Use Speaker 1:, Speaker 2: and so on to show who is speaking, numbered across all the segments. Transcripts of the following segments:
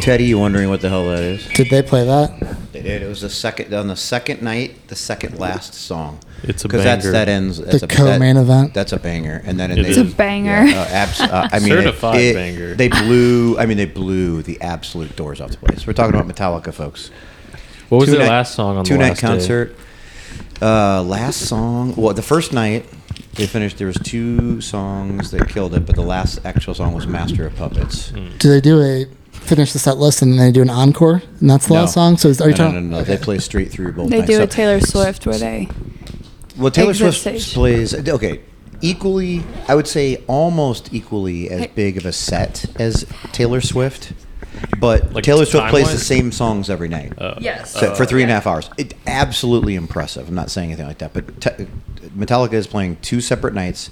Speaker 1: Teddy, you wondering what the hell that is?
Speaker 2: Did they play that?
Speaker 1: They did. It was the second on the second night, the second last song.
Speaker 3: It's a
Speaker 1: because that's
Speaker 3: banger.
Speaker 1: that ends that's a,
Speaker 2: co-main
Speaker 1: that-
Speaker 2: event.
Speaker 1: That's a banger, and then
Speaker 3: It
Speaker 1: they,
Speaker 3: is. It's
Speaker 4: a banger.
Speaker 1: Yeah, uh, abs- uh, I mean, it-
Speaker 3: Certified
Speaker 1: it-
Speaker 3: banger.
Speaker 1: They blew. I mean, they blew the absolute doors off the place. We're talking about Metallica, folks.
Speaker 3: What was
Speaker 1: Two
Speaker 3: their
Speaker 1: night-
Speaker 3: last song on
Speaker 1: two
Speaker 3: the
Speaker 1: night
Speaker 3: last day?
Speaker 1: concert? Uh, last song. Well, the first night they finished. There was two songs that killed it, but the last actual song was "Master of Puppets."
Speaker 3: Hmm.
Speaker 2: Do they do a finish the set list and then they do an encore and that's the
Speaker 1: No.
Speaker 2: last song? So is, are you
Speaker 1: no, no,
Speaker 2: talking?
Speaker 1: no, no, They play straight through both.
Speaker 4: They
Speaker 1: nights.
Speaker 4: do
Speaker 1: So- uh,
Speaker 4: a Taylor Swift where they.
Speaker 1: Well, Taylor
Speaker 4: Exit
Speaker 1: Swift
Speaker 4: stage.
Speaker 1: plays okay, equally. I would say almost equally as
Speaker 4: Hey.
Speaker 1: big of a set as Taylor Swift, but
Speaker 3: Like
Speaker 1: Taylor Swift plays the
Speaker 3: time-wise?
Speaker 1: same songs every night
Speaker 3: Oh.
Speaker 4: Yes.
Speaker 1: so, for three and a
Speaker 4: Uh, yeah.
Speaker 1: half hours. It absolutely impressive. I'm not saying anything like that, but te- Metallica is playing two separate nights.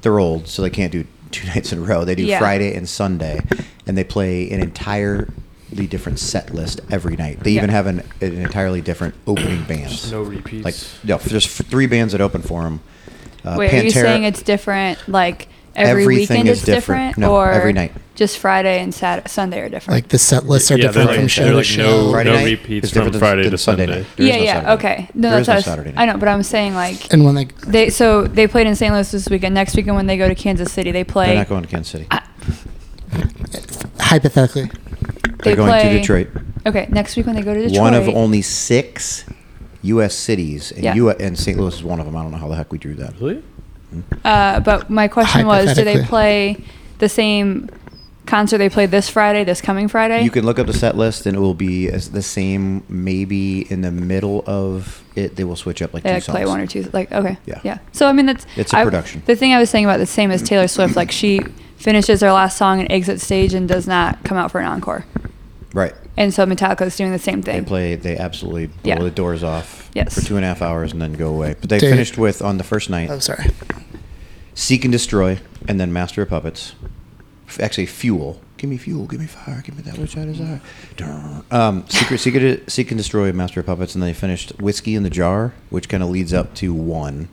Speaker 1: They're old, so they can't do two nights in a row. They do
Speaker 4: Yeah.
Speaker 1: Friday and Sunday, and they play an entirely different set list every night. They even
Speaker 4: Yeah.
Speaker 1: have an, an entirely different opening band.
Speaker 3: no repeats.
Speaker 1: Like no, just f- three bands that open for them. Uh,
Speaker 4: Wait, are you saying it's different? Like every
Speaker 1: Everything
Speaker 4: weekend
Speaker 1: is
Speaker 4: it's
Speaker 1: different.
Speaker 4: different,
Speaker 1: No,
Speaker 4: or
Speaker 1: every night.
Speaker 4: just Friday and Saturday, Sunday are different.
Speaker 2: Like the set lists are
Speaker 3: Yeah, they're
Speaker 2: different
Speaker 3: like-
Speaker 2: from show
Speaker 3: they're
Speaker 2: to
Speaker 3: like
Speaker 2: show.
Speaker 3: no-
Speaker 1: Friday night
Speaker 3: repeats
Speaker 1: is different
Speaker 3: from
Speaker 1: than-
Speaker 3: Friday
Speaker 1: than
Speaker 3: to Sunday.
Speaker 1: night. There is
Speaker 4: yeah,
Speaker 1: no
Speaker 4: yeah,
Speaker 1: Saturday night.
Speaker 4: okay. No,
Speaker 1: There
Speaker 4: that's
Speaker 1: is
Speaker 4: what I
Speaker 1: no
Speaker 4: was-
Speaker 1: Saturday night.
Speaker 4: I know, but I'm saying like
Speaker 2: And when they
Speaker 4: they. So they played in St. Louis this weekend. Next weekend when they go to Kansas City, they play.
Speaker 1: They're not going to Kansas City.
Speaker 4: I-
Speaker 2: hypothetically,
Speaker 4: they
Speaker 1: They're going
Speaker 4: play,
Speaker 1: to Detroit.
Speaker 4: Okay, next week when they go to Detroit,
Speaker 1: One of only six U.S. cities, and
Speaker 4: Yeah.
Speaker 1: U- and St. Louis is one of them. I don't know how the heck we drew that. Hmm?
Speaker 3: really?
Speaker 4: Uh, but my question was, do they
Speaker 2: Hypothetically.
Speaker 4: play the same concert they played this Friday, this coming Friday?
Speaker 1: You can look up the set list, and it will be as the same. Maybe in the middle of it, they will switch up like
Speaker 4: they
Speaker 1: two
Speaker 4: like
Speaker 1: songs.
Speaker 4: play one or two. Like okay,
Speaker 1: Yeah.
Speaker 4: yeah. So I mean, that's
Speaker 1: It's a
Speaker 4: I-
Speaker 1: production.
Speaker 4: the thing I was saying about the same as Taylor Swift, like she finishes her last song and exits stage and does not come out for an encore.
Speaker 1: Right.
Speaker 4: And so Metallica's doing the same
Speaker 1: They
Speaker 4: thing.
Speaker 1: play. They absolutely blow
Speaker 4: Yeah.
Speaker 1: the doors off
Speaker 4: Yes.
Speaker 1: for two and a half hours and then go away. But they
Speaker 2: Dude.
Speaker 1: finished with on the first night.
Speaker 2: oh sorry,
Speaker 1: Seek and Destroy, and then Master of Puppets. F- actually, Fuel. Give me fuel. Give me fire. Give me that which I desire. Durr. Um, Secret, Secret, Seek and Destroy, Master of Puppets, and then they finished Whiskey in the Jar, which kind of leads up to one.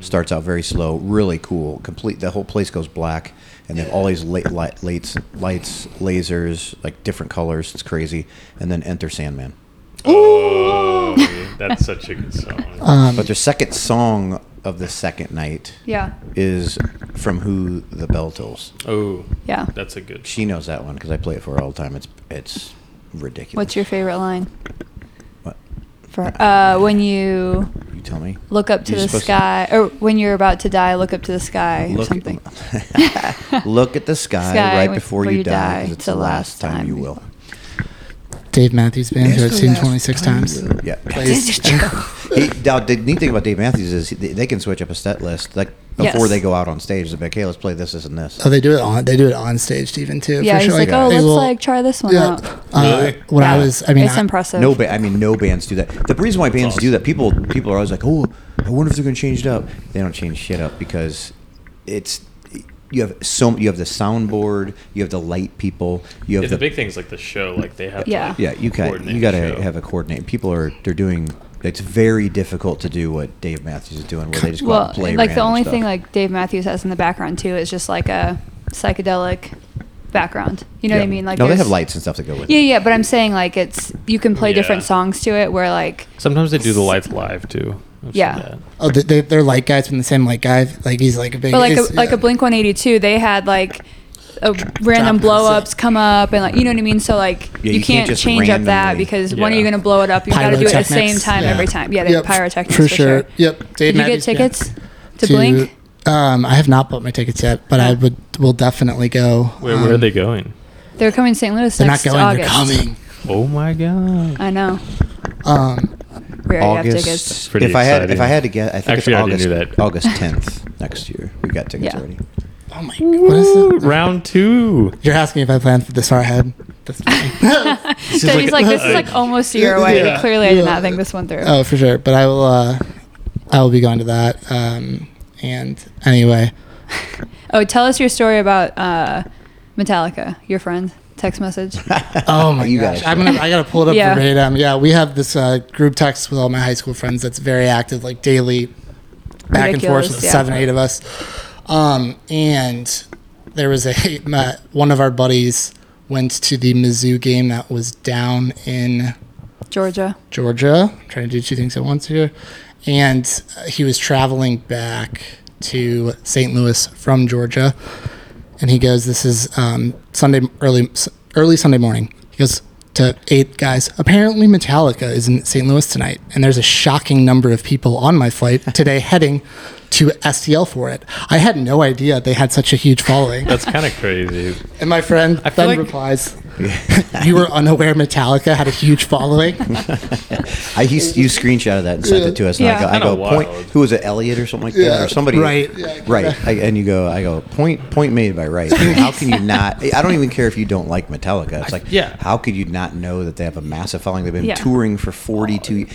Speaker 1: Starts out very slow, really cool. Complete. The whole place goes black, and they have all these late light, lights, lights, lasers, like different colors. It's crazy. And then Enter Sandman.
Speaker 3: Oh, yeah, that's such a good song.
Speaker 2: um,
Speaker 1: But their second song of the second night
Speaker 4: Yeah,
Speaker 1: is from Who the Bell Tolls.
Speaker 3: oh,
Speaker 4: yeah.
Speaker 3: that's a good.
Speaker 1: She knows that one because I play it for her all the time. It's it's ridiculous.
Speaker 4: What's your favorite line?
Speaker 1: What?
Speaker 4: For uh, when you
Speaker 1: You tell me.
Speaker 4: look up to
Speaker 1: You're
Speaker 4: the
Speaker 1: supposed to-
Speaker 4: sky, or when you're about to die, look up to the sky, or something.
Speaker 1: look at the sky,
Speaker 4: Sky
Speaker 1: right
Speaker 4: when-
Speaker 1: before you, die. 'cause it's the last time, you will.
Speaker 2: Dave Matthews Band, who I've seen 26 times.
Speaker 1: Yeah.
Speaker 2: plays-
Speaker 1: He, now, the neat thing about Dave Matthews is he- they can switch up a set list like before
Speaker 4: Yes.
Speaker 1: they go out on stage. They're like, hey, let's play this, this, and this.
Speaker 2: Oh, they do it on. They do it on stage, even too.
Speaker 4: Yeah,
Speaker 2: for
Speaker 4: he's
Speaker 2: sure.
Speaker 4: like, oh,
Speaker 2: they
Speaker 4: let's
Speaker 2: will-
Speaker 4: like try this one
Speaker 2: Yeah.
Speaker 4: out.
Speaker 2: Uh,
Speaker 3: Really?
Speaker 2: When I
Speaker 4: Yeah.
Speaker 2: was, I mean,
Speaker 4: it's
Speaker 2: I-
Speaker 4: impressive.
Speaker 1: No, ba- I mean, no bands do that. The reason why bands do
Speaker 3: awesome.
Speaker 1: that, people people are always like, "Oh, I wonder if they're going to change it up." They don't change shit up because it's you have so you have the soundboard, you have the light people, you have
Speaker 3: Yeah,
Speaker 1: the,
Speaker 3: the big thing's like the show. Like they have. To,
Speaker 4: Yeah.
Speaker 3: like,
Speaker 1: yeah. You got
Speaker 3: coordinate
Speaker 1: you got to
Speaker 3: the show.
Speaker 1: have a coordinate. People are they're doing. It's very difficult to do what Dave Matthews is doing, where they just go out
Speaker 4: well,
Speaker 1: and play.
Speaker 4: like the
Speaker 1: random
Speaker 4: only
Speaker 1: stuff.
Speaker 4: thing like Dave Matthews has in the background too is just like a psychedelic background. You know
Speaker 1: Yeah.
Speaker 4: what I mean? Like
Speaker 1: no, they
Speaker 4: there's-
Speaker 1: have lights and stuff that go with.
Speaker 4: Yeah,
Speaker 1: it.
Speaker 4: yeah, but I'm saying like it's you can play different
Speaker 3: Yeah.
Speaker 4: songs to it where like
Speaker 3: Sometimes they do the lights live too. I've seen
Speaker 4: Yeah.
Speaker 3: that.
Speaker 2: oh, they, they, they're light guys from the same light guy. Like he's like a big,
Speaker 4: but like a,
Speaker 2: he's-
Speaker 4: like
Speaker 2: yeah.
Speaker 4: a Blink 182, they had like a
Speaker 2: drop
Speaker 4: random
Speaker 2: it,
Speaker 4: blow
Speaker 2: so-
Speaker 4: ups come up and like you know what I mean? So like
Speaker 1: Yeah,
Speaker 4: you,
Speaker 1: you can't
Speaker 4: can't,
Speaker 1: just
Speaker 4: change up that
Speaker 1: randomly-
Speaker 4: because when are
Speaker 3: Yeah.
Speaker 4: you going to blow it up? You got to do it at the same
Speaker 2: Pyrotechnics.
Speaker 4: time
Speaker 2: Yeah.
Speaker 4: every time. Yeah, they
Speaker 2: Yep,
Speaker 4: have pyrotechnics
Speaker 2: for sure. Yep. Dave
Speaker 4: Did you get
Speaker 2: Matthews Band.
Speaker 4: tickets to
Speaker 2: To-
Speaker 4: Blink?
Speaker 2: Um, I have not bought my tickets yet, but I would will definitely go.
Speaker 3: Where,
Speaker 2: um,
Speaker 3: where are they going?
Speaker 4: They're coming to St. Louis
Speaker 2: They're not
Speaker 4: next
Speaker 2: going.
Speaker 4: August.
Speaker 2: They're coming.
Speaker 3: Oh my god!
Speaker 4: I know.
Speaker 2: Um,
Speaker 4: We already have tickets.
Speaker 1: August.
Speaker 3: Pretty
Speaker 1: If I had if
Speaker 3: exciting.
Speaker 1: I had to guess, I think
Speaker 3: Actually, I
Speaker 1: it's
Speaker 3: already
Speaker 1: August
Speaker 3: knew that.
Speaker 1: August 10th next year. We got tickets
Speaker 4: Yeah.
Speaker 1: already.
Speaker 2: oh my. What is
Speaker 3: Ooh,
Speaker 2: it?
Speaker 3: Round two.
Speaker 2: You're asking if I planned for this far ahead. That's
Speaker 4: So he's like, this is like almost a year away.
Speaker 2: Yeah.
Speaker 4: Clearly, I did not
Speaker 2: Yeah.
Speaker 4: think this one through.
Speaker 2: oh, for sure. But I will. Uh, I will be going to that. Um, and anyway,
Speaker 4: Oh, tell us your story about uh, Metallica, your friend. Text message.
Speaker 2: Oh my
Speaker 1: You
Speaker 2: gosh!
Speaker 1: guys.
Speaker 2: I'm gonna, I gotta pull it up
Speaker 4: Yeah.
Speaker 2: verbatim. Yeah, we have this uh, group text with all my high school friends that's very active, like daily, back and forth
Speaker 4: Ridiculous,
Speaker 2: with
Speaker 4: yeah.
Speaker 2: seven, eight of us. Um, and there was a my, one of our buddies went to the Mizzou game that was down in
Speaker 4: Georgia.
Speaker 2: Georgia. I'm trying to do two things at once here. And uh, he was traveling back to St. Louis from Georgia. And he goes, This is um, Sunday, early, s- early Sunday morning. He goes to eight guys. Apparently, Metallica is in St. Louis tonight. And there's a shocking number of people on my flight today heading to STL for it. I had no idea they had such a huge following.
Speaker 3: That's kind of crazy.
Speaker 2: And my friend
Speaker 3: I feel
Speaker 2: then
Speaker 3: like-
Speaker 2: replies, You were unaware Metallica had a huge following.
Speaker 1: I you, you screenshotted that and sent it to us. And
Speaker 4: Yeah.
Speaker 1: I go, I
Speaker 3: Kinda
Speaker 1: go point.
Speaker 3: wild.
Speaker 1: Who was it, Elliot or something like that,
Speaker 2: Yeah,
Speaker 1: or somebody?
Speaker 2: right. Yeah,
Speaker 1: right. I, and you go, I go point. Point made by right. how can you not? I don't even care if you don't like Metallica. It's like,
Speaker 3: yeah.
Speaker 1: How could you not know that they have a massive following? They've been
Speaker 4: Yeah.
Speaker 1: touring for forty-two.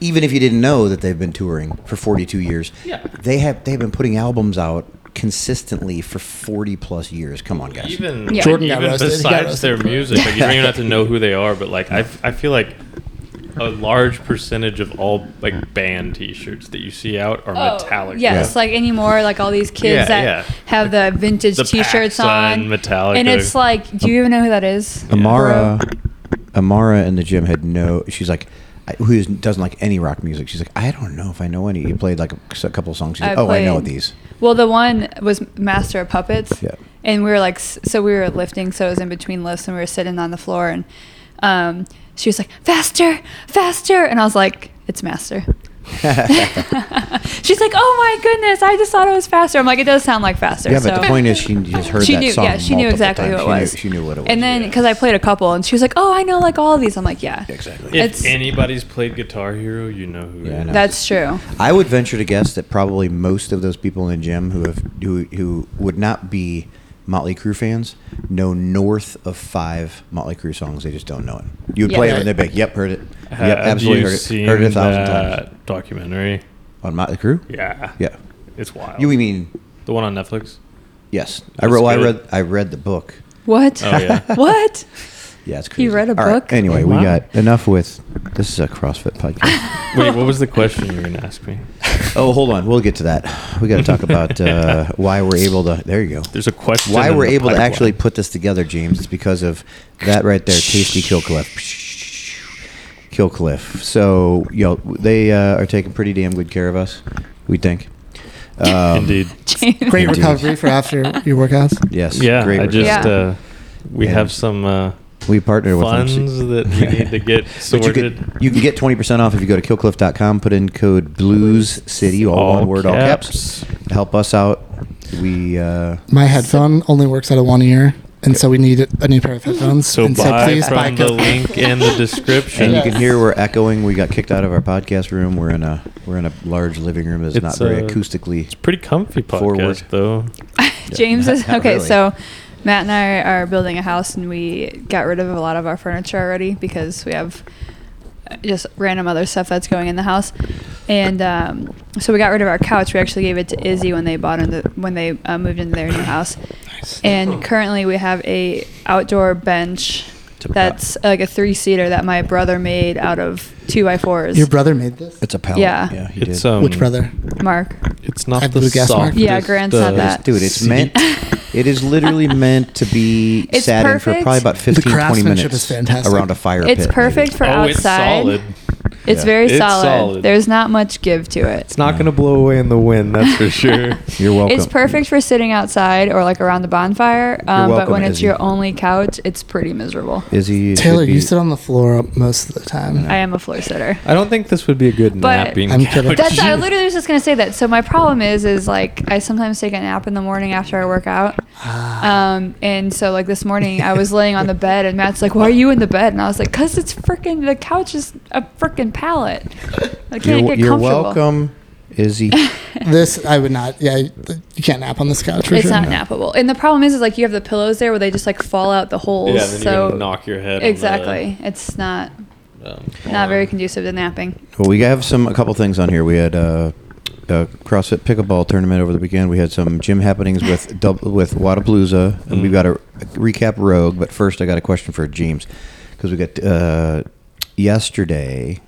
Speaker 1: Even if you didn't know that they've been touring for forty-two years,
Speaker 3: Yeah.
Speaker 1: they have. They've been putting albums out consistently for forty plus years. Come on, guys.
Speaker 3: Even
Speaker 4: Yeah.
Speaker 2: Jordan got
Speaker 3: even
Speaker 2: roasted. He got
Speaker 3: besides
Speaker 2: roasted.
Speaker 3: their music, like you don't even have to know who they are. But like I, I feel like a large percentage of all like band T-shirts that you see out are Metallica.
Speaker 4: Oh, Yes, like anymore, like all these kids
Speaker 3: Yeah,
Speaker 4: that
Speaker 3: yeah.
Speaker 4: have the vintage
Speaker 3: The
Speaker 4: T-shirts on,
Speaker 3: PacSun, Metallica.
Speaker 4: and it's like, do you even know who that is?
Speaker 1: Amara,
Speaker 4: Bro.
Speaker 1: Amara in the gym had no. She's like, I- who is- doesn't like any rock music? She's like, I don't know if I know any. He played like a, a couple songs. She's
Speaker 4: I
Speaker 1: like, oh, I know
Speaker 4: played-
Speaker 1: these.
Speaker 4: Well, the one was Master of Puppets.
Speaker 1: Yeah.
Speaker 4: And we were like, s- so we were lifting, so it was in between lifts, and we were sitting on the floor, and um, she was like, faster, faster. And I was like, it's Master. She's like, oh my goodness, I just thought it was faster. I'm like, it does sound like faster.
Speaker 1: Yeah, but
Speaker 4: so-
Speaker 1: the point is, she just heard
Speaker 4: she
Speaker 1: that
Speaker 4: knew,
Speaker 1: song.
Speaker 4: yeah, she knew
Speaker 1: multiple
Speaker 4: exactly
Speaker 1: times.
Speaker 4: who it was.
Speaker 1: She knew, she knew what it was.
Speaker 4: And then, because I played a couple, and she was like, "Oh, I know like all of these." I'm like, "Yeah,
Speaker 1: exactly.
Speaker 3: If
Speaker 4: It's-
Speaker 3: anybody's played Guitar Hero, you know who.
Speaker 1: Yeah, I
Speaker 3: it is.
Speaker 1: know.
Speaker 4: that's true."
Speaker 2: Oh,
Speaker 1: I would venture to guess that probably most of those people in the gym who have who who would not be Motley Crue fans know north of five Motley Crue songs. They just don't know it. You would
Speaker 4: Yeah.
Speaker 1: play it
Speaker 2: Right.
Speaker 1: and they'd be like, "Yep, heard it. Yep,
Speaker 3: Have
Speaker 1: absolutely
Speaker 3: you
Speaker 1: heard it.
Speaker 3: seen
Speaker 1: Heard it a thousand
Speaker 3: that
Speaker 1: times."
Speaker 3: documentary?
Speaker 1: On Motley Crue?
Speaker 3: Yeah.
Speaker 1: Yeah.
Speaker 3: It's wild.
Speaker 1: Oh. You mean
Speaker 3: the one on Netflix?
Speaker 1: Yes, I
Speaker 3: That's
Speaker 1: read. Well, I
Speaker 3: good.
Speaker 1: read. I read the book.
Speaker 4: What?
Speaker 3: Oh yeah.
Speaker 4: what?
Speaker 1: Yeah, it's crazy.
Speaker 4: read a
Speaker 1: All right,
Speaker 4: book?
Speaker 1: Anyway,
Speaker 3: Wow.
Speaker 1: we got enough with. This is a CrossFit podcast.
Speaker 3: Wait, what was the question you were gonna ask me?
Speaker 1: oh, hold on. We'll get to that. We got to talk about uh, why we're able to. There you go.
Speaker 3: There's a question.
Speaker 1: Why
Speaker 3: in
Speaker 1: we're
Speaker 3: the
Speaker 1: able to
Speaker 3: pipeline.
Speaker 1: actually put this together, James, is because of that right there, Tasty Killcliff. Killcliff. So, yo, they uh, are taking pretty damn good care of us. We think. Um,
Speaker 3: Indeed.
Speaker 4: James.
Speaker 2: Great
Speaker 1: Indeed.
Speaker 2: recovery for after your workouts.
Speaker 1: Yes.
Speaker 3: Yeah. I
Speaker 1: work.
Speaker 3: just
Speaker 4: Yeah.
Speaker 3: uh, we
Speaker 1: Yeah.
Speaker 3: have some uh,
Speaker 1: We partner with them.
Speaker 3: funds that we need to get
Speaker 1: But you,
Speaker 3: sorted.
Speaker 1: could, you can get 20% off if you go to killcliff.com, put in code blues city, all,
Speaker 3: All
Speaker 1: one word, all
Speaker 3: caps.
Speaker 1: caps. Help us out. We, uh,
Speaker 2: My headphone only works out of one ear, and so we need a new pair of headphones.
Speaker 3: so
Speaker 2: and
Speaker 3: buy from the
Speaker 2: a-
Speaker 3: link in the description.
Speaker 1: and you
Speaker 2: Yes.
Speaker 1: can hear we're echoing. We got kicked out of our podcast room. We're in a, we're in a large living room that's not
Speaker 3: It's,
Speaker 1: very
Speaker 3: uh,
Speaker 1: acoustically.
Speaker 3: Pretty comfy podcast
Speaker 1: Forward.
Speaker 3: though.
Speaker 4: James is
Speaker 1: Not
Speaker 4: okay.
Speaker 1: really.
Speaker 4: So, Matt and I are building a house, and we got rid of a lot of our furniture already because we have uh, just random other stuff that's going in the house. And um, so we got rid of our couch. We actually gave it to Izzy when they bought into when they uh, moved into their new house. And currently, we have a outdoor bench
Speaker 1: It's a
Speaker 4: that's like a three seater that my brother made out of two by fours.
Speaker 2: Your brother made this.
Speaker 1: It's a pallet.
Speaker 4: Yeah.
Speaker 1: Yeah, he
Speaker 3: It's
Speaker 1: did.
Speaker 3: um,
Speaker 2: Which brother?
Speaker 4: Mark.
Speaker 3: It's not
Speaker 2: I
Speaker 3: the
Speaker 2: blew gas mark.
Speaker 3: softest.
Speaker 4: Yeah, Grant said
Speaker 3: uh,
Speaker 4: that.
Speaker 1: Dude, it's meant. It is literally meant to be
Speaker 4: It's
Speaker 1: sat in for
Speaker 4: perfect.
Speaker 1: probably about
Speaker 4: The
Speaker 1: 15, 20
Speaker 2: craftsmanship
Speaker 1: minutes
Speaker 2: is fantastic.
Speaker 1: around a fire pit.
Speaker 4: It's
Speaker 1: maybe.
Speaker 4: perfect for
Speaker 3: Oh, it's
Speaker 4: outside.
Speaker 3: solid.
Speaker 4: It's
Speaker 1: Yeah.
Speaker 4: very
Speaker 3: It's
Speaker 4: solid.
Speaker 3: solid.
Speaker 4: There's not much give to it.
Speaker 3: It's not going to blow away in the wind, that's for sure.
Speaker 1: You're welcome.
Speaker 4: It's perfect for sitting outside or like around the bonfire. Um, but
Speaker 1: welcome,
Speaker 4: when it's
Speaker 1: Izzy.
Speaker 4: your only couch, it's pretty miserable.
Speaker 1: Izzy, it should
Speaker 2: Taylor, you
Speaker 1: be-
Speaker 2: sit on the floor most of the time.
Speaker 4: I am a floor sitter.
Speaker 3: I don't think this would be a good
Speaker 4: But-
Speaker 3: napping
Speaker 2: I'm kidding.
Speaker 3: couch.
Speaker 4: That's I literally was just gonna say that. So my problem is is like I sometimes take a nap in the morning after I work out.
Speaker 3: Ah.
Speaker 4: Um, and so like this morning I was laying on the bed and Matt's like, "Why are you in the bed?" And I was like, "Cause it's freaking the couch is a freaking pallet. I can't
Speaker 1: You're,
Speaker 4: get
Speaker 1: you're
Speaker 4: comfortable."
Speaker 1: welcome, Izzy.
Speaker 2: This I would not. Yeah, you can't nap on this couch. For
Speaker 4: It's
Speaker 2: sure.
Speaker 4: not nappable. And the problem is is like you have the pillows there where they just like fall out the holes.
Speaker 3: yeah, then
Speaker 4: so
Speaker 3: you can knock your head.
Speaker 4: exactly, it's not
Speaker 3: On the, um,
Speaker 4: not
Speaker 3: arm.
Speaker 4: very conducive to napping.
Speaker 1: Well, we have some a couple things on here. We had uh, a CrossFit pickleball tournament over the weekend. We had some gym happenings with dub- with Wadapalooza, and we've got a recap Rogue. But first, I got a question for
Speaker 3: Mm-hmm.
Speaker 1: James because we got uh, yesterday.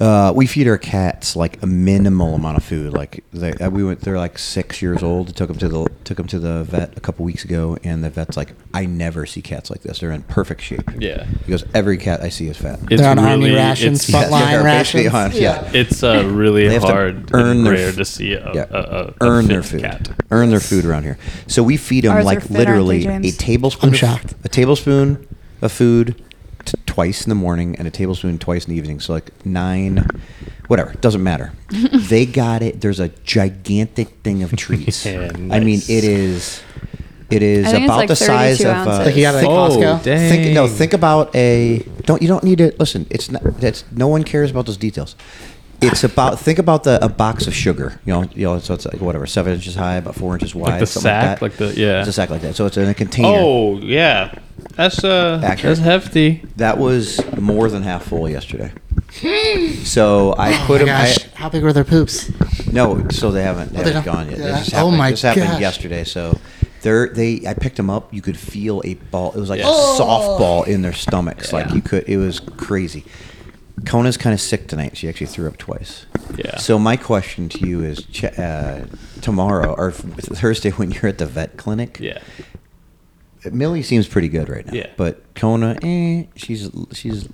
Speaker 1: Uh, we feed our cats like a minimal amount of food. Like they, uh, we went, they're like six years old. Took them to the took them to the vet a couple weeks ago, and the vet's like, I never see cats like this. They're in perfect shape.
Speaker 3: Yeah.
Speaker 1: He goes, every cat I see is fat.
Speaker 3: It's
Speaker 2: They're on army
Speaker 3: really
Speaker 2: rations,
Speaker 3: it's,
Speaker 1: yeah,
Speaker 2: fuck Frontline
Speaker 1: they're basically
Speaker 2: rations.
Speaker 1: on- yeah.
Speaker 3: it's uh, really
Speaker 1: They have to
Speaker 3: hard
Speaker 1: earn
Speaker 3: and
Speaker 1: their
Speaker 3: rare
Speaker 1: f-
Speaker 3: to see a,
Speaker 1: yeah.
Speaker 3: a, a, a
Speaker 1: earn
Speaker 3: fit
Speaker 1: their food.
Speaker 3: cat.
Speaker 1: Earn their food around here. So we feed them
Speaker 4: Ours are
Speaker 1: like
Speaker 4: fit, aren't they,
Speaker 1: literally a
Speaker 4: James?
Speaker 1: tablespoon.
Speaker 2: I'm
Speaker 1: of-
Speaker 2: shocked.
Speaker 1: A tablespoon of food t- twice in the morning and a tablespoon twice in the evening. So like nine, whatever. Doesn't matter. they got it. There's a gigantic thing of treats.
Speaker 3: Yeah,
Speaker 1: I mean,
Speaker 3: nice.
Speaker 1: it is. It is
Speaker 4: I think it's
Speaker 1: about
Speaker 4: like
Speaker 1: the size
Speaker 4: 32
Speaker 1: of. Uh,
Speaker 4: ounces.
Speaker 2: Like you got it at
Speaker 3: Oh,
Speaker 2: Costco.
Speaker 1: Think, no, think about a. Don't you don't need to listen. It's not. That's no one cares about those details. It's about think about the a box of sugar. You know, you know. So it's like whatever, seven inches high, about four inches wide,
Speaker 3: the
Speaker 1: something
Speaker 3: sack,
Speaker 1: like that.
Speaker 3: like the- yeah.
Speaker 1: it's a sack like that. So it's in a container.
Speaker 3: Oh yeah, that's uh,
Speaker 1: Accurate.
Speaker 3: that's hefty.
Speaker 1: that was more than half full yesterday. so I put
Speaker 2: oh my
Speaker 1: them. I,
Speaker 2: gosh, how big were their poops?
Speaker 1: no, so they haven't. They
Speaker 2: Oh, they
Speaker 1: haven't
Speaker 2: don't-
Speaker 1: gone yet. They
Speaker 2: yeah.
Speaker 1: just
Speaker 2: Oh
Speaker 1: happened,
Speaker 2: my
Speaker 1: This happened
Speaker 2: gosh.
Speaker 1: yesterday. So. They're, they, I picked them up. You could feel a ball. It was like
Speaker 3: Yeah.
Speaker 1: a
Speaker 2: Oh.
Speaker 1: softball in their stomachs. Like
Speaker 3: Yeah.
Speaker 1: you could. It was crazy. Kona's kind of sick tonight. She actually threw up twice.
Speaker 3: Yeah.
Speaker 1: So my question to you is, Ch- uh, tomorrow or Thursday when you're at the vet clinic,
Speaker 3: yeah,
Speaker 1: Millie seems pretty good right now.
Speaker 3: Yeah.
Speaker 1: But Kona, eh, she's she's.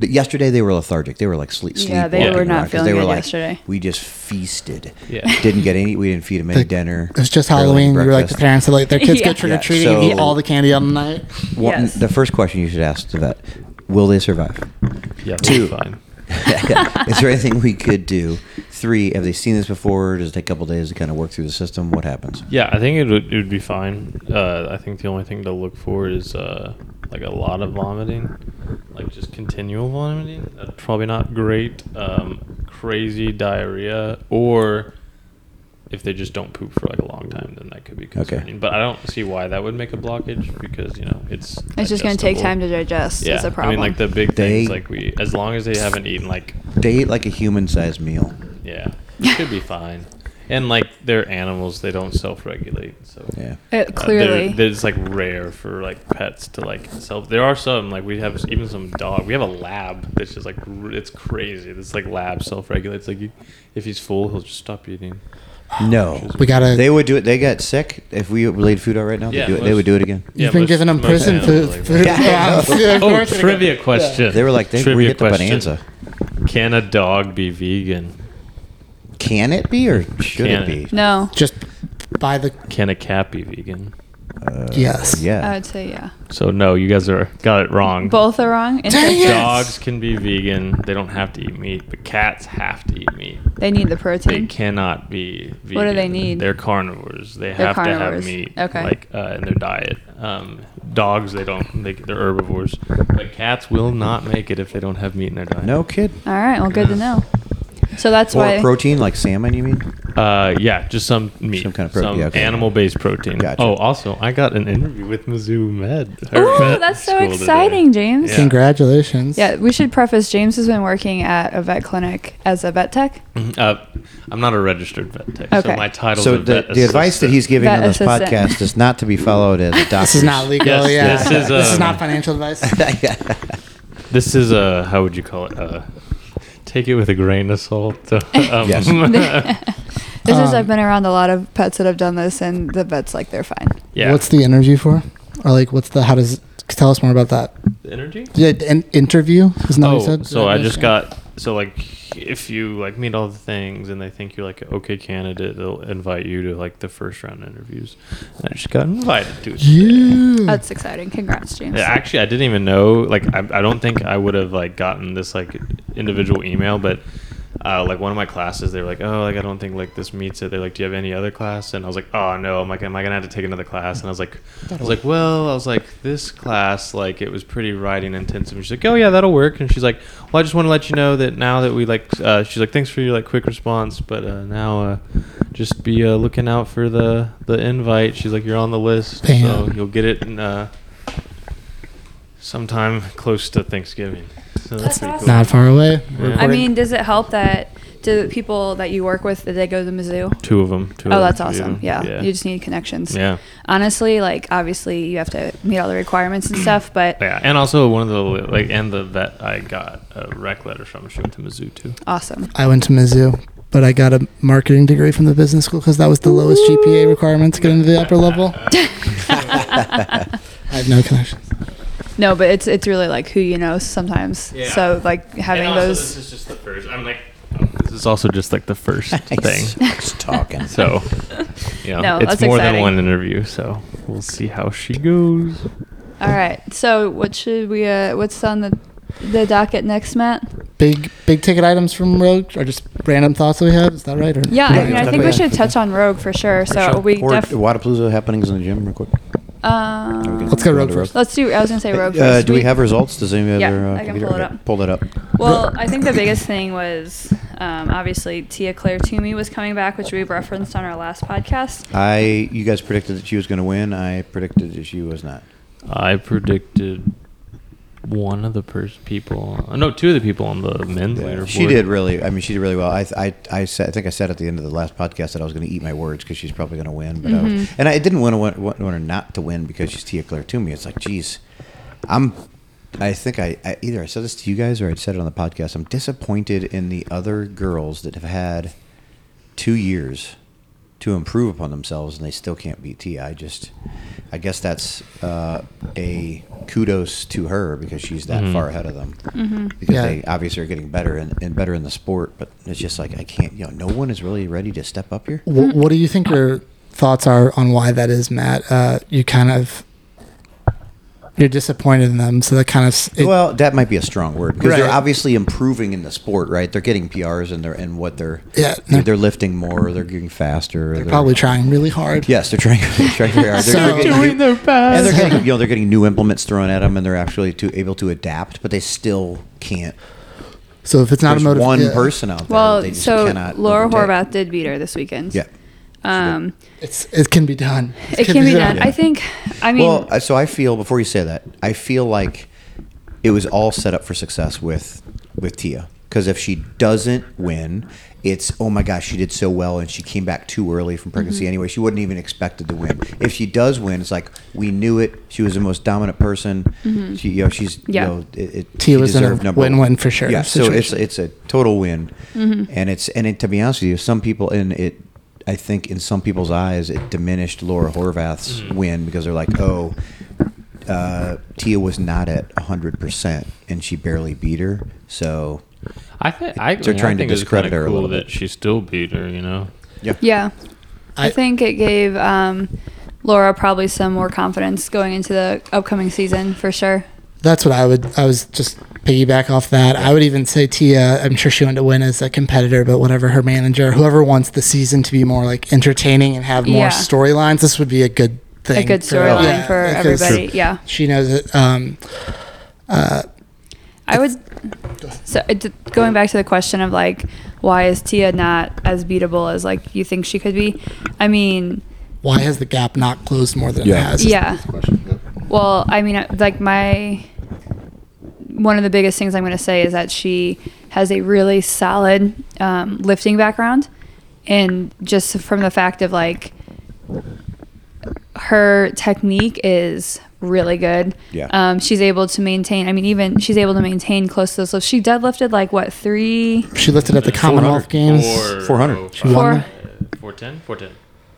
Speaker 1: But yesterday they were lethargic. They were like sleep.
Speaker 4: Yeah, they
Speaker 1: sleepwalking
Speaker 3: were not
Speaker 1: around 'cause
Speaker 4: feeling
Speaker 1: they were
Speaker 4: good
Speaker 1: like,
Speaker 4: yesterday.
Speaker 1: We just feasted.
Speaker 3: Yeah.
Speaker 1: Didn't get any. We didn't feed them any dinner.
Speaker 2: It was just
Speaker 1: barely any
Speaker 2: Halloween. You were like the
Speaker 1: breakfast.
Speaker 2: parents that let their kids
Speaker 4: Yeah.
Speaker 2: go trick or treating
Speaker 1: Yeah,
Speaker 2: and eat
Speaker 1: so-
Speaker 2: all the candy on the night.
Speaker 1: One,
Speaker 4: Yes.
Speaker 1: The first question you should ask the vet: Will they survive?
Speaker 3: yeah,
Speaker 1: Two.
Speaker 3: that's fine.
Speaker 1: Is there anything we could do? Three: Have they seen this before? Does it take a couple days to kind of work through the system? What happens?
Speaker 3: Yeah, I think it would, it would be fine. Uh, I think the only thing to look for is uh, like a lot of vomiting, like just continual vomiting. That's probably not great. Um, crazy diarrhea, or if they just don't poop for like a long time, then that could be concerning. But I don't see why that would make a blockage because you know it's
Speaker 4: It's just going to take
Speaker 3: digestible.
Speaker 4: time to digest.
Speaker 3: Yeah,
Speaker 4: It's a problem.
Speaker 3: I mean, like the big
Speaker 1: They-
Speaker 3: things, like we as long as they haven't eaten like
Speaker 1: They ate like a human-sized meal.
Speaker 3: yeah, it should be fine. And like they're animals, they don't self-regulate, so
Speaker 1: Yeah.
Speaker 4: It,
Speaker 3: Uh,
Speaker 4: clearly.
Speaker 3: they're- they're- it's like rare for like pets to like self. There are some like we have even some dog. We have a lab that's just like r- it's crazy. This like lab self regulates. Like you, if he's full, he'll just stop eating.
Speaker 1: No.
Speaker 2: We gotta.
Speaker 1: They would do it. They got sick. If we laid food out right now,
Speaker 3: Yeah,
Speaker 1: they, do it, they
Speaker 3: most-
Speaker 1: would do it again.
Speaker 2: You've
Speaker 3: Yeah,
Speaker 2: been
Speaker 3: most-
Speaker 2: giving them
Speaker 3: most
Speaker 2: prison food.
Speaker 3: animals like
Speaker 2: food
Speaker 3: that.
Speaker 1: Yeah.
Speaker 2: food-
Speaker 3: Oh,
Speaker 2: food-
Speaker 3: trivia question.
Speaker 1: They were like, they, we
Speaker 3: Trivia
Speaker 1: hit the
Speaker 3: question.
Speaker 1: bonanza.
Speaker 3: Can a dog be vegan?
Speaker 1: Can it be or should
Speaker 3: Can
Speaker 1: it be?
Speaker 3: it?
Speaker 4: no.
Speaker 2: Just by the
Speaker 3: Can a cat be vegan?
Speaker 1: Uh,
Speaker 2: Yes.
Speaker 4: I
Speaker 1: Yeah.
Speaker 4: would say, yeah.
Speaker 3: So no, you guys are got it wrong.
Speaker 4: Both are wrong.
Speaker 2: Dang it!
Speaker 4: Interesting.
Speaker 3: Dogs can be vegan. They don't have to eat meat, but cats have to eat meat.
Speaker 4: They need the protein.
Speaker 3: They cannot be vegan.
Speaker 4: What do they need?
Speaker 3: They're carnivores. They
Speaker 4: They're
Speaker 3: have
Speaker 4: carnivores.
Speaker 3: to have meat,
Speaker 4: Okay.
Speaker 3: like uh, in their diet. Um, dogs, they don't. They, they're herbivores. But cats will not make it if they don't have meat in their diet.
Speaker 1: No kid.
Speaker 4: All right. Well, good to know. So that's
Speaker 1: Or
Speaker 4: why.
Speaker 1: protein like salmon, you mean?
Speaker 3: Uh, yeah, just some meat,
Speaker 1: Some kind of protein, yeah, okay.
Speaker 3: animal-based protein.
Speaker 1: Gotcha.
Speaker 3: Oh, also, I got an interview with Mizzou Med. or
Speaker 4: Ooh,
Speaker 3: Med
Speaker 4: that's so
Speaker 3: School today.
Speaker 4: exciting, James.
Speaker 3: Yeah.
Speaker 2: Congratulations.
Speaker 4: Yeah, we should preface James has been working at a vet clinic as a vet tech.
Speaker 3: Uh, I'm not a registered vet tech, so
Speaker 4: Okay.
Speaker 3: my title.
Speaker 1: So the, the advice that he's giving
Speaker 4: Vet
Speaker 1: on this
Speaker 4: assistant.
Speaker 1: podcast is not to be followed as a doctor.
Speaker 2: This is not legal.
Speaker 3: Yes,
Speaker 2: yeah.
Speaker 3: this is, um,
Speaker 2: not financial advice.
Speaker 3: This is a how would you call it? Uh, take it with a grain of salt. um,
Speaker 1: Yes.
Speaker 4: This is
Speaker 2: Um,
Speaker 4: I've been around a lot of pets that have done this, and the vets like they're fine.
Speaker 3: yeah.
Speaker 2: What's the interview for? Or like, what's the? How does? Tell us more about that.
Speaker 3: energy?
Speaker 2: Yeah, an interview is not what
Speaker 3: Oh,
Speaker 2: you said.
Speaker 3: so I just
Speaker 2: Yeah.
Speaker 3: got so like if you like meet all the things and they think you're like an okay candidate, they'll invite you to like the first round interviews. And I just got invited to. it.
Speaker 2: Yeah.
Speaker 4: That's exciting. Congrats, James.
Speaker 3: Yeah, Actually, I didn't even know. Like, I, I don't think I would have like gotten this like individual email, but uh, like one of my classes, they were like, "Oh, like I don't think like this meets it." They're like, "Do you have any other class?" And I was like, "Oh no, I'm like, am I gonna have to take another class?" And I was like, "I was like, well, I was like, this class like it was pretty writing intensive." And she's like, "Oh yeah, that'll work." And she's like, "Well, I just want to let you know that now that we like," uh, she's like, "Thanks for your like quick response, but uh, now uh, just be uh, looking out for the the invite." She's like, "You're on the list, so
Speaker 2: Damn.
Speaker 3: you'll get it." In, uh, sometime close to Thanksgiving. So that's,
Speaker 4: That's
Speaker 3: pretty
Speaker 4: awesome.
Speaker 3: cool.
Speaker 2: not far away.
Speaker 3: Yeah.
Speaker 4: I mean, does it help that Do the people that you work with, did they go to the Mizzou?
Speaker 3: Two of them. Two
Speaker 4: Oh,
Speaker 3: of
Speaker 4: that's
Speaker 3: them, two of
Speaker 4: awesome.
Speaker 3: them.
Speaker 4: Yeah.
Speaker 3: Yeah.
Speaker 4: You just need connections.
Speaker 3: Yeah.
Speaker 4: Honestly, like obviously you have to meet all the requirements and stuff, but
Speaker 3: Yeah, and also one of the like, and the vet I got a rec letter from. She went to Mizzou too.
Speaker 4: awesome.
Speaker 2: I went to Mizzou, but I got a marketing degree from the business school because that was the lowest GPA requirement to get into the upper level. I have no connections.
Speaker 4: No, but it's it's really like who you know sometimes.
Speaker 3: Yeah.
Speaker 4: So like having
Speaker 3: And also,
Speaker 4: those
Speaker 3: This is just the first. I'm like, this is also just like the first thing.
Speaker 1: It's talking.
Speaker 3: So, yeah,
Speaker 4: No,
Speaker 3: it's
Speaker 4: that's
Speaker 3: more
Speaker 4: exciting.
Speaker 3: than one interview. So we'll see how she goes.
Speaker 4: All right. So what should we? Uh, what's on the the docket next, Matt?
Speaker 2: Big big ticket items from Rogue or just random thoughts that we have. Is that right? Or
Speaker 4: Yeah, I mean, I think we
Speaker 1: Yeah.
Speaker 4: should touch on Rogue for sure. So we
Speaker 1: or
Speaker 4: def.
Speaker 1: Wadapalooza happenings in the gym real quick.
Speaker 4: Um,
Speaker 2: Let's go Rogue first.
Speaker 4: Let's do. I was gonna say Rogue.
Speaker 1: Uh,
Speaker 4: first.
Speaker 1: do we have results? Does anybody
Speaker 4: Yeah,
Speaker 1: have their, uh,
Speaker 4: I can
Speaker 1: computer?
Speaker 4: pull it
Speaker 1: Okay,
Speaker 4: up.
Speaker 1: Pull that up.
Speaker 4: Well, I think the biggest thing was um, obviously Tia Claire Toomey was coming back, which we referenced on our last podcast.
Speaker 1: I you guys predicted that she was going to win. I predicted that she was not.
Speaker 3: I predicted one of the pers- people. uh, No, two of the people on the men's
Speaker 1: Yeah,
Speaker 3: leaderboard.
Speaker 1: she did really. I mean, she did really well. I I I, said, I think I said at the end of the last podcast that I was going to eat my words because she's probably going to win. But I was-
Speaker 4: Mhm.
Speaker 1: and I didn't want to want, want her not to win because she's Tia Claire Toomey. It's like, geez, I'm. I think I, I either I said this to you guys or I said it on the podcast. I'm disappointed in the other girls that have had two years to improve upon themselves and they still can't beat Tia. I just, I guess that's uh, a kudos to her because she's that
Speaker 3: Mhm.
Speaker 1: far ahead of them
Speaker 4: Mm-hmm.
Speaker 1: because
Speaker 2: Yeah.
Speaker 1: they obviously are getting better and, and better in the sport. But it's just like I can't, you know, no one is really ready to step up here.
Speaker 2: Wh- what do you think your thoughts are on why that is, Matt? Uh, you kind of you're disappointed in them, so that kind of s- it,
Speaker 1: well, that might be a strong word because they're
Speaker 2: Right.
Speaker 1: obviously improving in the sport, right? They're getting PRs and they're and what they're
Speaker 2: yeah,
Speaker 1: they're,
Speaker 2: they're,
Speaker 1: lifting more, they're getting faster. They're,
Speaker 2: probably trying really hard.
Speaker 1: Yes, they're trying. They're trying very hard. They're,
Speaker 2: So-
Speaker 1: they're getting,
Speaker 3: their
Speaker 1: and they're
Speaker 3: best.
Speaker 1: getting, you know, they're getting new implements thrown at them, and they're actually to, able to adapt, but they still can't.
Speaker 2: So if it's not
Speaker 1: There's
Speaker 2: a motive,
Speaker 1: one
Speaker 2: yeah,
Speaker 1: person out there. that they
Speaker 4: Well,
Speaker 1: just
Speaker 4: so
Speaker 1: cannot
Speaker 4: Laura
Speaker 1: overtake.
Speaker 4: Horvath did beat her this weekend.
Speaker 1: Yeah.
Speaker 4: Um,
Speaker 2: it's it can be done.
Speaker 4: it can be done.
Speaker 1: Yeah.
Speaker 4: I think. I mean,
Speaker 1: well, I- so I feel before you say that, I feel like it was all set up for success with with Tia. Because if she doesn't win, it's oh my gosh, she did so well and she came back too early from pregnancy
Speaker 4: Mm-hmm.
Speaker 1: anyway. She wasn't even expected to win. If she does win, it's like we knew it. She was the most dominant person. She, you know, she's
Speaker 4: Mm-hmm. Yeah.
Speaker 1: you know, it, it,
Speaker 2: Tia
Speaker 1: she
Speaker 2: was in a
Speaker 1: deserved number one.
Speaker 2: win-win for sure
Speaker 1: Yeah, so it's
Speaker 2: situation.
Speaker 1: it's a total win,
Speaker 4: Mm-hmm.
Speaker 1: and it's and it, to be honest with you, some people and it, I think in some people's eyes, it diminished Laura Horvath's
Speaker 3: Mm-hmm.
Speaker 1: win because they're like, oh, uh, Tia was not at hundred percent and she barely beat her, so
Speaker 3: I thi- I,
Speaker 1: They're
Speaker 3: I
Speaker 1: trying to
Speaker 3: think it's
Speaker 1: discredit
Speaker 3: kinda
Speaker 1: her a
Speaker 3: cool
Speaker 1: little
Speaker 3: that
Speaker 1: bit.
Speaker 3: She still beat her, you know.
Speaker 4: yeah. I,
Speaker 2: I-
Speaker 4: think it gave um, Laura probably some more confidence going into the upcoming season for sure.
Speaker 2: That's what I would. I was just piggyback off that. I would even say Tia. I'm sure she wanted to win as a competitor, but whatever her manager, whoever wants the season to be more like entertaining and have more
Speaker 4: Yeah.
Speaker 2: storylines, this would be a good thing.
Speaker 4: A good
Speaker 2: for-
Speaker 4: storyline
Speaker 2: yeah,
Speaker 4: for
Speaker 2: because
Speaker 4: everybody. Yeah.
Speaker 2: She knows it. Um, uh,
Speaker 4: I would. So it, d- going back to the question of like, why is Tia not as beatable as like you think she could be? I mean,
Speaker 2: why has the gap not closed more than it
Speaker 1: Yeah.
Speaker 2: has?
Speaker 4: yeah. Well, I mean, I- like my one of the biggest things I'm going to say is that she has a really solid um, lifting background, and just from the fact of like her technique is really good.
Speaker 1: Yeah.
Speaker 4: Um, she's able to maintain. I mean, even she's able to maintain close to those lifts. She deadlifted like what three
Speaker 2: She lifted at the Commonwealth Games.
Speaker 1: 400.
Speaker 2: She won
Speaker 4: Four.
Speaker 2: them.
Speaker 3: oh, Four ten. Four ten.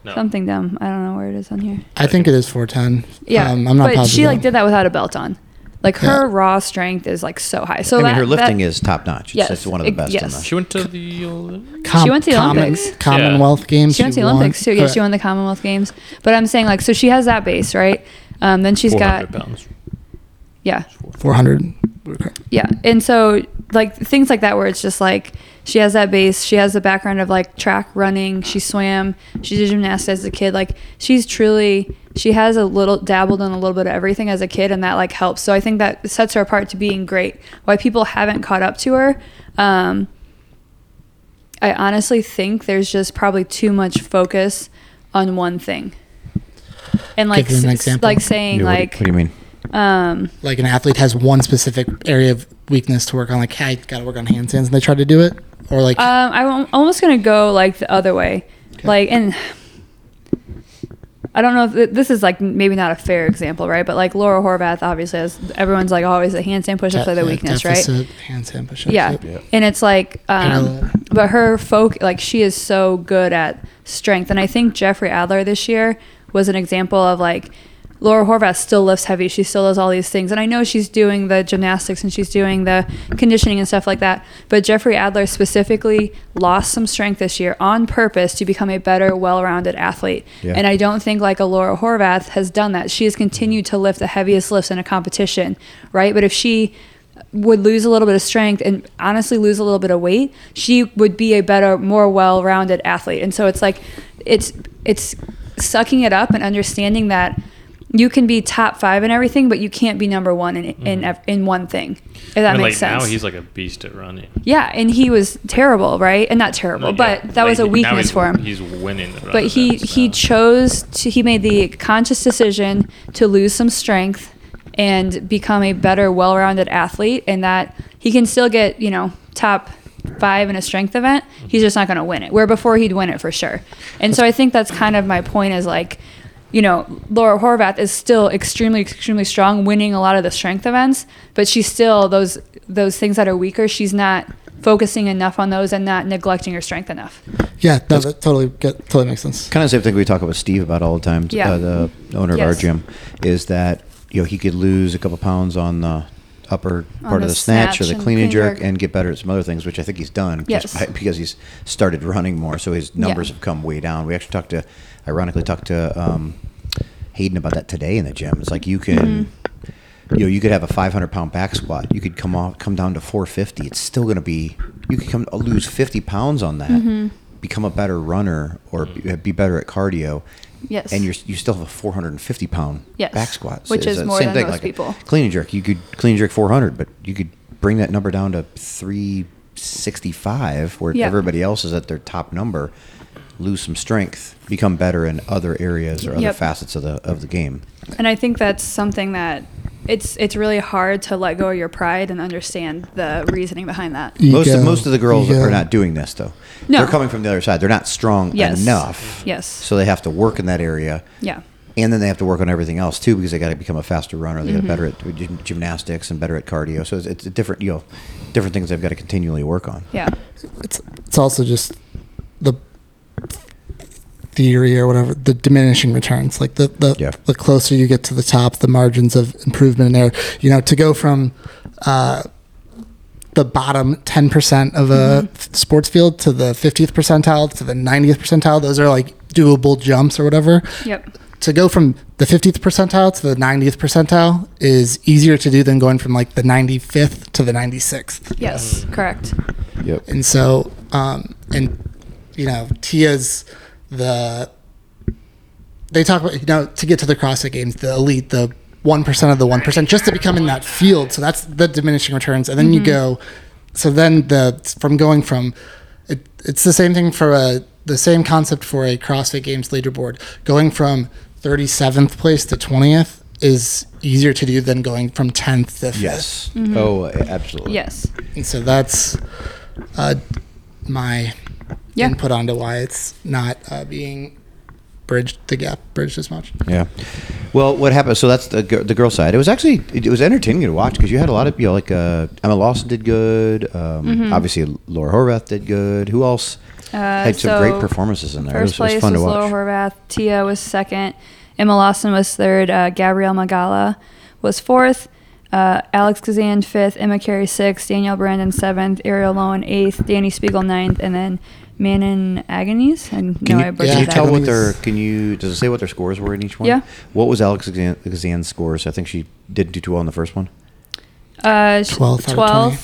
Speaker 3: No.
Speaker 4: something dumb. I don't know where it is on here.
Speaker 2: I think it is 410.
Speaker 4: Yeah,
Speaker 2: um, I'm not
Speaker 4: but
Speaker 2: positive.
Speaker 4: she like did that without a belt on. Like her
Speaker 2: Yeah.
Speaker 4: raw strength is like so high. So
Speaker 1: I mean
Speaker 4: that,
Speaker 1: her lifting
Speaker 4: that,
Speaker 1: is top notch. It's,
Speaker 4: Yes,
Speaker 1: it's one of the
Speaker 4: it-
Speaker 1: best.
Speaker 4: yes.
Speaker 1: In
Speaker 3: She went to the Olympics.
Speaker 2: Com-
Speaker 4: she went to the
Speaker 2: Common-
Speaker 4: Olympics.
Speaker 2: Commonwealth Games.
Speaker 4: She went to the Olympics too. Yeah, she
Speaker 2: Correct.
Speaker 4: won the Commonwealth Games. But I'm saying like, so she has that base, right? Um, then she's got
Speaker 3: pounds.
Speaker 4: yeah,
Speaker 2: 400.
Speaker 4: yeah, and so like things like that where it's just like she has that base. She has the background of like track running. She swam. She did gymnastics as a kid. Like she's truly she has a little dabbled in a little bit of everything as a kid, and that like helps. So I think that sets her apart to being great. Why people haven't caught up to her. Um, I honestly think there's just probably too much focus on one thing. And like,
Speaker 2: Give them an
Speaker 4: s-
Speaker 2: example.
Speaker 4: like saying
Speaker 1: Yeah, what do you-
Speaker 4: like,
Speaker 1: what do you mean?
Speaker 4: um,
Speaker 2: Like an athlete has one specific area of weakness to work on. Like, hey, got to work on handstands, and they try to do it. or like
Speaker 4: Um, I'm almost gonna go like the other way, like and I don't know if th- this is like maybe not a fair example, right? But like Laura Horvath obviously has everyone's like always the handstand pushups are their weakness, right?
Speaker 2: deficit, handstand push-ups,
Speaker 4: Yeah.
Speaker 2: yep.
Speaker 1: Yeah.
Speaker 4: and it's like,
Speaker 2: Parallel.
Speaker 4: um, but her folk like she is so good at strength, and I think Jeffrey Adler this year was an example of like. Laura Horvath still lifts heavy. She still does all these things. And I know she's doing the gymnastics and she's doing the conditioning and stuff like that. But Jeffrey Adler specifically lost some strength this year on purpose to become a better, well rounded athlete.
Speaker 1: Yeah.
Speaker 4: And I don't think like a Laura Horvath has done that. She has continued to lift the heaviest lifts in a competition, right? But if she would lose a little bit of strength and honestly lose a little bit of weight, she would be a better, more well-rounded athlete. And so it's like it's it's sucking it up and understanding that you can be top five in everything, but you can't be number one in in, ev- in one thing. If that
Speaker 3: I mean,
Speaker 4: makes
Speaker 3: Mm-hmm. like,
Speaker 4: sense.
Speaker 3: Now he's like a beast at running.
Speaker 4: yeah, and he was terrible, right? And not terrible, but that was a weakness for him
Speaker 3: He's winning. at
Speaker 4: but
Speaker 3: running
Speaker 4: he
Speaker 3: events
Speaker 4: he
Speaker 3: now.
Speaker 4: chose to he made the conscious decision to lose some strength and become a better well-rounded athlete and that he can still get you know top five in a strength event he's just not going to win it where before he'd win it for sure and so i think that's kind of my point is like you know laura horvath is still extremely extremely strong winning a lot of the strength events but she's still those those things that are weaker she's not focusing enough on those and not neglecting her strength enough
Speaker 2: yeah, no, that totally get, totally makes sense.
Speaker 1: kind of the same thing we talk about Steve about all the time. t-
Speaker 4: Yeah.
Speaker 1: uh, the owner of our
Speaker 4: Yes.
Speaker 1: gym is that you know he could lose a couple pounds on the upper
Speaker 4: On
Speaker 1: part of the
Speaker 4: the
Speaker 1: snatch, or
Speaker 4: snatch
Speaker 1: the
Speaker 4: and
Speaker 1: clean and
Speaker 4: clean
Speaker 1: jerk,
Speaker 4: jerk.
Speaker 1: and get better at some other things, which I think he's done. just
Speaker 4: Yes.
Speaker 1: by- because he's started running more, so his numbers have come way down. We actually talked to, ironically, talked to um, Hayden about that today in the gym. It's like you can.
Speaker 4: Mm-hmm.
Speaker 1: You know, you could have a 500 pound back squat. You could come off, come down to 450. It's still going to be. You could come lose 50 pounds on that,
Speaker 4: Mm-hmm.
Speaker 1: become a better runner, or be, be better at cardio.
Speaker 4: Yes.
Speaker 1: And you're you still have a 450 pound
Speaker 4: Yes.
Speaker 1: back squat,
Speaker 4: Which is
Speaker 1: the
Speaker 4: more than most
Speaker 1: like a
Speaker 4: people.
Speaker 1: Clean and jerk. You could clean and jerk 400, but you could bring that number down to 365, where
Speaker 4: Yeah.
Speaker 1: everybody else is at their top number. Lose some strength, become better in other areas or other
Speaker 4: Yep.
Speaker 1: facets of the of the game.
Speaker 4: And I think that's something that it's it's really hard to let go of your pride and understand the reasoning behind that.
Speaker 1: Most of, most of the uh, girls
Speaker 2: Ego.
Speaker 1: are not doing this though.
Speaker 4: No.
Speaker 1: They're coming from the other side. They're not strong
Speaker 4: Yes.
Speaker 1: enough.
Speaker 4: Yes.
Speaker 1: So they have to work in that area.
Speaker 4: yeah.
Speaker 1: and then they have to work on everything else too because they got to become a faster runner
Speaker 4: Mm-hmm.
Speaker 1: they got to better at gym- gymnastics and better at cardio so it's, it's a different you know different things they've got to continually work on
Speaker 4: Yeah.
Speaker 2: It's it's also just the theory or whatever the diminishing returns. Like the the,
Speaker 1: Yeah.
Speaker 2: the closer you get to the top, the margins of improvement in there. You know, to go from uh, the bottom 10% of a f- sports field to the 50th percentile to the 90th percentile those are like doable jumps or whatever
Speaker 4: Yep.
Speaker 2: to go from the 50th percentile to the 90th percentile is easier to do than going from like the 95th to the 96th.
Speaker 4: Yes. Correct.
Speaker 1: yep
Speaker 2: And so, um, and you know, Tia's the they talk about you know to get to the CrossFit Games, the elite, the one percent of the one percent, just to become in that field. So that's the diminishing returns, and then you go. So then the from going from it, it's the same thing for a the same concept for a CrossFit Games leaderboard. Going from thirty seventh place to twentieth is easier to do than going from tenth to fifth.
Speaker 1: yes
Speaker 4: Mm-hmm.
Speaker 1: oh absolutely
Speaker 4: Yes.
Speaker 2: And so that's uh, my
Speaker 4: Yeah.
Speaker 2: input onto why it's not uh, being bridged the gap bridged as much.
Speaker 1: yeah well what happened so that's the, gir- the girl side it was actually it was entertaining to watch because you had a lot of you know like uh, emma lawson did good um, obviously laura horvath did good who else
Speaker 4: Mm-hmm. Uh,
Speaker 1: had some great
Speaker 4: so
Speaker 1: performances in there
Speaker 4: First
Speaker 1: it was, it was
Speaker 4: place
Speaker 1: fun
Speaker 4: was
Speaker 1: to
Speaker 4: Laura
Speaker 1: watch
Speaker 4: Horvath. Tia was second. Emma Lawson was third. Uh, Gabrielle Magala was fourth. Uh, Alex Kazan fifth. Emma Carey sixth. Danielle Brandon seventh. Ariel Lowen eighth. Danny Spiegel ninth. And then Manon Agonies. And
Speaker 1: Can
Speaker 4: no,
Speaker 1: you,
Speaker 4: I
Speaker 1: can
Speaker 4: butchered
Speaker 2: yeah,
Speaker 1: you
Speaker 4: that.
Speaker 1: tell what
Speaker 2: Japanese-
Speaker 1: their can you does it say what their scores were in each one?
Speaker 4: Yeah.
Speaker 1: What was Alex Xan- Xan's scores? I think she didn't do too well in the first one.
Speaker 4: Uh, sh-
Speaker 2: 12th out of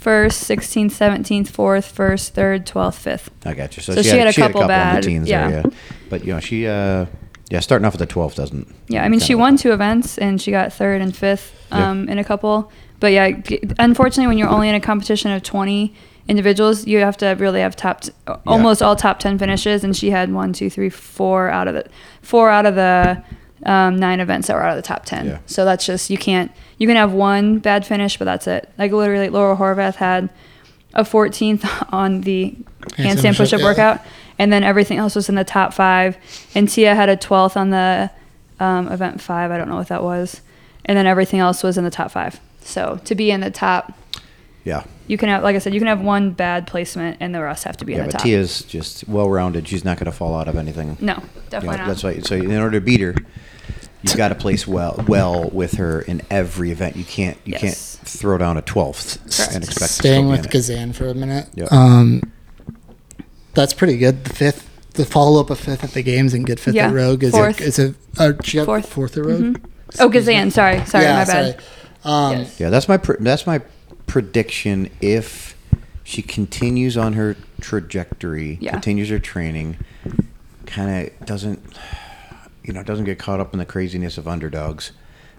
Speaker 4: 12th, 1st, 16th, 17th, 4th, 1st, 3rd, 12th, 5th.
Speaker 1: I got you.
Speaker 4: So she had a couple
Speaker 1: on the
Speaker 4: bad-
Speaker 1: teens
Speaker 4: yeah.
Speaker 1: there, yeah. But you know, she uh yeah, starting off with a twelve doesn't
Speaker 4: Yeah, I mean, she
Speaker 1: kinda-
Speaker 4: won two events and she got 3rd and 5th
Speaker 1: Yeah.
Speaker 4: um, in a couple. But yeah, g- unfortunately, when you're only in a competition of 20 individuals, you have to really have top, t- almost all top 10 finishes. And she had one, two, three, four out of the, four out of the um, nine events that were out of the top 10.
Speaker 1: Yeah.
Speaker 4: So that's just, you can't, you can have one bad finish, but that's it. Like literally, Laura Horvath had a 14th on the
Speaker 2: Handstand
Speaker 4: handstand
Speaker 2: push-up,
Speaker 4: push-up
Speaker 2: yeah.
Speaker 4: workout, and then everything else was in the top five. And Tia had a 12th on the um, event five. I don't know what that was, and then everything else was in the top five. So to be in the top,
Speaker 1: Yeah.
Speaker 4: you can have, like I said, you can have one bad placement, and the rest have to be
Speaker 1: Yeah,
Speaker 4: in the
Speaker 1: but
Speaker 4: top.
Speaker 1: Tia's just well rounded. She's not going to fall out of anything.
Speaker 4: no,
Speaker 1: You know,
Speaker 4: definitely not.
Speaker 1: That's why. So in order to beat her, you've got to place well well with her in every event. You can't you
Speaker 4: Yes.
Speaker 1: can't throw down a twelfth
Speaker 4: Correct.
Speaker 1: and expect to still
Speaker 2: Staying
Speaker 1: be
Speaker 2: with
Speaker 1: in it.
Speaker 2: Kazan for a minute.
Speaker 1: Yeah.
Speaker 2: Um, that's pretty good. The fifth, the follow up of fifth at the games and good fifth
Speaker 4: Yeah,
Speaker 2: at Rogue is
Speaker 4: fourth.
Speaker 2: a, is a uh, she got
Speaker 4: Fourth.
Speaker 2: fourth at Rogue.
Speaker 4: Oh, Kazan. Sorry, sorry, my bad.
Speaker 2: Sorry. Um,
Speaker 4: Yes.
Speaker 1: Yeah, that's my pr- that's my prediction. If she continues on her trajectory,
Speaker 4: Yeah.
Speaker 1: continues her training, kind of doesn't you know doesn't get caught up in the craziness of underdogs.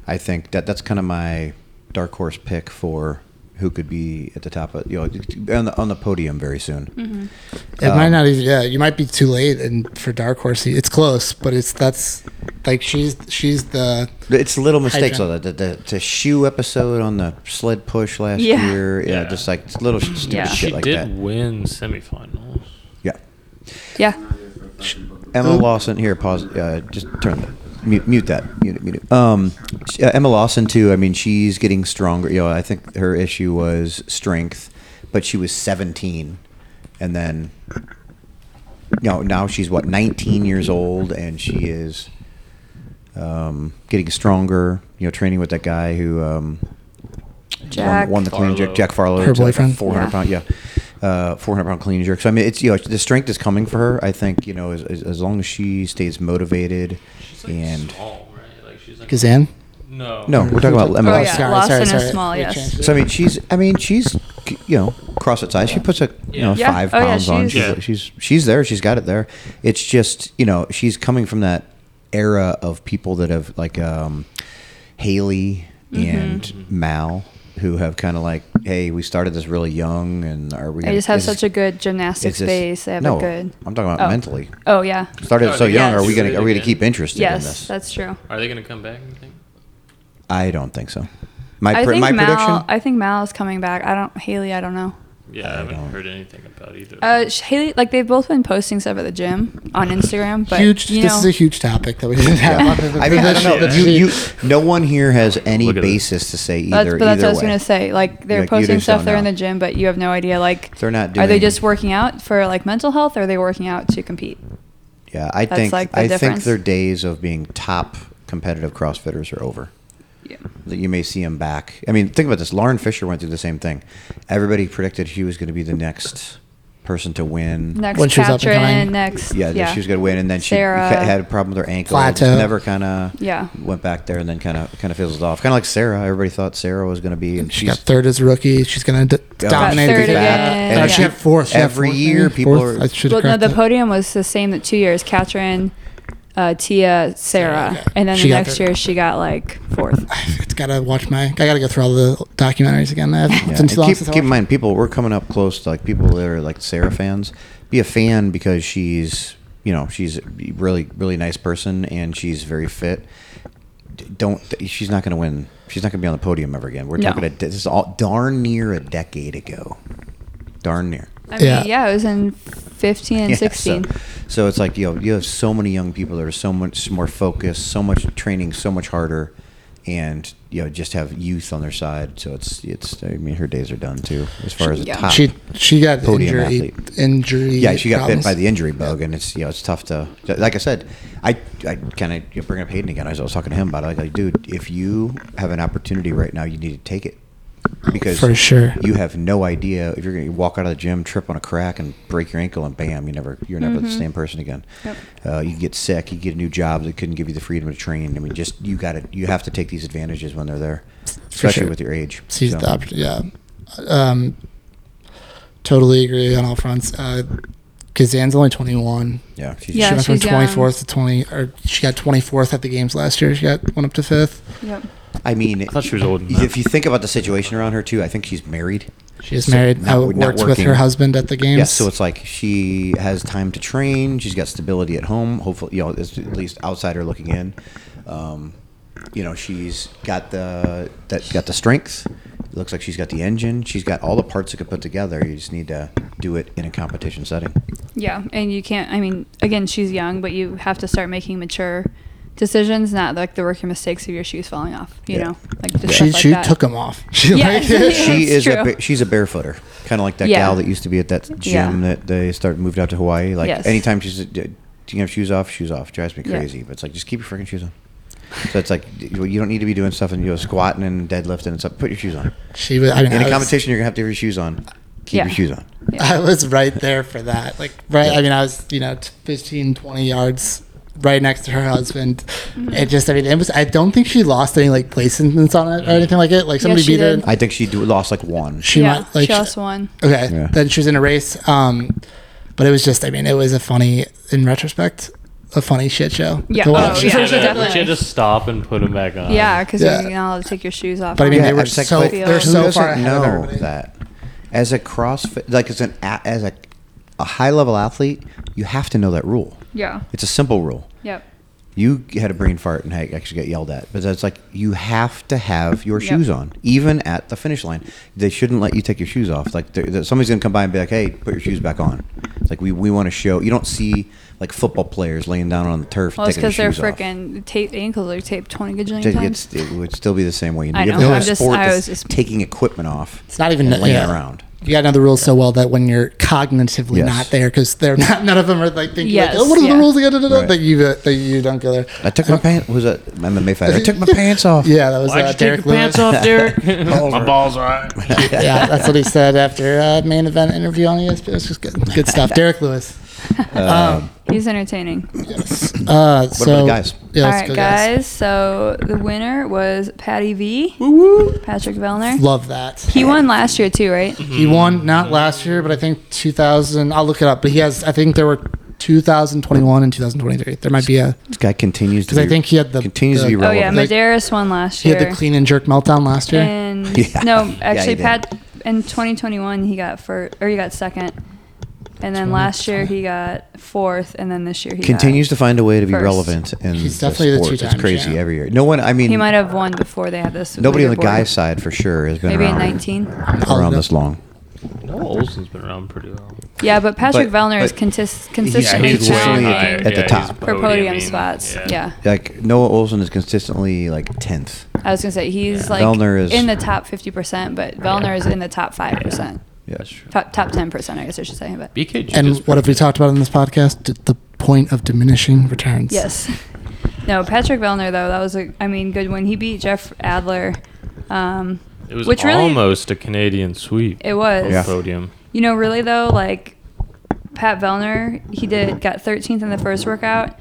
Speaker 1: I think that that's kind of my dark horse pick for who could be at the top of you know on the on the podium very soon.
Speaker 4: Mm-hmm.
Speaker 2: It
Speaker 1: Um,
Speaker 2: might not even. Yeah, you might be too late, and for Dark Horse, it's close, but it's that's like she's she's the
Speaker 1: It's little mistakes
Speaker 2: Hydra.
Speaker 1: though. The, the, the shoe episode on the sled push last
Speaker 4: Yeah.
Speaker 1: year. Yeah,
Speaker 3: Yeah.
Speaker 1: just like it's little stupid
Speaker 4: Yeah.
Speaker 1: shit
Speaker 3: She
Speaker 1: like
Speaker 3: did
Speaker 1: that.
Speaker 3: win semifinals.
Speaker 1: Yeah.
Speaker 4: Yeah,
Speaker 1: Emma
Speaker 2: Who?
Speaker 1: Lawson here. Pause. Uh, just turn that. Mute, mute that. Mute it. Mute it. Um, she- uh, Emma Lawson too. I mean, she's getting stronger. You know, I think her issue was strength, but she was 17, and then you know now she's what 19 years old, and she is um, getting stronger. You know, training with that guy who um, won-
Speaker 4: Jack.
Speaker 1: won, the clean and jerk.
Speaker 3: Farlow.
Speaker 1: Jack Farlow,
Speaker 2: Her
Speaker 1: to like a
Speaker 2: boyfriend.
Speaker 1: 400
Speaker 4: Yeah.
Speaker 1: pound, yeah, uh, 400 pound clean and jerk. So I mean, it's you know the strength is coming for her. I think you know as, as, as long as she stays motivated
Speaker 3: She's
Speaker 1: and
Speaker 3: small, right? Like she's like
Speaker 2: Kazan.
Speaker 3: no,
Speaker 1: no, we're talking about Emma.
Speaker 4: Oh,
Speaker 1: Lawson.
Speaker 4: yeah. Lawson is small,
Speaker 2: We
Speaker 4: yes.
Speaker 2: changed it.
Speaker 1: So I mean, she's I mean she's you know CrossFit size. She puts a you know
Speaker 4: Yeah.
Speaker 1: five
Speaker 4: Oh, yeah,
Speaker 1: pounds on. She's,
Speaker 4: she's-
Speaker 3: Yeah.
Speaker 1: she's she's there. She's got it there. It's just you know she's coming from that era of people that have like um, Haley and
Speaker 4: Mm-hmm.
Speaker 1: Mal who have kind of like hey we started this really young and are we
Speaker 4: they
Speaker 1: gonna-
Speaker 4: just have
Speaker 1: is-
Speaker 4: such a good
Speaker 1: is
Speaker 4: gymnastics
Speaker 1: this-
Speaker 4: base. They have
Speaker 1: no,
Speaker 4: a good.
Speaker 1: I'm talking about
Speaker 4: Oh.
Speaker 1: mentally.
Speaker 4: Oh yeah.
Speaker 1: Started so
Speaker 3: Are they
Speaker 1: young.
Speaker 4: gonna
Speaker 1: Are we
Speaker 4: do
Speaker 1: gonna
Speaker 3: it
Speaker 1: are we gonna
Speaker 3: again?
Speaker 1: keep interested in
Speaker 4: Yes,
Speaker 1: this?
Speaker 4: that's true.
Speaker 3: Are they gonna come back? You think?
Speaker 1: I don't think so. My
Speaker 4: I
Speaker 1: pr-
Speaker 4: think
Speaker 1: my
Speaker 4: Mal.
Speaker 1: prediction.
Speaker 4: I think Mal is coming back. I don't. Haley. I don't know.
Speaker 3: Yeah, I,
Speaker 1: I
Speaker 3: haven't
Speaker 1: don't-
Speaker 3: heard anything about either.
Speaker 4: Uh, sh- Haley. Like they've both been posting stuff at the gym on Instagram, but
Speaker 2: huge.
Speaker 4: you
Speaker 2: this
Speaker 4: know,
Speaker 2: is a huge topic that we didn't have.
Speaker 1: Yeah.
Speaker 2: on the-
Speaker 1: I mean, I don't know.
Speaker 3: Yeah.
Speaker 1: You, you, no one here has any
Speaker 3: Look at
Speaker 1: basis to say
Speaker 4: that's,
Speaker 1: either.
Speaker 4: but that's
Speaker 1: either
Speaker 4: what I was
Speaker 1: way.
Speaker 4: gonna say. Like they're
Speaker 1: Like, you
Speaker 4: posting
Speaker 1: just
Speaker 4: stuff.
Speaker 1: don't
Speaker 4: They're in
Speaker 1: know.
Speaker 4: the gym, but you have no idea. Like
Speaker 1: They're not
Speaker 4: Are they
Speaker 1: doing-
Speaker 4: just working out for like mental health? or Are they working out to compete?
Speaker 1: Yeah, I
Speaker 4: That's
Speaker 1: think
Speaker 4: like the
Speaker 1: I think
Speaker 4: difference.
Speaker 1: their days of being top competitive CrossFitters are over.
Speaker 4: Yeah.
Speaker 1: That you may see them back. I mean, think about this. Lauren Fisher went through the same thing. Everybody predicted she was going to be the next person to win.
Speaker 4: Next
Speaker 2: When she was up and
Speaker 4: Katrin.
Speaker 2: coming.
Speaker 4: Next.
Speaker 1: Yeah, that she was going to win, and then she
Speaker 4: Sarah.
Speaker 1: ca- had a problem with her ankle.
Speaker 2: Plateau.
Speaker 1: Just Never kind of
Speaker 4: Yeah.
Speaker 1: went back there, and then kind of kind of fizzled off. Kind of like Sarah. Everybody thought Sarah was going to be, and
Speaker 2: She
Speaker 1: she's
Speaker 2: got third as a rookie. She's gonna d-
Speaker 1: Yeah,
Speaker 2: dominate
Speaker 4: Got
Speaker 2: the
Speaker 4: third
Speaker 2: game.
Speaker 4: again.
Speaker 2: No,
Speaker 4: Yeah.
Speaker 2: she got fourth. She got
Speaker 1: Every
Speaker 2: fourth,
Speaker 1: year,
Speaker 2: maybe?
Speaker 1: people
Speaker 2: Fourth?
Speaker 1: are-
Speaker 2: I should
Speaker 4: Well,
Speaker 2: have
Speaker 4: no, the
Speaker 2: corrected that.
Speaker 4: podium was the same that two years. Katrin, uh, Tia, Sarah,
Speaker 2: okay.
Speaker 4: and then
Speaker 2: She
Speaker 4: the
Speaker 2: got
Speaker 4: next
Speaker 2: third.
Speaker 4: year she got like fourth.
Speaker 2: It's gotta watch my. I gotta go through all the documentaries again. I've
Speaker 1: Yeah,
Speaker 2: been too
Speaker 1: and
Speaker 2: long
Speaker 1: keep,
Speaker 2: since I
Speaker 1: keep in
Speaker 2: watched-
Speaker 1: mind, people, we're coming up close to like people that are like Sarah fans. Be a fan because she's, you know, she's a really, really nice person and she's very fit. D- Don't, she's not going to win. She's not going to be on the podium ever again. We're
Speaker 4: No.
Speaker 1: talking, a, de- this is all darn near a decade ago. Darn near.
Speaker 4: I mean,
Speaker 2: Yeah.
Speaker 4: yeah, it was in 15 and
Speaker 1: Yeah,
Speaker 4: 16.
Speaker 1: So, so it's like, you know, you have so many young people that are so much more focused, so much training, so much harder. And you know, just have youth on their side, so it's it's. I mean, her days are done too, as far as the
Speaker 4: Yeah.
Speaker 1: top.
Speaker 2: She she got
Speaker 1: Podium
Speaker 2: injury
Speaker 1: athlete.
Speaker 2: injury.
Speaker 1: Yeah, she got
Speaker 2: problems.
Speaker 1: bit by the injury bug, and it's you know it's tough to. Like I said, I I kind of you know, bring up Hayden again. I was, I was talking to him about it. Like, like, dude, if you have an opportunity right now, you need to take it because
Speaker 2: For sure.
Speaker 1: you have no idea if you're going to walk out of the gym, trip on a crack, and break your ankle, and bam, you never you're never the same person again.
Speaker 4: Mm-hmm. Yep.
Speaker 1: Uh, you get sick, you get a new job that couldn't give you the freedom to train. I mean, just you got to you have to take these advantages when they're there, especially
Speaker 2: sure.
Speaker 1: with your age.
Speaker 2: She's
Speaker 1: So-
Speaker 2: the opt- yeah. Um, totally agree on all fronts. Uh, Kazan's only twenty one.
Speaker 1: yeah, she's
Speaker 4: Yeah,
Speaker 2: she went from
Speaker 4: she's young.
Speaker 2: twenty fourth to twenty, or she got twenty fourth at the games last year. She got went up to fifth.
Speaker 4: Yep.
Speaker 1: I mean,
Speaker 3: I thought she was old. enough.
Speaker 1: if you think about the situation around her too, I think she's married.
Speaker 2: She is
Speaker 1: So
Speaker 2: married.
Speaker 1: not-
Speaker 2: I
Speaker 1: not
Speaker 2: worked with
Speaker 1: working.
Speaker 2: her husband at the games.
Speaker 1: Yes, so it's like she has time to train. She's got stability at home. Hopefully, you know, it's at least outsider looking in. Um, you know, she's got the that got the strength. looks like she's got the engine. She's got all the parts that could put together. You just need to do it in a competition setting.
Speaker 4: Yeah, and you can't. I mean, again, she's young, but you have to start making mature decisions, not like the working mistakes of your shoes falling off. You
Speaker 1: Yeah.
Speaker 4: know, like just
Speaker 2: She
Speaker 4: stuff like
Speaker 2: she
Speaker 4: that.
Speaker 2: took him off. She
Speaker 4: Yeah.
Speaker 2: like,
Speaker 1: She
Speaker 4: It's
Speaker 1: is a
Speaker 4: true.
Speaker 1: ba- she's a barefooter, kind of like that
Speaker 4: Yeah.
Speaker 1: gal that used to be at that gym
Speaker 4: Yeah.
Speaker 1: that they started moved out to Hawaii. Like
Speaker 4: Yes.
Speaker 1: anytime she's uh, do you have shoes off? Shoes off drives me
Speaker 4: Yeah.
Speaker 1: crazy. But it's like just keep your freaking shoes on. So it's like you you don't need to be doing stuff and you know squatting and deadlifting and stuff. Put your shoes on.
Speaker 2: she was. I
Speaker 1: In
Speaker 2: mean, I
Speaker 1: a
Speaker 2: was-
Speaker 1: competition, you're gonna have to have your shoes on. Keep
Speaker 4: Yeah.
Speaker 1: your shoes on.
Speaker 2: I was right there for that. Like, right. I mean, I was, you know, t- 15, 20 yards right next to her husband.
Speaker 4: Mm-hmm.
Speaker 2: It just, I mean, it was, I don't think she lost any like placements on
Speaker 1: Mm-hmm.
Speaker 2: it or anything like it. Like, somebody
Speaker 4: she
Speaker 2: beat her.
Speaker 4: did.
Speaker 1: I think she do, lost like one.
Speaker 2: She
Speaker 4: yeah,
Speaker 2: might, like,
Speaker 4: she lost one.
Speaker 2: okay.
Speaker 1: Yeah.
Speaker 2: Then she was in a race. Um, but it was just, I mean, it was a funny, in retrospect, a funny shit show.
Speaker 4: Yeah.
Speaker 2: to
Speaker 4: Oh,
Speaker 2: watch.
Speaker 3: She
Speaker 4: yeah.
Speaker 3: had to-
Speaker 4: definitely.
Speaker 3: she had to stop and put him back
Speaker 1: Uh,
Speaker 3: on.
Speaker 4: Yeah, because
Speaker 2: Yeah.
Speaker 4: you're not allowed to take your shoes off.
Speaker 2: But I mean,
Speaker 4: on
Speaker 2: they
Speaker 4: the
Speaker 2: were
Speaker 1: it's like-
Speaker 2: so-
Speaker 1: like,
Speaker 4: they're
Speaker 1: who
Speaker 4: so
Speaker 1: doesn't
Speaker 2: far ahead of
Speaker 1: know
Speaker 2: everybody.
Speaker 1: that as a CrossFit, like as an a- as a, a high level athlete, you have to know that rule.
Speaker 4: Yeah.
Speaker 1: It's a simple rule.
Speaker 4: Yep.
Speaker 1: You had a brain fart and had- actually got yelled at, but that's like you have to have your
Speaker 4: Yep.
Speaker 1: shoes on, even at the finish line. They shouldn't let you take your shoes off. Like there- there- somebody's gonna come by and be like, "Hey, put your shoes back on." It's like we, we want to show. You don't see like football players laying down on the turf.
Speaker 4: Well, it's
Speaker 1: taking their
Speaker 4: because they're
Speaker 1: shoes off.
Speaker 4: freaking taped ankles are taped twenty gajillion
Speaker 1: It,
Speaker 4: times.
Speaker 1: gets, it would still be the same way. You
Speaker 4: I
Speaker 1: you
Speaker 4: know.
Speaker 1: have to
Speaker 4: I'm
Speaker 1: a
Speaker 4: just-
Speaker 1: sport
Speaker 4: I
Speaker 1: that's
Speaker 4: was just-
Speaker 1: taking equipment off.
Speaker 2: It's not even
Speaker 1: and laying
Speaker 2: yeah.
Speaker 1: around.
Speaker 2: You got to know the rules so well that when you're cognitively
Speaker 1: Yes.
Speaker 2: not there, because they're not, none of them are like thinking,
Speaker 4: Yes,
Speaker 2: like, oh, what are
Speaker 4: yeah.
Speaker 2: the rules again? Da, da, da,
Speaker 1: Right.
Speaker 2: That you uh, that you don't go there.
Speaker 1: I took my pants. Was that MMA fighter? I took my pants off.
Speaker 2: Yeah, that was
Speaker 3: Why'd
Speaker 2: uh,
Speaker 3: you
Speaker 2: Derek
Speaker 3: take your
Speaker 2: Lewis.
Speaker 3: pants off, Derek? My balls are. out.
Speaker 2: yeah, that's what he said after uh, main event interview on E ESPN. It's just good, good stuff. Derek Lewis. Um,
Speaker 4: He's entertaining.
Speaker 2: uh,
Speaker 1: the
Speaker 2: so,
Speaker 1: guys?
Speaker 2: Yeah,
Speaker 4: All
Speaker 2: let's
Speaker 4: right,
Speaker 2: go,
Speaker 4: guys. So the winner was Patty V. Patrick Vellner.
Speaker 2: Love that.
Speaker 4: He won last year too, right?
Speaker 2: He
Speaker 1: Hmm.
Speaker 2: won not last year, but I think 2000. I'll look it up. But he has. I think there were 2021 and 2023. There might be a
Speaker 1: This guy continues to.
Speaker 2: because
Speaker 1: Be,
Speaker 2: I think he had the
Speaker 1: continues
Speaker 2: the-
Speaker 1: to be
Speaker 4: Oh
Speaker 1: relevant.
Speaker 4: yeah,
Speaker 2: Like-
Speaker 4: Medeiros won last
Speaker 2: He
Speaker 4: year.
Speaker 2: had the clean and jerk meltdown last year.
Speaker 4: And
Speaker 1: Yeah.
Speaker 4: no,
Speaker 1: Yeah,
Speaker 4: actually,
Speaker 1: he did.
Speaker 4: Pat in 2021 he got for or he got second, and then last year he got fourth, and then this year he got-
Speaker 1: continues to find a way to be
Speaker 4: First.
Speaker 1: relevant. And
Speaker 2: He's definitely the
Speaker 1: sport.
Speaker 2: two-time
Speaker 1: It's crazy
Speaker 2: champ.
Speaker 1: every year. No one. I mean,
Speaker 4: He might have won before they had this.
Speaker 1: nobody on the
Speaker 4: leaderboard.
Speaker 1: guy's side for sure has been
Speaker 4: Maybe in
Speaker 1: around
Speaker 4: 19.
Speaker 2: Oh,
Speaker 1: around this long.
Speaker 3: Noah Olson's been around pretty long.
Speaker 4: Yeah, but Patrick
Speaker 1: But-
Speaker 4: Vellner is
Speaker 1: but
Speaker 4: contis-
Speaker 1: He's
Speaker 4: consistently
Speaker 1: way
Speaker 4: challenging
Speaker 1: high at the top.
Speaker 3: he's
Speaker 4: for
Speaker 3: podiuming.
Speaker 4: podium spots. Yeah.
Speaker 1: Like Noah Olson is consistently like tenth.
Speaker 4: I was gonna say he's
Speaker 3: Yeah.
Speaker 4: like
Speaker 1: Vellner is-
Speaker 4: in the top 50 percent, but Vellner is in the top five percent,
Speaker 1: Yeah.
Speaker 3: That's true.
Speaker 4: top top 10 percent, I guess I should say. But
Speaker 3: BKG.
Speaker 2: And
Speaker 3: is
Speaker 2: what have we
Speaker 3: pretty
Speaker 2: talked about in this podcast? D- The point of diminishing returns.
Speaker 4: Yes. No, Patrick Vellner though, that was a I mean, good one. He beat Jeff Adler. Um
Speaker 3: good. It was
Speaker 4: which really-
Speaker 3: almost a Canadian sweep.
Speaker 4: it was.
Speaker 1: Yeah.
Speaker 3: Podium.
Speaker 4: You know, really though, like Pat Vellner, he did got 13th in the first workout,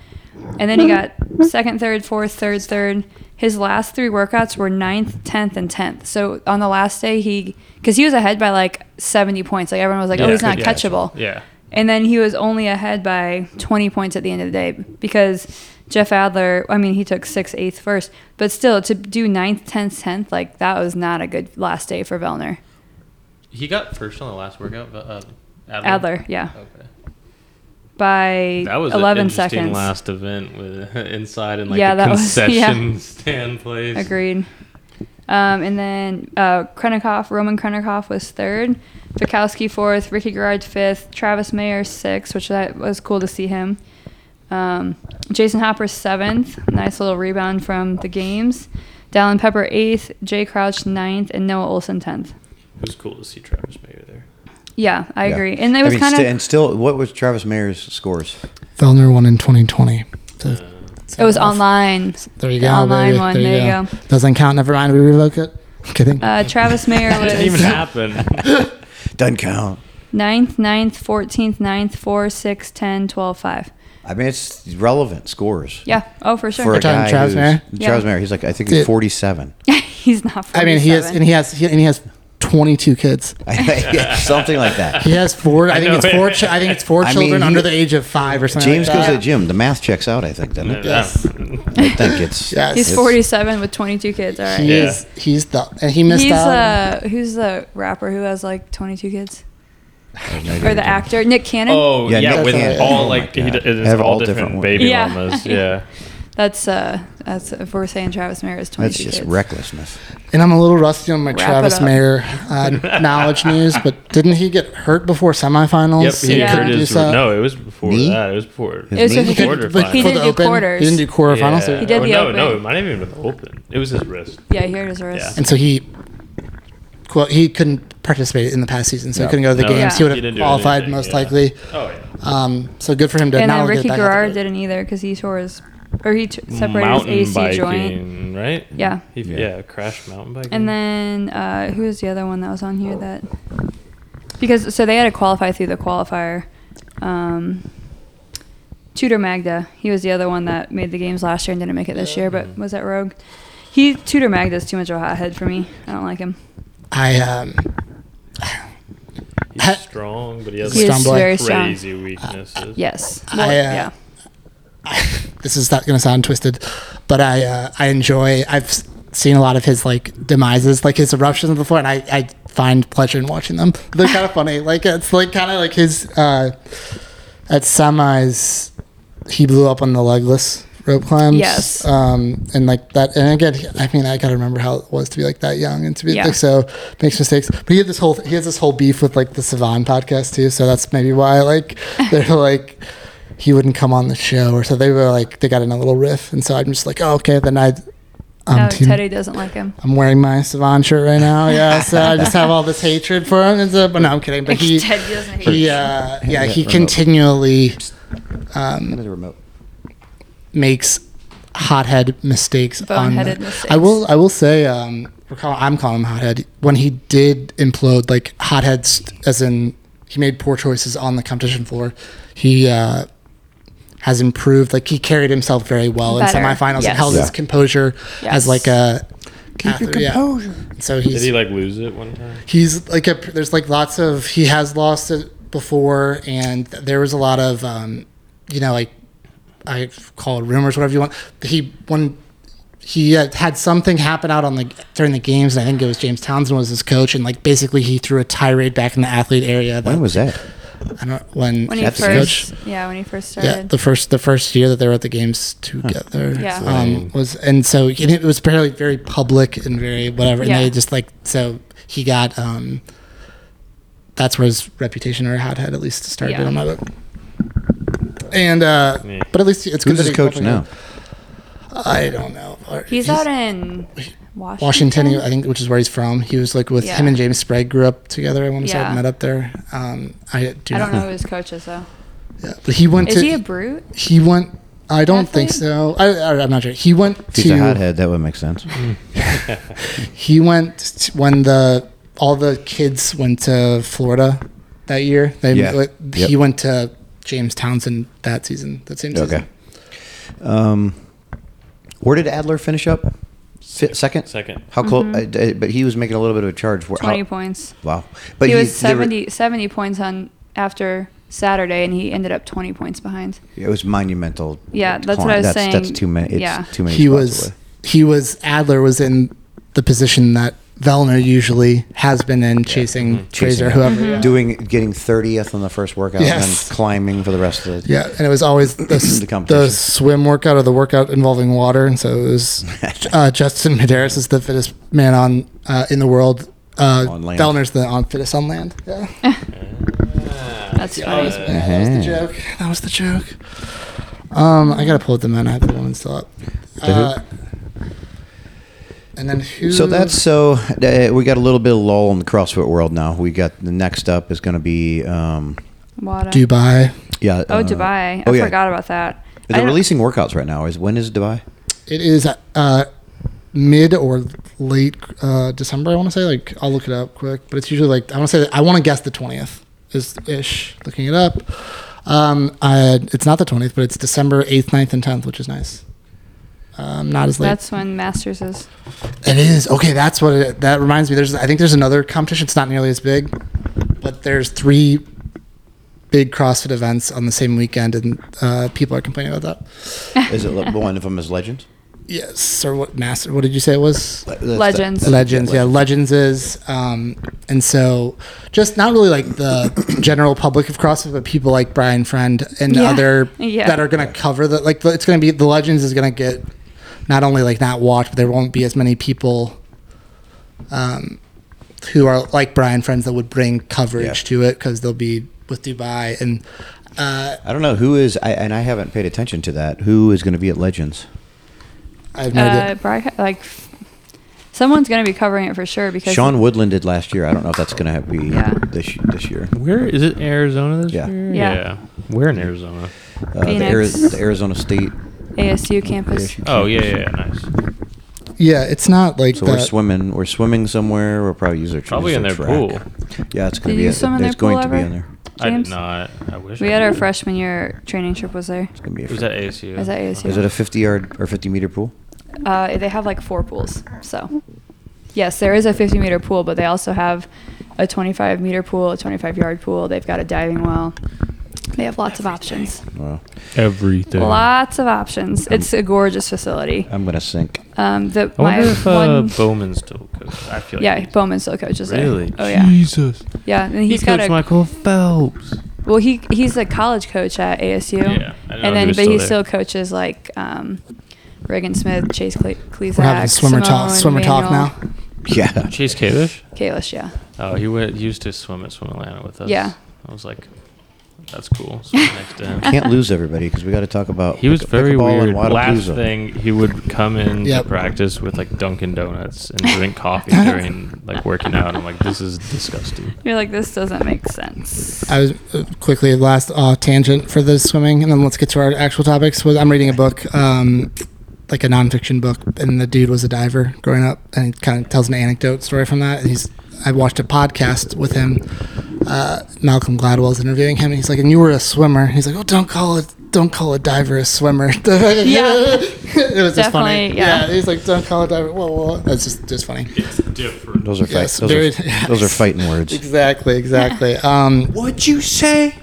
Speaker 4: and then he got second, third, fourth, third, third. His last three workouts were ninth, tenth, and tenth. So on the last day, he because he was ahead by like 70 points. Like everyone was like, "Oh,
Speaker 3: Yeah.
Speaker 4: he's not
Speaker 3: Yeah.
Speaker 4: catchable."
Speaker 3: Yeah.
Speaker 4: And then he was only ahead by 20 points at the end of the day because Jeff Adler, I mean, he took sixth, eighth, first, but still to do ninth, tenth, tenth, like that was not a good last day for Vellner.
Speaker 3: He got first on the last workout. but, Uh, Adler.
Speaker 4: Adler, yeah,
Speaker 3: Okay.
Speaker 4: by
Speaker 3: That was 11 an
Speaker 4: 11
Speaker 3: interesting
Speaker 4: seconds.
Speaker 3: last event with uh, inside and like
Speaker 4: Yeah,
Speaker 3: the
Speaker 4: that was- yeah.
Speaker 3: concession stand place.
Speaker 4: Agreed. Um, and then uh, Krennikov, Roman Krennikov was third, Bukowski fourth, Ricky Garage fifth, Travis Mayer sixth, which that was cool to see him. Um, Jason Hopper seventh, nice little rebound from the games. Dallin Pepper eighth, Jay Crouch ninth, and Noah Olson tenth.
Speaker 3: It was cool to see Travis Mayer there.
Speaker 4: Yeah, I
Speaker 1: Yeah.
Speaker 4: agree. And it was
Speaker 1: mean,
Speaker 4: kind
Speaker 1: sti-
Speaker 4: of
Speaker 1: and still, what was Travis Mayer's scores?
Speaker 2: Vellner won in 2020.
Speaker 1: Uh,
Speaker 2: So-
Speaker 3: Uh,
Speaker 4: it was online.
Speaker 2: There you
Speaker 4: the
Speaker 2: go.
Speaker 4: online
Speaker 2: baby.
Speaker 4: one.
Speaker 2: There, you, go. Doesn't count. Never mind. We revoke it. Kidding.
Speaker 4: Uh, Travis Mayer
Speaker 3: It didn't even
Speaker 4: was
Speaker 3: happen.
Speaker 1: Doesn't count.
Speaker 4: ninth, ninth, fourteenth, ninth, four, six, ten, twelve, five.
Speaker 1: I mean, it's relevant scores.
Speaker 4: Yeah. Oh, for sure.
Speaker 1: For a
Speaker 2: talking
Speaker 1: guy
Speaker 2: Travis
Speaker 1: who's,
Speaker 2: Mayer?
Speaker 1: Travis
Speaker 4: Yeah.
Speaker 1: Mayer, he's like I think he's
Speaker 2: Dude.
Speaker 1: forty-seven.
Speaker 4: He's not. 47.
Speaker 2: I mean, he has, and he has, he, and he has 22 kids.
Speaker 1: Yeah, something like that.
Speaker 2: He has four. I think
Speaker 3: know.
Speaker 2: it's four. Ch- I think it's four
Speaker 1: I mean,
Speaker 2: children
Speaker 1: he-
Speaker 2: under the age of five or something.
Speaker 1: James
Speaker 2: like
Speaker 1: goes
Speaker 2: that.
Speaker 1: to the gym. The math checks out. I think doesn't it?
Speaker 2: Yes.
Speaker 1: I think it's.
Speaker 2: Yes.
Speaker 4: He's
Speaker 1: it's-
Speaker 4: 47 with 22 kids. All right.
Speaker 2: He
Speaker 3: Yeah.
Speaker 2: is. He's the. And he missed
Speaker 4: He's
Speaker 2: out.
Speaker 4: uh, who's the rapper who has like 22 kids,
Speaker 1: Maybe
Speaker 4: or the actor Nick Cannon?
Speaker 3: Oh
Speaker 1: Yeah,
Speaker 3: yeah,
Speaker 1: Nick
Speaker 3: with
Speaker 2: Cannon.
Speaker 3: all
Speaker 1: Oh my
Speaker 3: like he
Speaker 1: God.
Speaker 3: d- it's
Speaker 1: Have
Speaker 3: all
Speaker 1: all
Speaker 3: different,
Speaker 1: different ones.
Speaker 3: baby
Speaker 4: Yeah.
Speaker 3: mamas. Yeah,
Speaker 4: That's uh, that's if we're saying Travis Mayer is twenty.
Speaker 1: That's just recklessness.
Speaker 2: And I'm a little rusty on my
Speaker 4: Wrap it
Speaker 2: Travis
Speaker 4: up.
Speaker 2: Mayer uh, knowledge news, but didn't he get hurt before
Speaker 3: Yep,
Speaker 2: semifinals?
Speaker 3: he
Speaker 4: Yeah.
Speaker 3: hurt his.
Speaker 2: Produce, uh,
Speaker 3: No, it was before
Speaker 1: Knee?
Speaker 3: that. It was before.
Speaker 1: His
Speaker 4: It was
Speaker 1: knee?
Speaker 4: just-
Speaker 3: He did- but
Speaker 4: he
Speaker 2: for
Speaker 4: didn't
Speaker 2: the
Speaker 4: do quarters.
Speaker 2: He didn't do quarterfinals.
Speaker 3: Yeah.
Speaker 4: He did
Speaker 3: Oh,
Speaker 4: the
Speaker 3: no,
Speaker 4: open.
Speaker 3: no, it might have even been the open. It was his wrist.
Speaker 4: Yeah, here it is. Russ.
Speaker 3: Yeah.
Speaker 2: And so he, quote, he couldn't participate in the past season, so
Speaker 1: No.
Speaker 2: he couldn't go to the
Speaker 3: No,
Speaker 2: games.
Speaker 4: yeah.
Speaker 2: He
Speaker 3: He
Speaker 2: would have
Speaker 3: didn't do
Speaker 2: qualified
Speaker 3: anything,
Speaker 2: most
Speaker 3: yeah.
Speaker 2: likely.
Speaker 3: Oh yeah.
Speaker 2: Um, so good for him to
Speaker 4: and
Speaker 2: now
Speaker 4: then
Speaker 2: get
Speaker 4: Ricky
Speaker 2: back out
Speaker 4: Garrard
Speaker 2: there.
Speaker 4: didn't either because he tore his or he t- separated
Speaker 3: mountain
Speaker 4: his AC
Speaker 3: biking,
Speaker 4: joint.
Speaker 3: right?
Speaker 4: Yeah.
Speaker 3: He,
Speaker 1: Yeah.
Speaker 3: yeah. Crashed mountain biking.
Speaker 4: And then uh, who was the other one that was on here that because so they had to qualify through the qualifier. Um, Tudor Magda, he was the other one that made the games last year and didn't make it this year, but was that Rogue? He Tudor Magda's too much of a hothead for me. I don't like him.
Speaker 2: I um,
Speaker 3: he's
Speaker 2: Ha-
Speaker 3: strong, but he has
Speaker 2: He
Speaker 3: like,
Speaker 2: is Strong boy.
Speaker 4: very strong.
Speaker 3: crazy weaknesses.
Speaker 4: Yes.
Speaker 2: I,
Speaker 4: Well,
Speaker 2: uh,
Speaker 4: yeah.
Speaker 2: this is not going to sound twisted, but I uh, I enjoy. I've s- seen a lot of his like demises, like his eruptions of the floor, and I, I find pleasure in watching them. They're kind of funny. Like it's like kind of like his uh, at semis, he blew up on the legless rope climbs.
Speaker 4: Yes.
Speaker 2: um, and like that. And again, he- I mean, I gotta remember how it was to be like that young and to be
Speaker 4: Yeah.
Speaker 2: like so makes mistakes. But he had this whole he has this whole beef with like the Savan podcast too. So that's maybe why like they're like he wouldn't come on the show or so they were like they got in a little riff and so I'm just like oh okay then I I'm
Speaker 4: No,
Speaker 2: team-
Speaker 4: Teddy doesn't like him.
Speaker 2: I'm wearing my Savan shirt right now yeah so I just have all this hatred for him and so but no I'm kidding but he
Speaker 4: Teddy doesn't hate
Speaker 2: he
Speaker 4: him.
Speaker 2: uh, yeah
Speaker 1: that
Speaker 2: he
Speaker 1: remote.
Speaker 2: continually
Speaker 1: Hand me the remote.
Speaker 2: makes hothead mistakes. on the-
Speaker 4: Boneheaded mistakes.
Speaker 2: I will. I will say. Um, we're call, I'm calling him hothead. When he did implode, like hotheads, as in he made poor choices on the competition floor. He uh, has improved. Like he carried himself very well
Speaker 4: Better,
Speaker 2: in semifinals
Speaker 4: yes.
Speaker 2: and held
Speaker 1: Yeah.
Speaker 2: his composure
Speaker 4: Yes.
Speaker 2: as like a.
Speaker 1: Keep your
Speaker 2: athlete, yeah.
Speaker 1: composure.
Speaker 2: So
Speaker 3: Did
Speaker 2: he's
Speaker 3: he like lose it one time?
Speaker 2: he's like a there's like lots of he has lost it before and there was a lot of um you know like i call it rumors whatever you want he when he had, had something happen out on the during the games and i think it was james townsend was his coach and like basically he threw a tirade back in the athlete area that
Speaker 1: When was that?
Speaker 2: i don't when,
Speaker 4: when he
Speaker 1: That's
Speaker 2: his
Speaker 1: a coach.
Speaker 4: first, yeah, when he first
Speaker 2: yeah,
Speaker 4: started.
Speaker 2: the first the first year that they were at the games together
Speaker 4: Yeah.
Speaker 2: um, was and so and it was fairly very public and very whatever and
Speaker 4: Yeah.
Speaker 2: they just like so he got um that's where his reputation or had had at least started
Speaker 4: Yeah.
Speaker 2: on my book and uh
Speaker 3: Yeah.
Speaker 2: but at least it's good
Speaker 1: Who's
Speaker 2: that
Speaker 1: his
Speaker 2: he
Speaker 1: coach
Speaker 2: probably-
Speaker 1: now?
Speaker 2: I don't know Uh,
Speaker 4: he's, out in Washington.
Speaker 2: Washington I think which is where he's from he was like with
Speaker 4: Yeah.
Speaker 2: him and James Sprague grew up together I want to
Speaker 4: Yeah.
Speaker 2: say met up there um I do
Speaker 4: I don't know who his coach is though.
Speaker 2: yeah. but he went
Speaker 4: Is
Speaker 2: to
Speaker 4: he a brute?
Speaker 2: he went I don't think
Speaker 4: Athlete?
Speaker 2: so I, I I'm not sure he went
Speaker 1: If he's
Speaker 2: to
Speaker 1: a hothead, that would make sense.
Speaker 2: He went t- when the all the kids went to Florida that year. They
Speaker 1: Yeah.
Speaker 2: like,
Speaker 1: Yep.
Speaker 2: he went to James Townsend that season. That same season.
Speaker 1: Okay. Um, where did Adler finish up? Fi second.
Speaker 3: Second.
Speaker 1: How close? I- I- but he was making a little bit of a charge. Where, how-
Speaker 4: Mm-hmm. Twenty points.
Speaker 1: wow. But
Speaker 4: he was
Speaker 1: they were-
Speaker 4: 70, 70 points on after Saturday, and he ended up twenty points behind.
Speaker 1: It was monumental.
Speaker 4: Yeah, that's what
Speaker 1: climb.
Speaker 4: I was
Speaker 1: that's,
Speaker 4: saying.
Speaker 1: That's too many. It's
Speaker 4: Yeah.
Speaker 1: too many.
Speaker 2: He
Speaker 1: spots
Speaker 2: was
Speaker 1: away.
Speaker 2: he was Adler was in the position that Vellner usually has been in chasing
Speaker 1: Mm-hmm. Chasing
Speaker 2: Fraser whoever. yeah.
Speaker 1: doing getting thirtieth on the first workout
Speaker 2: Yes.
Speaker 1: and then climbing for the rest of the.
Speaker 2: Yeah, and it was always the, s-
Speaker 1: The
Speaker 2: the,
Speaker 1: competition.
Speaker 2: swim workout or the workout involving water, and so it was uh, Justin Medeiros is the fittest man on uh, in the world. Uh,
Speaker 1: On land.
Speaker 2: Vellner's the on fittest on land. Yeah.
Speaker 3: Ah.
Speaker 4: That's
Speaker 2: Yeah, that
Speaker 4: funny.
Speaker 2: was the
Speaker 1: Uh-huh.
Speaker 2: joke. That was the joke. Um, I gotta pull up the men. I have the women still up.
Speaker 1: The who?
Speaker 2: Uh, and then who?
Speaker 1: So that's so uh, we got a little bit of lull in the CrossFit world now. We got the next up is going to be um,
Speaker 4: Wada.
Speaker 2: Dubai.
Speaker 1: yeah.
Speaker 4: Oh,
Speaker 1: uh,
Speaker 4: Dubai. I
Speaker 1: oh, yeah.
Speaker 4: forgot about that. I
Speaker 1: They're
Speaker 4: don't-
Speaker 1: releasing workouts right now. Is when is Dubai?
Speaker 2: It is uh, mid or late uh, December. I want to say like I'll look it up quick, but it's usually like I want to say that, I want to guess the twentieth is ish. Looking it up. Um, I, it's not the twentieth, but it's December eighth, 9th, and tenth, which is nice. Um, not as late.
Speaker 4: That's when Masters is.
Speaker 2: It is okay. That's what it, that reminds me. There's I think there's another competition. It's not nearly as big, but there's three big CrossFit events on the same weekend, and uh, people are complaining about that.
Speaker 1: Is it le- one of them is Legends?
Speaker 2: yes, or what master? What did you say it was?
Speaker 1: Le- that's-
Speaker 4: Legends.
Speaker 1: that's-
Speaker 2: Legends, yeah, Legends is, um, and so just not really like the general public of CrossFit, but people like Brian Friend and
Speaker 4: Yeah,
Speaker 2: other
Speaker 4: yeah.
Speaker 2: that are going to cover the like. the- It's going to be the Legends is going to get not only like not watched, but there won't be as many people um, who are like Brian Friends that would bring coverage
Speaker 1: Yeah.
Speaker 2: to it because they'll be with Dubai and uh,
Speaker 1: I don't know who is, I, and I haven't paid attention to that. Who is going to be at Legends?
Speaker 2: I have no
Speaker 4: Uh,
Speaker 2: idea.
Speaker 4: broadca- like f- someone's gonna be covering it for sure because
Speaker 1: Sean Woodland did last year. I don't know if that's going to be
Speaker 4: Yeah.
Speaker 1: this this year.
Speaker 3: Where is it? Arizona this
Speaker 1: Yeah.
Speaker 3: year?
Speaker 4: Yeah.
Speaker 3: Where in Arizona?
Speaker 1: Uh, the, Ari-
Speaker 4: Phoenix.
Speaker 1: the Arizona State.
Speaker 4: ASU campus.
Speaker 1: ASU.
Speaker 3: Oh yeah, yeah, yeah, nice.
Speaker 2: Yeah, it's not like
Speaker 1: So
Speaker 2: that.
Speaker 1: we're swimming. We're swimming somewhere. We'll probably use our
Speaker 3: Probably
Speaker 1: use
Speaker 3: in
Speaker 1: our
Speaker 3: their
Speaker 1: track.
Speaker 3: pool.
Speaker 1: Yeah, it's going to
Speaker 4: Did
Speaker 1: be.
Speaker 4: you
Speaker 1: a-
Speaker 4: swim in their
Speaker 1: it's going
Speaker 4: pool
Speaker 1: to be
Speaker 4: ever?
Speaker 1: in there.
Speaker 3: I did
Speaker 4: James?
Speaker 3: not. I wish
Speaker 4: We
Speaker 3: I
Speaker 4: had our
Speaker 3: did.
Speaker 4: freshman year training trip was there.
Speaker 1: It's going to be. A
Speaker 3: It was at ASU.
Speaker 4: It was at ASU.
Speaker 1: Is it a fifty-yard or fifty-meter pool?
Speaker 4: Uh, they have like four pools. So, yes, there is a 50 meter pool, but they also have a 25 meter pool, a 25 yard pool. They've got a diving well. They have lots of options.
Speaker 1: Wow.
Speaker 3: Everything.
Speaker 4: Lots of options. It's a gorgeous facility.
Speaker 1: I'm going to sink.
Speaker 4: Um, the
Speaker 3: Um, I wonder
Speaker 4: my
Speaker 3: if uh,
Speaker 4: one-
Speaker 3: Bowman still coaches. I feel like
Speaker 4: Yeah,
Speaker 3: he's-
Speaker 4: Bowman still coaches there.
Speaker 3: Really?
Speaker 4: Oh yeah,
Speaker 3: Jesus.
Speaker 4: yeah. And
Speaker 3: He
Speaker 4: he's got
Speaker 3: coached
Speaker 4: a
Speaker 3: Michael Phelps.
Speaker 4: well. He he's a college coach at ASU.
Speaker 3: Yeah, I didn't know he
Speaker 4: and then
Speaker 3: was
Speaker 4: but
Speaker 3: still
Speaker 4: he
Speaker 3: there.
Speaker 4: still coaches like um, Reagan Smith, Chase Cle- Klesak,
Speaker 2: We're having swimmer talk.
Speaker 4: Simone
Speaker 2: Swimmer talk
Speaker 4: Manuel,
Speaker 2: now.
Speaker 1: Yeah.
Speaker 3: Chase Kavish.
Speaker 4: Kalish, yeah.
Speaker 3: Oh, he went used to swim at Swim Atlanta with us.
Speaker 4: Yeah.
Speaker 3: I was like, that's cool. Swim next to him.
Speaker 1: Can't lose everybody because we got to talk about.
Speaker 3: He was
Speaker 1: pick-
Speaker 3: very
Speaker 1: pickleball and
Speaker 3: weird. Last
Speaker 1: Wadapalooza.
Speaker 3: thing, he would come in
Speaker 2: Yep.
Speaker 3: to practice with like Dunkin' Donuts and drink coffee during like working out. I'm like, this is disgusting.
Speaker 4: You're like, this doesn't make sense.
Speaker 2: I was uh, quickly last uh, tangent for the swimming, and then let's get to our actual topics. Was I'm reading a book, um, like a nonfiction book, and the dude was a diver growing up, and he kind of tells an anecdote story from that. And he's I watched a podcast with him. Uh, Malcolm Gladwell's interviewing him, and he's like, "And you were a swimmer." He's like, "Oh, don't call it." Don't call a diver a swimmer. yeah, it was just funny.
Speaker 4: Definitely, yeah.
Speaker 2: he's like, don't call a diver. Whoa, whoa, whoa. that's just just funny.
Speaker 3: It's different.
Speaker 1: Those are fight,
Speaker 2: Yes,
Speaker 1: those,
Speaker 2: very-
Speaker 1: are, those are fighting words.
Speaker 2: Exactly, exactly. Um,
Speaker 1: What'd you say?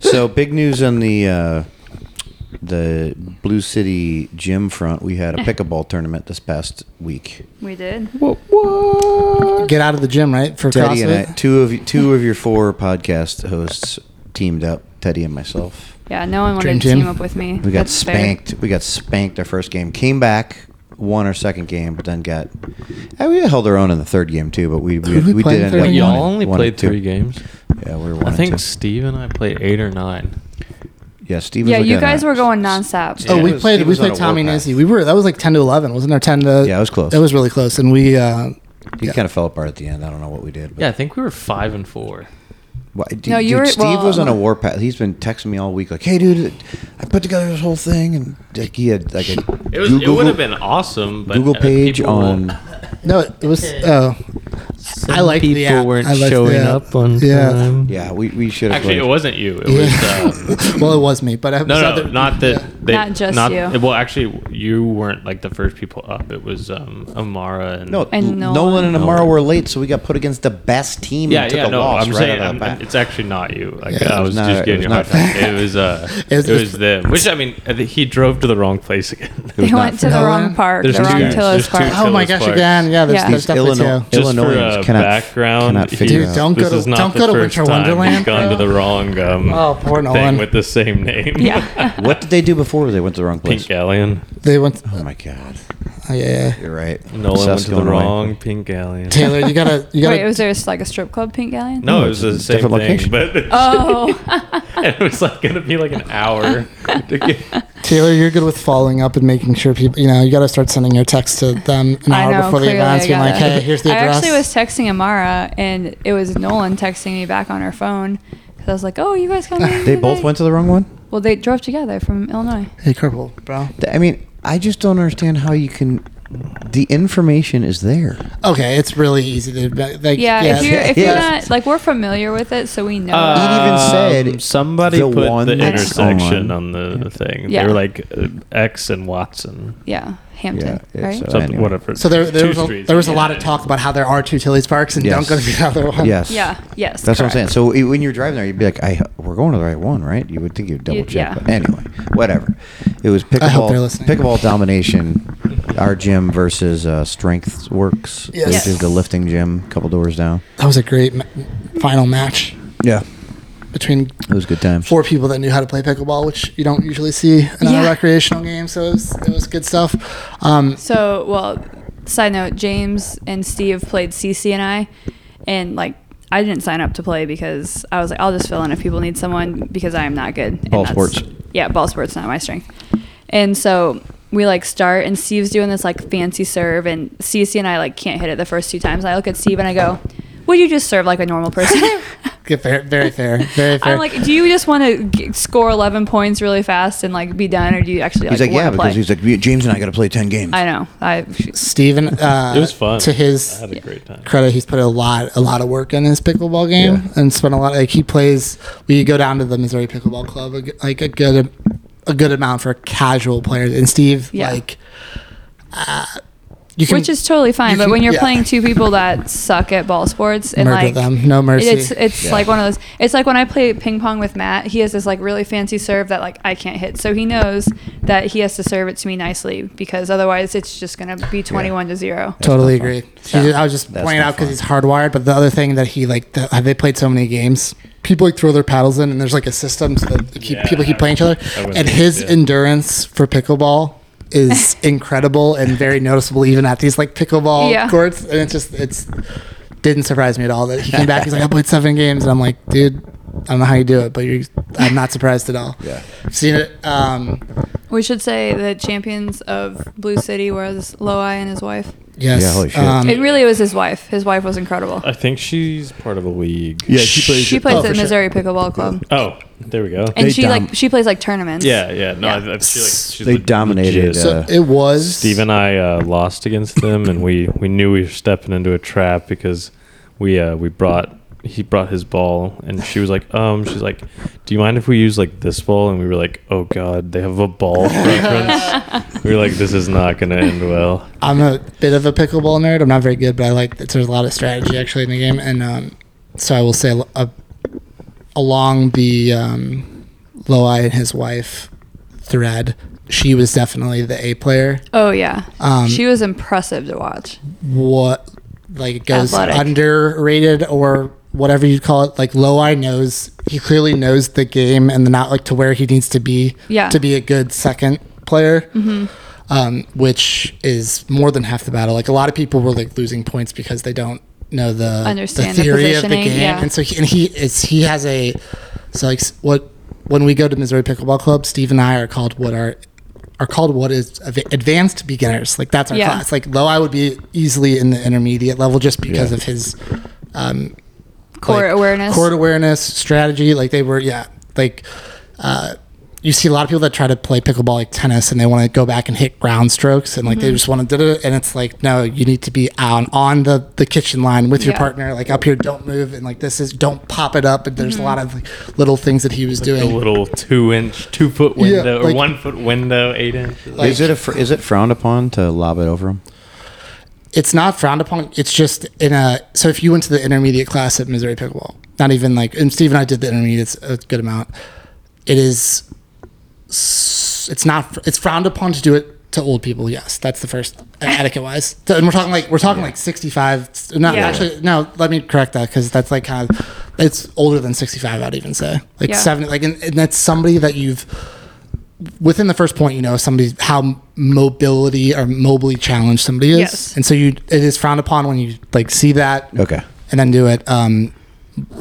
Speaker 1: So big news on the uh, the Blue City gym front. We had a pickleball tournament this past week.
Speaker 4: We did.
Speaker 2: get out of the gym, right? For
Speaker 1: Teddy
Speaker 2: CrossFit.
Speaker 1: and I, two of you- two of your four podcast hosts teamed up. Teddy and myself.
Speaker 4: Yeah, no one wanted
Speaker 2: Dream
Speaker 4: to
Speaker 2: team.
Speaker 4: team up with me.
Speaker 1: We got
Speaker 4: That's fair.
Speaker 1: spanked. We got spanked our first game. Came back, won our second game, but then got. and we held our own in the third game too, but we we,
Speaker 2: Who'd we
Speaker 1: we,
Speaker 2: play
Speaker 1: did
Speaker 2: in
Speaker 1: end
Speaker 2: third
Speaker 1: up.
Speaker 2: game?
Speaker 1: one
Speaker 3: Y'all
Speaker 1: and-
Speaker 3: only
Speaker 1: one and
Speaker 3: played
Speaker 1: two.
Speaker 3: three games.
Speaker 1: Yeah, we were one.
Speaker 3: I
Speaker 1: and
Speaker 3: think
Speaker 1: two.
Speaker 3: Steve and I played eight or nine.
Speaker 1: Yeah, Steve. Was
Speaker 4: Yeah,
Speaker 1: looking
Speaker 4: you
Speaker 1: at
Speaker 4: guys
Speaker 1: it.
Speaker 4: were going nonstop.
Speaker 2: Oh,
Speaker 3: Yeah.
Speaker 2: we
Speaker 3: He was-
Speaker 2: played.
Speaker 1: he
Speaker 2: We
Speaker 1: was on
Speaker 2: played
Speaker 1: a
Speaker 2: Tommy
Speaker 1: warpath.
Speaker 2: Nancy. We were. That was like ten to eleven, wasn't there? Ten to.
Speaker 1: Uh, Yeah, it was close.
Speaker 2: That was really close, and we. Uh,
Speaker 1: He kind of fell apart at the end. I don't know what we did. But
Speaker 3: Yeah, I think we were five and four.
Speaker 1: Why- dude,
Speaker 4: No, you
Speaker 1: dude,
Speaker 4: were-
Speaker 1: Steve was on a
Speaker 4: well-
Speaker 1: war path. He's been texting me all week, like, "Hey, dude, I put together this whole thing, and like, he had like a
Speaker 3: It was. it would have been awesome, but
Speaker 1: Google
Speaker 3: uh,
Speaker 1: page
Speaker 3: people
Speaker 1: on."
Speaker 3: won't-
Speaker 2: no, it was. Oh, I like the
Speaker 3: people
Speaker 2: app.
Speaker 3: weren't
Speaker 2: I liked the
Speaker 3: showing
Speaker 2: app.
Speaker 3: up on
Speaker 2: Yeah.
Speaker 3: time.
Speaker 1: Yeah, we, we should have.
Speaker 3: Actually, it
Speaker 1: played.
Speaker 3: wasn't you. It was. Um,
Speaker 2: well, it was me, but I was
Speaker 3: No, no,
Speaker 2: other-
Speaker 3: not that. They,
Speaker 4: Not just you.
Speaker 3: Well, actually, you weren't like the first people up. It was um, Amara and
Speaker 1: No,
Speaker 4: And
Speaker 1: Nolan,
Speaker 4: Nolan.
Speaker 1: and Amara
Speaker 3: Nolan.
Speaker 1: were late, so we got put against the best team.
Speaker 3: Yeah,
Speaker 1: and took
Speaker 3: yeah,
Speaker 1: a
Speaker 3: no,
Speaker 1: loss
Speaker 3: I'm
Speaker 1: right out
Speaker 3: saying
Speaker 1: of
Speaker 3: I'm,
Speaker 1: the bat.
Speaker 3: it's actually not you. Like,
Speaker 2: Yeah,
Speaker 1: it
Speaker 3: I was
Speaker 1: was not-
Speaker 3: just
Speaker 1: it
Speaker 3: giving you a hard
Speaker 1: was not-
Speaker 3: time. It was uh, it
Speaker 2: was-
Speaker 3: was, them. Which I mean, I think he drove to the wrong place again.
Speaker 1: was
Speaker 4: They
Speaker 1: not
Speaker 4: went to
Speaker 1: fair.
Speaker 4: the
Speaker 2: No
Speaker 4: wrong
Speaker 2: one?
Speaker 4: park,
Speaker 3: There's
Speaker 4: the
Speaker 3: two
Speaker 4: wrong
Speaker 3: guys.
Speaker 4: Tillers
Speaker 3: There's two
Speaker 4: Park.
Speaker 2: Oh my
Speaker 3: Phillips
Speaker 2: gosh!
Speaker 3: Parks.
Speaker 2: Again, yeah. There's,
Speaker 4: Yeah.
Speaker 2: there's
Speaker 1: These
Speaker 2: definitely
Speaker 1: Illinois,
Speaker 2: two.
Speaker 3: Just for
Speaker 1: Illinoisans
Speaker 3: uh,
Speaker 1: cannot,
Speaker 3: background,
Speaker 1: cannot
Speaker 3: he-
Speaker 1: figure
Speaker 2: Dude,
Speaker 1: out.
Speaker 2: don't go
Speaker 3: this
Speaker 2: to-
Speaker 3: is not
Speaker 2: don't
Speaker 3: the
Speaker 2: go to
Speaker 3: first
Speaker 2: Winter
Speaker 3: time
Speaker 2: Wonderland,
Speaker 3: He's gone
Speaker 2: bro.
Speaker 3: to the wrong um,
Speaker 2: Oh, poor Nolan.
Speaker 3: thing with the same name.
Speaker 4: Yeah.
Speaker 1: What did they do before they went to the wrong place?
Speaker 3: Pink Alien.
Speaker 2: They went.
Speaker 1: Oh my god,
Speaker 2: Oh, yeah. yeah.
Speaker 1: you're right.
Speaker 3: Nolan went to the
Speaker 1: Saskatchewan.
Speaker 3: wrong Pink Alien.
Speaker 2: Taylor, you gotta. You gotta.
Speaker 4: Wait, was there like a strip club, Pink Galleon?
Speaker 3: No, it was
Speaker 1: it's
Speaker 3: the
Speaker 1: a
Speaker 3: same thing,
Speaker 1: different location.
Speaker 3: but
Speaker 4: Oh,
Speaker 3: it was like gonna be like an hour to get
Speaker 2: Taylor, you're good with following up and making sure people. You know, you gotta start sending your text to them an
Speaker 4: I
Speaker 2: hour
Speaker 4: know.
Speaker 2: before the
Speaker 4: Clearly,
Speaker 2: event,
Speaker 4: I
Speaker 2: being
Speaker 4: got
Speaker 2: like,
Speaker 4: it.
Speaker 2: "Hey, here's the
Speaker 4: I
Speaker 2: address."
Speaker 4: actually was texting Amara, and it was Nolan texting me back on her phone. So I was like, "Oh, you guys coming?"
Speaker 1: They both went to the wrong one.
Speaker 4: Well, they drove together from Illinois.
Speaker 2: hey, Carpool, bro.
Speaker 1: Th- I mean, I just don't understand how you can. The information is there.
Speaker 2: Okay, it's really easy to like.
Speaker 4: Yeah, if you're if you're
Speaker 1: yeah.
Speaker 4: not like we're familiar with it, so we know.
Speaker 1: Uh, even said
Speaker 3: Um, somebody
Speaker 1: the
Speaker 3: put
Speaker 1: one
Speaker 3: the
Speaker 1: that's
Speaker 3: intersection
Speaker 1: on.
Speaker 3: on, the thing.
Speaker 4: Yeah.
Speaker 3: They were like uh, X and Watson,
Speaker 4: yeah, Hampton,
Speaker 1: Yeah,
Speaker 4: right?
Speaker 1: it's, uh,
Speaker 3: something,
Speaker 1: anyway.
Speaker 3: whatever.
Speaker 2: So there, there
Speaker 3: Two
Speaker 2: was a,
Speaker 3: streets.
Speaker 2: there was a lot
Speaker 3: Yeah.
Speaker 2: of talk about how there are two Tilly's parks and
Speaker 1: Yes.
Speaker 2: don't go to the other one.
Speaker 1: Yes.
Speaker 4: yeah. Yes.
Speaker 1: That's what I'm saying.
Speaker 4: correct.
Speaker 1: So i- when you're driving there, you'd be like, "I we're going to the right one, right?" You would think you'd double
Speaker 4: You-
Speaker 1: check.
Speaker 4: yeah.
Speaker 1: But anyway, whatever. It was
Speaker 2: I hope
Speaker 1: pickleball.
Speaker 2: they're listening.
Speaker 1: Pickleball domination our gym versus uh, Strength Works,
Speaker 2: Yes.
Speaker 1: which
Speaker 4: Yes.
Speaker 1: is the lifting gym, a couple doors down.
Speaker 2: That was a great ma- final match
Speaker 1: Yeah,
Speaker 2: between
Speaker 1: it was good times.
Speaker 2: four people that knew how to play pickleball, which you don't usually see in
Speaker 4: Yeah.
Speaker 2: a recreational game. So it was, it was good stuff. Um,
Speaker 4: So, well, side note, James and Steve played CC and I, and like I didn't sign up to play because I was like, I'll just fill in if people need someone because I am not good. and
Speaker 1: Ball
Speaker 4: that's-
Speaker 1: sports.
Speaker 4: Yeah, ball sports not my strength. And so we like start, and Steve's doing this like fancy serve, and CC and I like can't hit it the first two times. I look at Steve and I go, "Would you just serve like a normal person?"
Speaker 2: yeah, fair, very fair, very fair.
Speaker 4: I'm like, "Do you just want to g- score 11 points really fast and like be done, or do you actually like,
Speaker 1: He's like, yeah,
Speaker 4: wanna play?"
Speaker 1: because he's like, "Me- James and I got to play ten games.
Speaker 4: I know. I
Speaker 2: Steven, uh,
Speaker 3: It was fun.
Speaker 2: To
Speaker 3: I
Speaker 2: his
Speaker 3: had a great time.
Speaker 2: credit, he's put a lot, a lot of work in his pickleball game,
Speaker 1: Yeah.
Speaker 2: and spent a lot. Like he plays, we go down to the Missouri Pickleball Club, a g- like a good, a good amount for casual players. And Steve,
Speaker 4: Yeah.
Speaker 2: like, uh, you can
Speaker 4: which is totally fine.
Speaker 2: you
Speaker 4: But
Speaker 2: can-
Speaker 4: when you're
Speaker 2: yeah.
Speaker 4: playing two people that suck at ball sports and
Speaker 2: murder
Speaker 4: like
Speaker 2: them, no mercy.
Speaker 4: it's it's
Speaker 1: Yeah.
Speaker 4: like one of those. It's like when I play ping pong with Matt. He has this like really fancy serve that like I can't hit, so he knows that he has to serve it to me nicely because otherwise it's just gonna be twenty one to zero.
Speaker 2: totally
Speaker 1: not fun.
Speaker 2: agree. He did- I was just
Speaker 1: That's
Speaker 2: pointing
Speaker 1: not
Speaker 2: out because
Speaker 1: fun.
Speaker 2: he's hardwired. But the other thing that he like, the, have they played so many games? People like throw their paddles in, and there's like a system so that they keep,
Speaker 3: Yeah,
Speaker 2: people keep playing each other.
Speaker 3: I was
Speaker 2: And
Speaker 3: gonna
Speaker 2: his
Speaker 3: say.
Speaker 2: endurance for pickleball is incredible and very noticeable, even at these like pickleball
Speaker 4: Yeah.
Speaker 2: courts. And it's just it's didn't surprise me at all that he came back. He's like, I played seven games, and I'm like, dude. I don't know how you do it, but you're, I'm not surprised at all.
Speaker 1: Yeah.
Speaker 2: I've seen it. Um,
Speaker 4: We should say the champions of Blue City was Loi and his wife.
Speaker 2: yes.
Speaker 1: Yeah, holy shit.
Speaker 2: Um,
Speaker 4: It really was his wife. His wife was incredible.
Speaker 3: I think she's part of a league.
Speaker 1: Yeah, she plays.
Speaker 4: She plays
Speaker 2: Oh, for
Speaker 4: at
Speaker 2: sure.
Speaker 4: Missouri Pickleball Club,
Speaker 3: Oh, there we go.
Speaker 4: and
Speaker 1: They
Speaker 4: she
Speaker 1: dom-
Speaker 4: like she plays like tournaments.
Speaker 3: yeah, yeah. No,
Speaker 4: Yeah.
Speaker 3: I, I feel like she's
Speaker 1: They
Speaker 3: le-
Speaker 1: dominated,
Speaker 3: legit.
Speaker 1: uh,
Speaker 2: so it was
Speaker 3: Steve and I uh, lost against them, and we, we knew we were stepping into a trap because we uh, we brought he brought his ball, and she was like, um, she's like, do you mind if we use like this ball? And we were like, oh god, they have a ball preference. we were like, this is not gonna end well.
Speaker 2: I'm a bit of a pickleball nerd. I'm not very good, but I like that there's a lot of strategy actually in the game. And um, so I will say al- a, along the um, Loi and his wife thread, she was definitely the A player.
Speaker 4: Oh yeah.
Speaker 2: Um,
Speaker 4: she was impressive to watch.
Speaker 2: What like it goes
Speaker 4: Athletic.
Speaker 2: underrated or whatever you call it. Like Loi knows he clearly knows the game and the not like to where he needs to be
Speaker 4: Yeah. Mm-hmm.
Speaker 2: to be a good second player. um, which is more than half the battle. Like a lot of people were like losing points because they don't know the
Speaker 4: Understand
Speaker 2: the
Speaker 4: the
Speaker 2: theory of the
Speaker 4: positioning,
Speaker 2: game,
Speaker 4: yeah.
Speaker 2: and so he, and he is he has a so like s- what when we go to Missouri Pickleball Club, Steve and I are called what are are called what is av- advanced beginners. Like that's our
Speaker 4: Yeah.
Speaker 2: class. Like though I would be easily in the intermediate level just because
Speaker 1: Yeah.
Speaker 2: of his um,
Speaker 4: Court
Speaker 2: like,
Speaker 4: awareness.
Speaker 2: court awareness, strategy. Like they were, yeah. Like uh, you see a lot of people that try to play pickleball like tennis, and they want to go back and hit ground strokes, and
Speaker 4: Mm-hmm.
Speaker 2: like they just want to do it. And it's like, no, you need to be on on the the kitchen line with your
Speaker 4: Yeah.
Speaker 2: partner, like up here, don't move, and like this is don't pop it up. And there's
Speaker 4: Mm-hmm.
Speaker 2: a lot of like, little things that he was
Speaker 3: A
Speaker 2: doing.
Speaker 3: little two inch, two foot
Speaker 2: Yeah,
Speaker 3: window or
Speaker 2: like-
Speaker 3: one foot window, eight inches.
Speaker 2: Like-
Speaker 1: is it a fr- is it frowned upon to lob it over him?
Speaker 2: it's not frowned upon. It's just in a. So if you went to the intermediate class at Missouri Pickleball, not even like, and Steve and I did the intermediates a good amount. It is. s- It's not. It's frowned upon to do it to old people. Yes, that's the first etiquette wise. and we're talking like we're talking like sixty five. Not
Speaker 4: Yeah.
Speaker 2: actually. No, let me correct that because that's like kind of. It's older than sixty five. I'd even say like
Speaker 4: Yeah.
Speaker 2: seventy. Like and, and that's somebody that you've within the first point, you know somebody how mobility or mobily challenged somebody is,
Speaker 4: Yes.
Speaker 2: and so you it is frowned upon when you like see that
Speaker 1: Okay,
Speaker 2: and then do it. Um,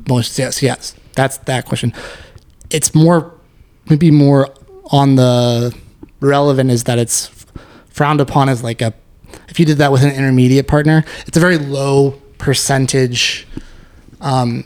Speaker 2: most yes, yes, that's that question. It's more maybe more on the relevant is that it's frowned upon as like a if you did that with an intermediate partner, it's a very low percentage. Um,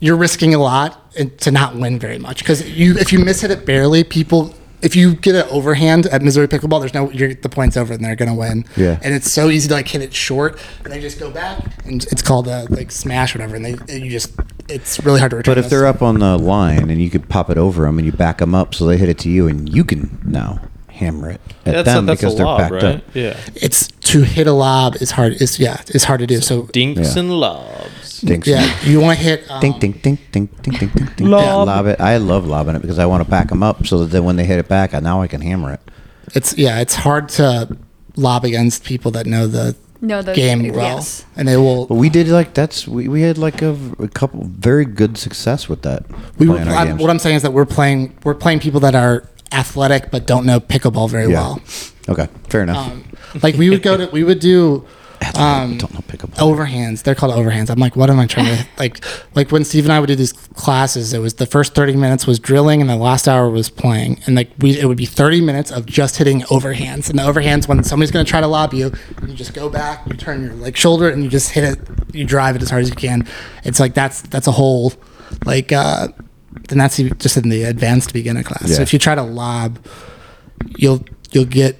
Speaker 2: you're risking a lot and to not win very much because you if you miss hit it barely, people. If you get an overhand at Missouri pickleball, there's no you're, the points over and they're gonna win.
Speaker 1: Yeah.
Speaker 2: and it's so easy to like hit it short, and they just go back, and it's called a like smash or whatever, and they and you just it's really hard to return.
Speaker 1: but if
Speaker 2: those.
Speaker 1: they're up on the line and you could pop it over them and you back them up so they hit it to you and you can now hammer it at
Speaker 3: that's
Speaker 1: them
Speaker 3: a, that's
Speaker 1: because
Speaker 3: a
Speaker 1: they're
Speaker 3: lob,
Speaker 1: backed
Speaker 3: right?
Speaker 1: up.
Speaker 3: Yeah.
Speaker 2: it's to hit a lob is hard. It's yeah, it's hard to do. So
Speaker 3: Dinks
Speaker 1: Yeah.
Speaker 3: and lobs.
Speaker 1: Dinks.
Speaker 2: yeah, you want to hit um,
Speaker 1: Ding, ding, ding, ding, ding, ding, ding, ding.
Speaker 2: Lob.
Speaker 1: Yeah, lob it. I love lobbing it because I want to back them up so that then when they hit it back, I, now I can hammer it.
Speaker 2: It's yeah, it's hard to lob against people that know the
Speaker 4: No, the
Speaker 2: game well,
Speaker 4: Yes.
Speaker 2: and they will.
Speaker 1: But we did like that's we, we had like a, a couple very good success with that.
Speaker 2: we were,
Speaker 1: playing our
Speaker 2: I,
Speaker 1: games.
Speaker 2: what I'm saying is that we're playing we're playing people that are athletic but don't know pickleball very
Speaker 1: Yeah.
Speaker 2: well.
Speaker 1: Okay, fair enough.
Speaker 2: Um, like we would go to we would do
Speaker 1: Athletic,
Speaker 2: um,
Speaker 1: don't know pickleball.
Speaker 2: overhands. They're called overhands. I'm like, what am I trying to like? Like when Steve and I would do these classes, it was the first 30 minutes was drilling and the last hour was playing, and like we it would be 30 minutes of just hitting overhands. And the overhands when somebody's going to try to lob you, you just go back, you turn your like shoulder, and you just hit it. You drive it as hard as you can. It's like that's that's a whole like. uh and that's even- just in the advanced beginner class.
Speaker 1: Yeah.
Speaker 2: So if you try to lob, you'll you'll get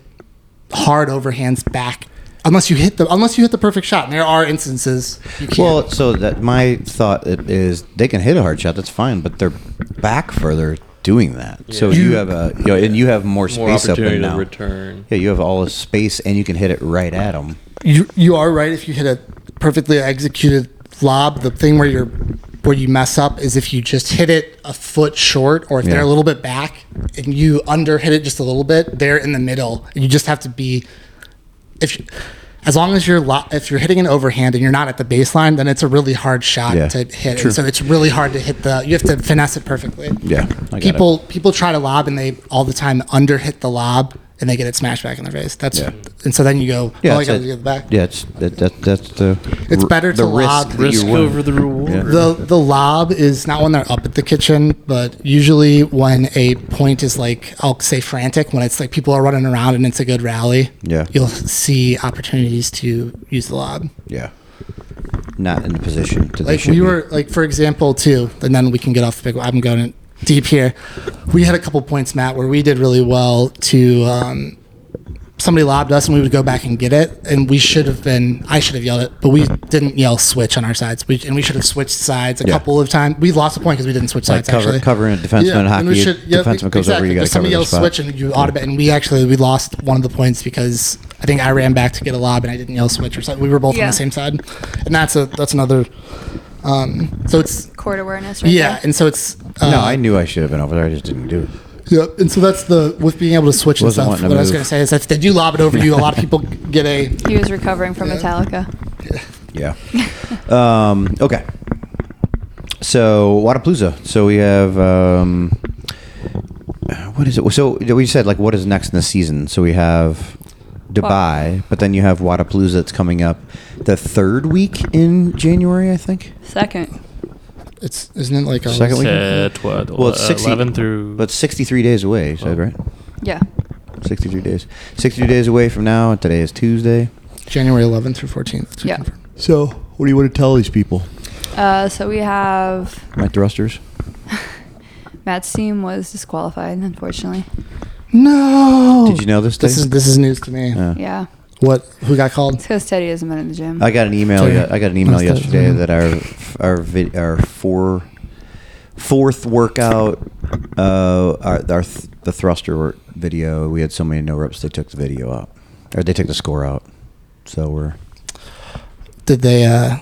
Speaker 2: hard overhands back unless you hit the unless you hit the perfect shot. And there are instances you can't.
Speaker 1: Well, so that my thought is they can hit a hard shot. That's fine, but they're back further doing that. So
Speaker 3: Yeah.
Speaker 1: you have a you know, and you have more
Speaker 3: More
Speaker 1: space up
Speaker 3: opportunity
Speaker 1: there
Speaker 3: to
Speaker 1: now.
Speaker 3: return.
Speaker 1: Yeah, you have all the space, and you can hit it right at them.
Speaker 2: you you are right if you hit a perfectly executed lob. The thing where you're where you mess up is if you just hit it a foot short or if
Speaker 1: Yeah.
Speaker 2: they're a little bit back and you under hit it just a little bit, they're in the middle. And you just have to be if you- as long as you're lo- if you're hitting an overhand and you're not at the baseline, then it's a really hard shot
Speaker 1: Yeah.
Speaker 2: to hit.
Speaker 1: True.
Speaker 2: And so it's really hard to hit the you have to finesse it perfectly.
Speaker 1: Yeah, I got it.
Speaker 2: people people try to lob and they all the time under hit the lob and they get it smashed back in their face. That's
Speaker 1: Yeah.
Speaker 2: and so then you go,
Speaker 1: Yeah,
Speaker 2: oh, I
Speaker 1: it's
Speaker 2: got
Speaker 1: a-
Speaker 2: to get back.
Speaker 1: Yeah, it's that, that that's the
Speaker 2: It's better
Speaker 1: the
Speaker 2: to
Speaker 1: risk,
Speaker 2: lob-
Speaker 1: that you run.
Speaker 3: the reward.
Speaker 1: Yeah.
Speaker 2: The the lob is not when they're up at the kitchen, but usually when a point is like I'll say frantic, when it's like people are running around and it's a good rally.
Speaker 1: Yeah.
Speaker 2: You'll see opportunities to use the lob.
Speaker 1: Yeah, not in the position to
Speaker 2: Like we were like for example too, and then we can get off the big I'm going deep here. We had a couple points, Matt, where we did really well to um, somebody lobbed us and we would go back and get it and we should have been I should have yelled it, but we didn't yell switch on our sides. We and we should have switched sides a
Speaker 1: Yeah.
Speaker 2: couple of times. We lost a point because we didn't switch
Speaker 1: like
Speaker 2: sides
Speaker 1: cover,
Speaker 2: actually.
Speaker 1: covering a defenseman in
Speaker 2: Yeah, and
Speaker 1: hockey.
Speaker 2: we should- yeah,
Speaker 1: defenseman goes over,
Speaker 2: exactly,
Speaker 1: you got to cover
Speaker 2: Somebody
Speaker 1: the
Speaker 2: else
Speaker 1: spot.
Speaker 2: switch, and you automate. And we actually we lost one of the points because I think I ran back to get a lob, and I didn't yell switch or something. We were both on
Speaker 4: Yeah.
Speaker 2: the same side, and that's a that's another. Um, so it's
Speaker 4: Court awareness, right?
Speaker 2: yeah,
Speaker 4: there.
Speaker 2: and so it's uh,
Speaker 1: no, I knew I should have been over there. I just didn't do it.
Speaker 2: yeah, and so that's the with being able to switch and
Speaker 1: Wasn't
Speaker 2: stuff. What
Speaker 1: wanting to
Speaker 2: I was
Speaker 1: move.
Speaker 2: gonna say is if they do lob it over you, a lot of people get a
Speaker 4: He was recovering from
Speaker 2: Yeah.
Speaker 4: Metallica.
Speaker 1: Yeah. um, okay. So Wadapalooza. So we have um, uh, what is it? So we said like what is next in the season. So we have Dubai, but then you have Wadapalooza that's coming up the third week in January, I think.
Speaker 4: Second.
Speaker 2: it's isn't it like a
Speaker 1: Second week?
Speaker 3: Uh, tw-
Speaker 1: Well, it's 60,
Speaker 3: 11 through.
Speaker 1: But it's 63 days away, you said, right?
Speaker 4: Yeah.
Speaker 1: 63 days. 63 days away from now. and Today is Tuesday.
Speaker 2: January 11th through 14th. That's what
Speaker 4: Yeah.
Speaker 2: I'm confirming.
Speaker 1: So, what do you want to tell these people?
Speaker 4: Uh, so we have
Speaker 1: My thrusters.
Speaker 4: Matt's team was disqualified, unfortunately.
Speaker 2: No.
Speaker 1: Did you know this
Speaker 2: This
Speaker 1: thing?
Speaker 2: is this is news to me.
Speaker 1: Yeah.
Speaker 4: Yeah.
Speaker 2: What? Who got called?
Speaker 4: It's because Teddy hasn't been in the gym.
Speaker 1: I got an email.
Speaker 2: Sorry.
Speaker 1: I got an email
Speaker 2: Must have-
Speaker 1: yesterday that our our vid, our four fourth workout uh our, our th- the thruster work video we had so many no reps they took the video out or they took the score out so we're
Speaker 2: Did they uh,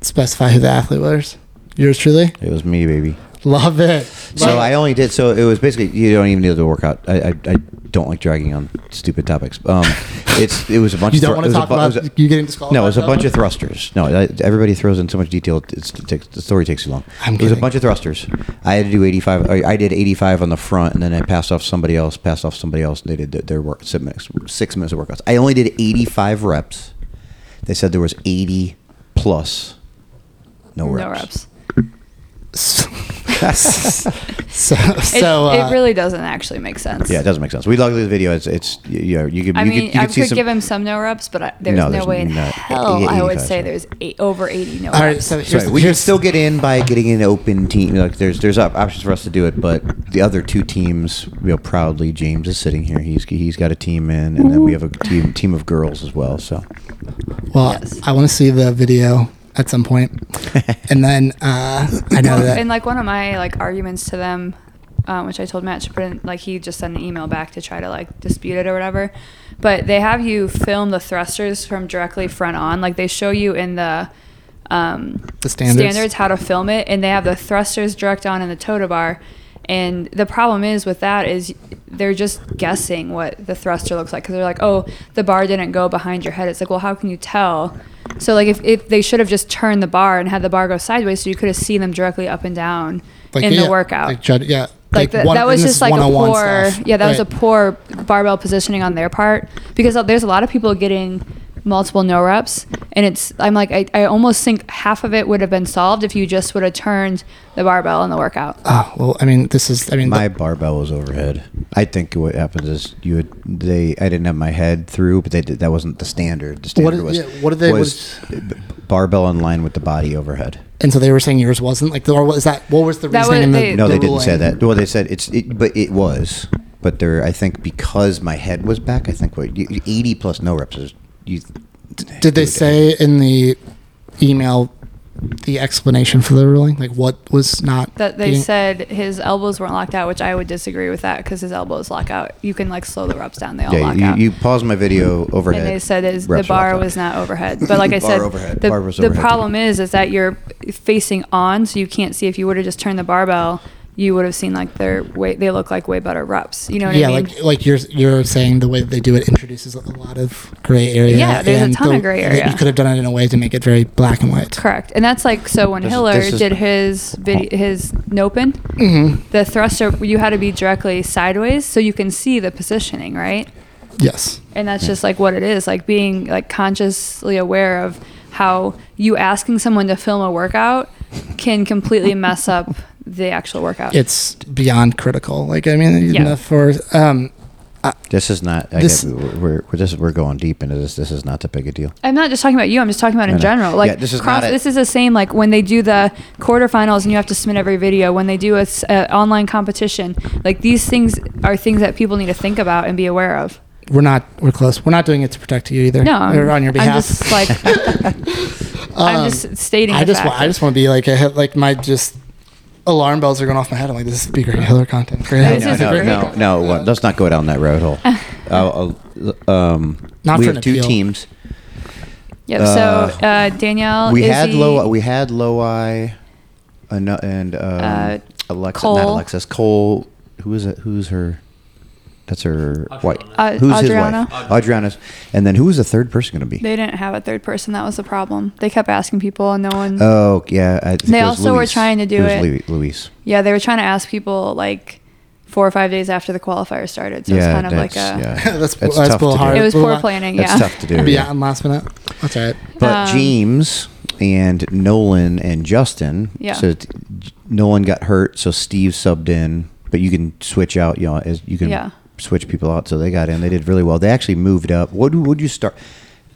Speaker 2: specify who the athlete was? Yours truly?
Speaker 1: it was me baby
Speaker 2: Love it.
Speaker 1: so i only did so it was basically you don't even need to do a workout i i, I don't like dragging on stupid topics um it's it was a bunch
Speaker 2: You
Speaker 1: of
Speaker 2: don't
Speaker 1: thru-
Speaker 2: want
Speaker 1: it
Speaker 2: to
Speaker 1: was a
Speaker 2: talk
Speaker 1: bu- it
Speaker 2: about
Speaker 1: was a-
Speaker 2: you getting disqualified?
Speaker 1: No, it was a
Speaker 2: that
Speaker 1: bunch
Speaker 2: way?
Speaker 1: of thrusters. No, I, everybody throws in so much detail. It's, it takes, the story takes too long.
Speaker 2: I'm
Speaker 1: it was a
Speaker 2: kidding.
Speaker 1: bunch of thrusters. I had to do 85. I, I did 85 on the front, and then I passed off somebody else. Passed off somebody else. and They did their, their work six minutes, six minutes of workouts. I only did 85 reps. They said there was 80 plus. No reps.
Speaker 4: No reps.
Speaker 2: so, so,
Speaker 4: It,
Speaker 2: so, uh,
Speaker 4: it really doesn't actually make sense.
Speaker 1: Yeah, it doesn't make sense. We looked at the video. It's it's you, you know you could
Speaker 4: I
Speaker 1: you
Speaker 4: mean,
Speaker 1: could, you
Speaker 4: I
Speaker 1: could see
Speaker 4: could
Speaker 1: some,
Speaker 4: give him some no reps, but I, there's
Speaker 1: No,
Speaker 4: no,
Speaker 1: there's
Speaker 4: way in
Speaker 1: no-
Speaker 4: hell
Speaker 1: eight-
Speaker 4: I would
Speaker 1: 85,
Speaker 4: say
Speaker 1: so.
Speaker 4: there's eight, over 80 no
Speaker 2: All right,
Speaker 4: reps.
Speaker 2: so here's
Speaker 1: Sorry,
Speaker 2: the,
Speaker 1: we can
Speaker 2: here's,
Speaker 1: still get in by getting an open team. Like there's there's op- options for us to do it, but the other two teams, real proudly, James is sitting here. He's he's got a team in, and then we have a team team of girls as well. So
Speaker 2: Well,
Speaker 4: Yes.
Speaker 2: I want to see the video at some point, and then uh, I know
Speaker 4: Well,
Speaker 2: that.
Speaker 4: and like one of my like arguments to them, um, which I told Matt to put in, like he just sent an email back to try to like dispute it or whatever. But they have you film the thrusters from directly front on, like they show you in the um,
Speaker 2: The standards.
Speaker 4: how to film it, and they have the thrusters direct on and the tota bar. And the problem is with that is they're just guessing what the thruster looks like because they're like, oh, the bar didn't go behind your head. It's like, well, how can you tell? So like, if, if they should have just turned the bar and had the bar go sideways, so you could have seen them directly up and down in
Speaker 2: yeah,
Speaker 4: the workout.
Speaker 2: like judge, yeah,
Speaker 4: like that- that was
Speaker 2: this is
Speaker 4: just like a
Speaker 2: 101
Speaker 4: poor
Speaker 2: stuff.
Speaker 4: yeah that was a
Speaker 2: Right.
Speaker 4: poor barbell positioning on their part because uh, there's a lot of people getting multiple no reps and it's i'm like i, I almost think half of it would have been solved if you just would have turned the barbell in the workout
Speaker 2: Oh, well, I mean, this is, I mean,
Speaker 1: My
Speaker 2: the,
Speaker 1: barbell was overhead. I think what happens is you would, they I didn't have my head through, but they did, that wasn't the standard. The standard
Speaker 2: What is-
Speaker 1: was
Speaker 2: yeah, what are they-
Speaker 1: was b- barbell in line with the body overhead.
Speaker 2: and so they were saying yours wasn't like, or was that, what was the
Speaker 4: That
Speaker 2: reasoning?
Speaker 4: was-
Speaker 2: in the,
Speaker 4: they-
Speaker 1: No,
Speaker 2: the
Speaker 1: they didn't say
Speaker 2: ruling?
Speaker 1: that. Well, they said it's it, but it was. But there, I think because my head was back, I think what you- you- eighty plus no reps is you.
Speaker 2: Did they
Speaker 1: dude,
Speaker 2: say in the email the explanation for the ruling? Like what was not
Speaker 4: that they
Speaker 2: being-
Speaker 4: said his elbows weren't locked out which i would disagree with that because his elbows lock out you can like slow the reps down they all
Speaker 1: Yeah,
Speaker 4: lock
Speaker 1: you,
Speaker 4: out
Speaker 1: you paused my video overhead.
Speaker 4: and they said is the
Speaker 1: reps were
Speaker 4: bar
Speaker 1: locked out.
Speaker 4: was not overhead. But like I
Speaker 1: Bar
Speaker 4: said,
Speaker 1: overhead.
Speaker 4: the,
Speaker 1: Bar was
Speaker 4: the
Speaker 1: overhead.
Speaker 4: problem is is that you're facing on, so you can't see. If you would have just turned the barbell, you would have seen like their way. They look like way better reps. You know what
Speaker 2: yeah,
Speaker 4: I mean?
Speaker 2: like like you're you're saying the way that they do it introduces a lot of gray area.
Speaker 4: Yeah, there's a
Speaker 2: and
Speaker 4: ton
Speaker 2: the-
Speaker 4: of gray
Speaker 2: and
Speaker 4: area.
Speaker 2: You could have done it in a way to make it very black and white.
Speaker 4: Correct, and that's like so when
Speaker 1: This is-
Speaker 4: Hiller
Speaker 1: this is-
Speaker 4: did his video, his nopin,
Speaker 2: Mm-hmm.
Speaker 4: the thruster you had to be directly sideways so you can see the positioning, right?
Speaker 2: Yes.
Speaker 4: and that's just like what it is like being like consciously aware of how you asking someone to film a workout can completely mess up the actual workout
Speaker 2: It's beyond critical. Like I mean,
Speaker 4: Oh. Yeah.
Speaker 2: enough for um
Speaker 1: This is not. I
Speaker 2: This-
Speaker 1: guess we're, we're this. We're going deep into this. This is not that big a deal.
Speaker 4: i'm not just talking about you i'm just talking about in
Speaker 1: No, no.
Speaker 4: general like
Speaker 1: Yeah, this is
Speaker 4: cross,
Speaker 1: not a-
Speaker 4: this is the same like when they do the quarterfinals and you have to submit every video when they do a, s- a online competition like these things are things that people need to think about and be aware of
Speaker 2: we're not we're close. We're not doing it to protect you either.
Speaker 4: no I'm-
Speaker 2: Or on your behalf. Um,
Speaker 4: i'm just like i'm just stating
Speaker 2: I
Speaker 4: the
Speaker 2: just
Speaker 4: fact.
Speaker 2: want, I just want to be like I have, like my just alarm bells are going off in my head. I'm like this is great Hiller content. Great Hiller
Speaker 4: This
Speaker 1: No,
Speaker 4: is
Speaker 2: content.
Speaker 1: no,
Speaker 4: great.
Speaker 1: no, no. well, Let's not go down that road hole. I'll- I'll, um,
Speaker 2: Not
Speaker 1: we
Speaker 2: for an
Speaker 1: have two
Speaker 2: appeal.
Speaker 1: teams.
Speaker 4: yep so
Speaker 1: uh,
Speaker 4: uh, danielle
Speaker 1: We had
Speaker 4: Izzy-
Speaker 1: low. We had Loi, and, and um,
Speaker 4: Uh,
Speaker 1: Alexa. Not
Speaker 4: Cole.
Speaker 1: Alexis. Cole. Who is it? Who's her? That's her wife.
Speaker 4: Ad-
Speaker 1: Who's his
Speaker 4: Uh, Adriana?
Speaker 1: wife? Adriana's. And then who is the third person going to be?
Speaker 4: They didn't have a third person. That was the problem. They kept asking people, and no one.
Speaker 1: Oh yeah. I think
Speaker 4: They
Speaker 1: it was
Speaker 4: also were
Speaker 1: Luis.
Speaker 4: trying to do
Speaker 1: it. Was
Speaker 4: it-
Speaker 1: Lu- Luis.
Speaker 4: yeah, they were trying to ask people like four or five days after the qualifier started. So
Speaker 1: yeah,
Speaker 4: it's kind of like a.
Speaker 1: that's- yeah.
Speaker 2: That's-
Speaker 1: That's
Speaker 2: that's
Speaker 1: tough to
Speaker 2: bull
Speaker 1: do.
Speaker 2: hard.
Speaker 4: It was
Speaker 2: Well,
Speaker 4: poor
Speaker 2: that-
Speaker 4: planning.
Speaker 1: that's
Speaker 4: Yeah.
Speaker 1: tough to do. yeah.
Speaker 2: Beyond last minute. That's all right.
Speaker 1: But
Speaker 4: Um,
Speaker 1: James and Nolan and Justin.
Speaker 4: Yeah.
Speaker 1: So t- Nolan got hurt, so Steve subbed in. But you can switch out. You know, as you can
Speaker 4: Yeah.
Speaker 1: switch people out. So they got in. They did really well. They actually moved up. What would you start?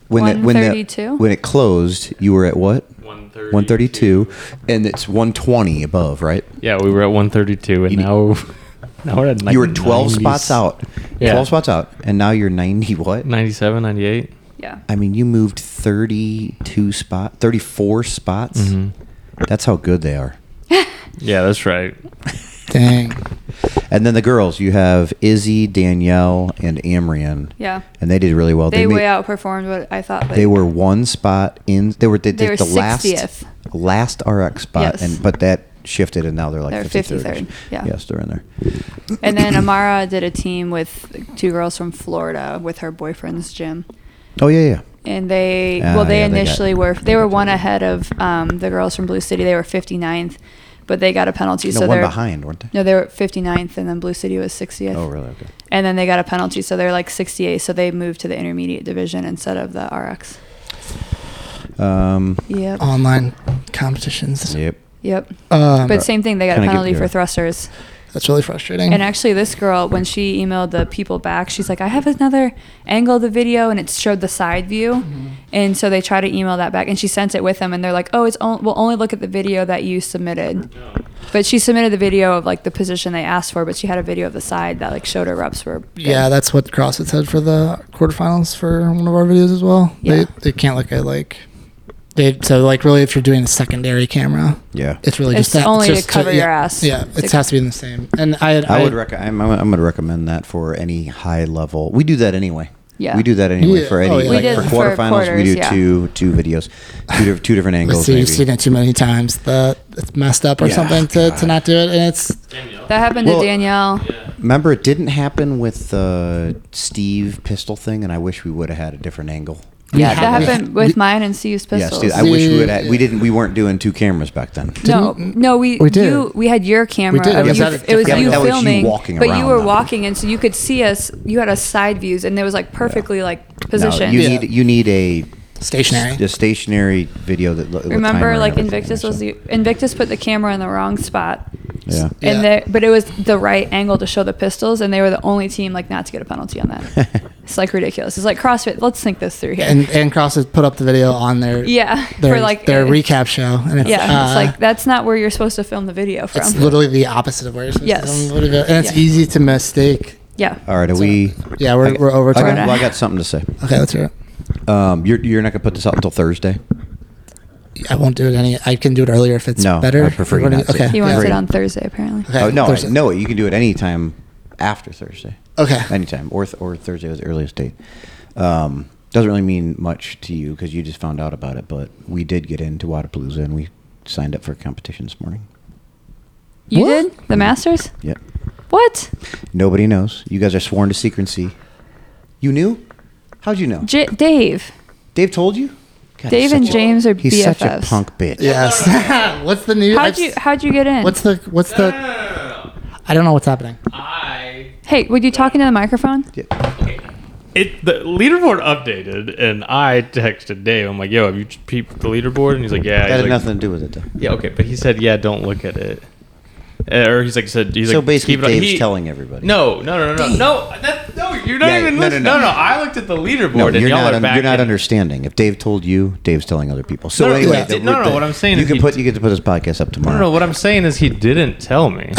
Speaker 1: When the- when the-
Speaker 4: 132?
Speaker 1: when it closed, you were at what?
Speaker 3: 132.
Speaker 1: One thirty two, and it's one twenty above, right?
Speaker 3: Yeah, we were at 132, and
Speaker 1: You-
Speaker 3: now, now we're at like
Speaker 1: you were twelve
Speaker 3: 90s.
Speaker 1: spots out.
Speaker 3: Yeah.
Speaker 1: Twelve spots out, and now you're ninety what?
Speaker 3: 97, 98.
Speaker 4: Yeah.
Speaker 1: I mean, you moved 32 spot, 34 spots.
Speaker 3: Mhm.
Speaker 1: That's how good they are.
Speaker 3: Yeah, that's right.
Speaker 2: Dang.
Speaker 1: And then the girls, you have Izzy, Danielle, and Amrian.
Speaker 4: Yeah.
Speaker 1: And they did really well.
Speaker 4: They, way
Speaker 1: made-
Speaker 4: outperformed what I thought.
Speaker 1: They were one spot in. They were they,
Speaker 4: They
Speaker 1: did
Speaker 4: were
Speaker 1: the last
Speaker 4: 60th.
Speaker 1: last RX spot,
Speaker 4: Yes.
Speaker 1: and but that shifted, and now they're like
Speaker 4: They're
Speaker 1: 53rd.
Speaker 4: 53rd, yeah.
Speaker 1: Yes, they're in there.
Speaker 4: And then Amara did a team with two girls from Florida with her boyfriend's gym.
Speaker 1: Oh yeah, yeah.
Speaker 4: and they
Speaker 1: Ah,
Speaker 4: well they
Speaker 1: yeah, they got-
Speaker 4: initially were
Speaker 1: they
Speaker 4: they were
Speaker 1: got
Speaker 4: one
Speaker 1: to-
Speaker 4: ahead of um, the girls from Blue City they were 59th but they got a penalty
Speaker 1: No,
Speaker 4: so
Speaker 1: one
Speaker 4: they're
Speaker 1: behind, weren't they?
Speaker 4: no they were 59th and then Blue City was 60th
Speaker 1: Oh really? Okay.
Speaker 4: and then they got a penalty so they're like 68 so they moved to the intermediate division instead of the RX
Speaker 1: Um.
Speaker 4: yep
Speaker 2: Online competitions.
Speaker 1: Yep.
Speaker 4: yep
Speaker 2: Um,
Speaker 4: but same thing they got a
Speaker 1: Kinda Uh, give
Speaker 4: penalty
Speaker 1: your-
Speaker 4: for thrusters
Speaker 2: that's really frustrating.
Speaker 4: And actually, this girl, when she emailed the people back, she's like, I have another angle of the video, and it showed the side view. And so they try to email that back, and she sent it with them, and they're like, oh, it's on- we'll only look at the video that you submitted. But she submitted the video of like the position they asked for, but she had a video of the side that like showed her reps were. good.
Speaker 2: yeah, that's what CrossFit said for the quarterfinals for one of our videos as well.
Speaker 4: Yeah.
Speaker 2: They, they can't look at like they so like really if you're doing a secondary camera,
Speaker 1: Yeah.
Speaker 2: it's really just
Speaker 4: It's
Speaker 2: that
Speaker 4: only to
Speaker 2: just
Speaker 4: cover
Speaker 2: yeah,
Speaker 4: your ass.
Speaker 2: Yeah, it
Speaker 4: It's-
Speaker 2: has to be in the same. And I,
Speaker 1: I would rec- I'm, I'm, I'm going to recommend that for any high level. We do that anyway.
Speaker 4: Yeah.
Speaker 1: We do that anyway
Speaker 2: Yeah.
Speaker 1: for any
Speaker 2: Oh, yeah. We
Speaker 1: like
Speaker 2: did
Speaker 1: for
Speaker 2: for
Speaker 1: quarterfinals. we
Speaker 4: quarters,
Speaker 1: do
Speaker 4: yeah.
Speaker 1: two two videos, two diff- two different
Speaker 2: Let's
Speaker 1: angles.
Speaker 2: see,
Speaker 1: maybe.
Speaker 2: you've seen it too many times that it's messed up or
Speaker 1: Yeah,
Speaker 2: something to,
Speaker 1: God.
Speaker 2: to not do it, and it's
Speaker 4: That happened
Speaker 1: Well-
Speaker 4: to Danielle.
Speaker 1: Remember, it didn't happen with the Steve pistol thing, and I wish we would have had a different angle.
Speaker 2: We
Speaker 4: Yeah,
Speaker 2: had-
Speaker 4: that
Speaker 2: we-
Speaker 4: happened with
Speaker 2: we-
Speaker 4: mine and Steve's
Speaker 1: Yeah,
Speaker 4: pistols.
Speaker 1: Steve, I wish we would.
Speaker 2: Yeah,
Speaker 1: Have,
Speaker 2: yeah,
Speaker 1: we
Speaker 2: yeah.
Speaker 1: didn't. We weren't doing two cameras back then.
Speaker 4: no,
Speaker 2: Didn't-
Speaker 4: no, we
Speaker 2: We did.
Speaker 4: You, we had your camera.
Speaker 2: did.
Speaker 4: of
Speaker 2: Yeah,
Speaker 4: you-
Speaker 2: but that-
Speaker 4: it was
Speaker 2: yeah, but
Speaker 4: you
Speaker 2: that was you
Speaker 4: filming,
Speaker 1: walking
Speaker 4: but you
Speaker 1: around,
Speaker 4: were
Speaker 1: though.
Speaker 4: walking, and so you could see us. You had us side views, and it was like perfectly like
Speaker 1: No,
Speaker 4: positioned.
Speaker 1: you
Speaker 2: Yeah.
Speaker 1: need. You need a
Speaker 2: Stationary.
Speaker 1: a stationary video that. lo- with timer
Speaker 4: Remember,
Speaker 1: and
Speaker 4: like
Speaker 1: everything,
Speaker 4: Invictus was
Speaker 1: so-
Speaker 4: the Invictus put the camera in the wrong spot.
Speaker 1: Yeah.
Speaker 2: Yeah.
Speaker 4: And there, but it was the right angle to show the pistols, and they were the only team like not to get a penalty on that. it's like ridiculous. It's like CrossFit. Let's think this through here.
Speaker 2: and and Cross has put up the video on their
Speaker 4: yeah,
Speaker 2: their,
Speaker 4: for like
Speaker 2: their
Speaker 4: uh,
Speaker 2: recap show, and it's,
Speaker 4: Yeah,
Speaker 2: uh,
Speaker 4: it's like that's not where you're supposed to film the video from.
Speaker 2: It's literally the opposite of where it's
Speaker 4: Yes.
Speaker 2: and it's
Speaker 4: Yeah.
Speaker 2: easy to mistake.
Speaker 4: yeah.
Speaker 1: All right, are we?
Speaker 2: Yeah, we're,
Speaker 1: I-
Speaker 2: we're over
Speaker 1: I got-
Speaker 2: time.
Speaker 4: We're
Speaker 1: well, I got something to say.
Speaker 2: Okay, let's hear it.
Speaker 1: Um, you're you're not gonna put this out until Thursday.
Speaker 2: I won't do it any. I can do it earlier if it's
Speaker 1: No,
Speaker 2: better.
Speaker 1: I prefer you
Speaker 2: What do
Speaker 1: not to.
Speaker 2: Okay.
Speaker 4: He
Speaker 1: Yeah.
Speaker 4: wants
Speaker 1: Great.
Speaker 4: it on Thursday, apparently.
Speaker 2: Okay.
Speaker 1: oh no,
Speaker 2: Thursday.
Speaker 1: no, you can do it anytime after Thursday.
Speaker 2: Okay.
Speaker 1: Anytime, or th- or Thursday was the earliest date. Um, doesn't really mean much to you because you just found out about it. But we did get into Wadapalooza and we signed up for a competition this morning.
Speaker 4: You
Speaker 2: What?
Speaker 4: did the Masters?
Speaker 1: Yep.
Speaker 4: What?
Speaker 1: Nobody knows. You guys are sworn to secrecy. You knew? How'd you know?
Speaker 4: J- Dave.
Speaker 1: Dave told you? God,
Speaker 4: Dave
Speaker 1: he's
Speaker 4: and
Speaker 1: such a-
Speaker 4: James are
Speaker 1: He's
Speaker 4: BFFs.
Speaker 1: such a punk bitch.
Speaker 2: Yes. what's the new?
Speaker 4: How'd
Speaker 2: I've
Speaker 4: you
Speaker 2: s-
Speaker 4: How'd you get in?
Speaker 2: What's the? What's the? I don't know what's happening.
Speaker 3: I
Speaker 4: hey, were you talking to the microphone?
Speaker 1: Yeah.
Speaker 3: it the leaderboard updated, and I texted Dave. I'm like, "Yo, have you peeped the leaderboard?" And he's like, "Yeah."
Speaker 1: That
Speaker 3: He's
Speaker 1: had
Speaker 3: like,
Speaker 1: nothing to do with it, though.
Speaker 3: Yeah, okay, but he said, "Yeah, don't look at it." Uh, or he's like said he's
Speaker 1: So
Speaker 3: like
Speaker 1: basically
Speaker 3: keep it on-
Speaker 1: Dave's telling everybody.
Speaker 3: No, no, no, no, no. That, no, you're not
Speaker 1: Yeah,
Speaker 3: even
Speaker 1: no, no,
Speaker 3: listening.
Speaker 1: no.
Speaker 3: No no. I looked at the leaderboard
Speaker 1: No,
Speaker 3: and
Speaker 1: you're
Speaker 3: y'all
Speaker 1: not,
Speaker 3: are
Speaker 1: un-
Speaker 3: back.
Speaker 1: you're not
Speaker 3: in-
Speaker 1: understanding. If Dave told you, Dave's telling other people. So
Speaker 3: No, no,
Speaker 1: anyway,
Speaker 3: he did- no, no, what I'm saying
Speaker 1: you
Speaker 3: is
Speaker 1: can
Speaker 3: he-
Speaker 1: put you get to put this podcast up
Speaker 3: No,
Speaker 1: tomorrow.
Speaker 3: no, no. What I'm saying is he didn't tell me.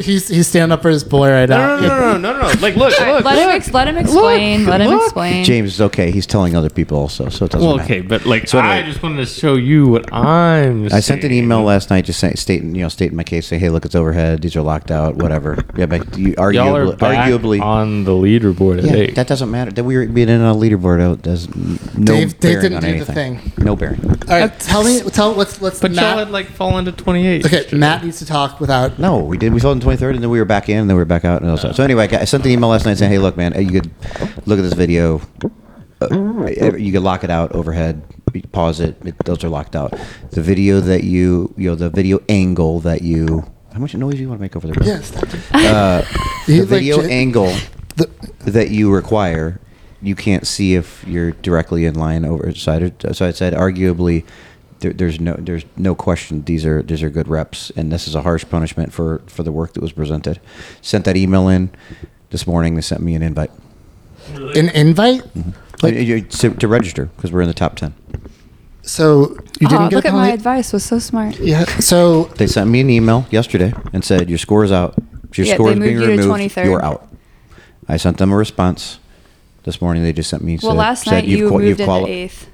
Speaker 2: he's he's standing up for his boy right
Speaker 3: No,
Speaker 2: now.
Speaker 3: no, no, no, no, no, no. Like, look,
Speaker 4: All right,
Speaker 3: look.
Speaker 4: let him
Speaker 3: look.
Speaker 4: ex- let him explain. let him
Speaker 3: look.
Speaker 4: explain.
Speaker 1: James is okay. He's telling other people also, so it doesn't
Speaker 3: Well,
Speaker 1: matter.
Speaker 3: okay, but like,
Speaker 1: So anyway-
Speaker 3: I just wanted to show you what I'm.
Speaker 1: I sent an email last night just saying, stating, you know, stating my case, say, hey, look, it's overhead. These are locked out, whatever. Yeah, but you
Speaker 3: Y'all are
Speaker 1: arguably,
Speaker 3: back
Speaker 1: arguably
Speaker 3: on the leaderboard at
Speaker 1: Yeah,
Speaker 3: eight.
Speaker 1: that doesn't matter. That we were being in a leaderboard out does n- no
Speaker 2: Dave- Dave
Speaker 1: bearing
Speaker 2: didn't
Speaker 1: on
Speaker 2: do the
Speaker 1: anything.
Speaker 2: thing.
Speaker 1: No bearing.
Speaker 2: All right. Tell me. Tell let's let's.
Speaker 3: but y'all
Speaker 2: Matt,
Speaker 3: had like fallen to 28.
Speaker 2: okay. Matt needs to talk without.
Speaker 1: No, we did. We sold on twenty third, and then we were back in, and then we were back out, and all that. So anyway, I got- I sent an email last night saying, "Hey, look, man, uh, you could look at this video. Uh, you could lock it out overhead, pause it. it. Those are locked out. The video that you, you know, the video angle that you. How much noise do you want to make over there? bro?
Speaker 2: Yes.
Speaker 1: Uh,
Speaker 2: He's
Speaker 1: the video
Speaker 2: legit-
Speaker 1: angle
Speaker 2: The,
Speaker 1: that you require, you can't see if you're directly in line over side. So I said, arguably, there, there's no there's no question these are these are good reps, and this is a harsh punishment for for the work that was presented. Sent that email in this morning. They sent me an invite
Speaker 2: an invite. Like-
Speaker 1: Uh, you- to, to register because we're in the top ten.
Speaker 2: So you didn't
Speaker 4: Aw,
Speaker 2: get
Speaker 4: Uh, look
Speaker 2: a
Speaker 4: at my
Speaker 2: penalty?
Speaker 4: advice. Was so smart.
Speaker 2: Yeah. So
Speaker 1: They sent me an email yesterday and said your score is out. If Your
Speaker 4: Yeah,
Speaker 1: score
Speaker 4: they
Speaker 1: is being
Speaker 4: moved you to
Speaker 1: removed.
Speaker 4: 23rd.
Speaker 1: You're out. I sent them a response. This morning they just sent me.
Speaker 4: Well,
Speaker 1: said-
Speaker 4: last
Speaker 1: said,
Speaker 4: night
Speaker 1: "You've
Speaker 4: you
Speaker 1: qua- you've
Speaker 4: moved into
Speaker 1: quali-
Speaker 4: eighth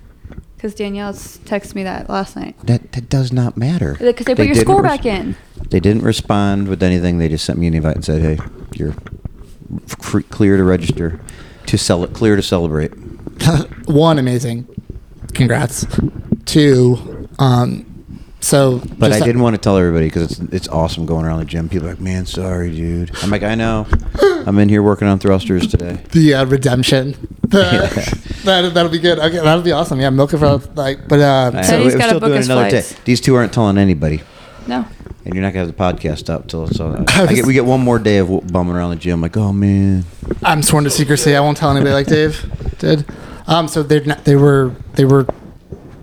Speaker 4: because Danielle texted me that last night
Speaker 1: That, that does not matter.
Speaker 4: because they put your
Speaker 1: didn't
Speaker 4: score
Speaker 1: res-
Speaker 4: back in.
Speaker 1: They didn't respond with anything. They just sent me an invite and said, "Hey, you're f- clear to register to sell it. Clear to celebrate."
Speaker 2: one amazing, congrats. Two, um, so
Speaker 1: But I didn't want to tell everybody because it's it's awesome going around the gym. People are like, "Man, sorry, dude." I'm like, "I know. I'm in here working on thrusters today."
Speaker 2: the uh, redemption. The, that that'll be good. Okay, that'll be awesome. Yeah, I'm looking for like, but um,
Speaker 1: I-
Speaker 4: So
Speaker 1: we're
Speaker 4: he's gotta book his
Speaker 1: day.
Speaker 4: flights.
Speaker 1: These two aren't telling anybody,
Speaker 4: No.
Speaker 1: and you're not gonna have the podcast up till it's all.
Speaker 2: I
Speaker 1: I get,
Speaker 2: was-
Speaker 1: we get one more day of w- bumming around the gym. Like, oh man,
Speaker 2: I'm sworn to secrecy. I won't tell anybody like Dave did. Um, so they they were they were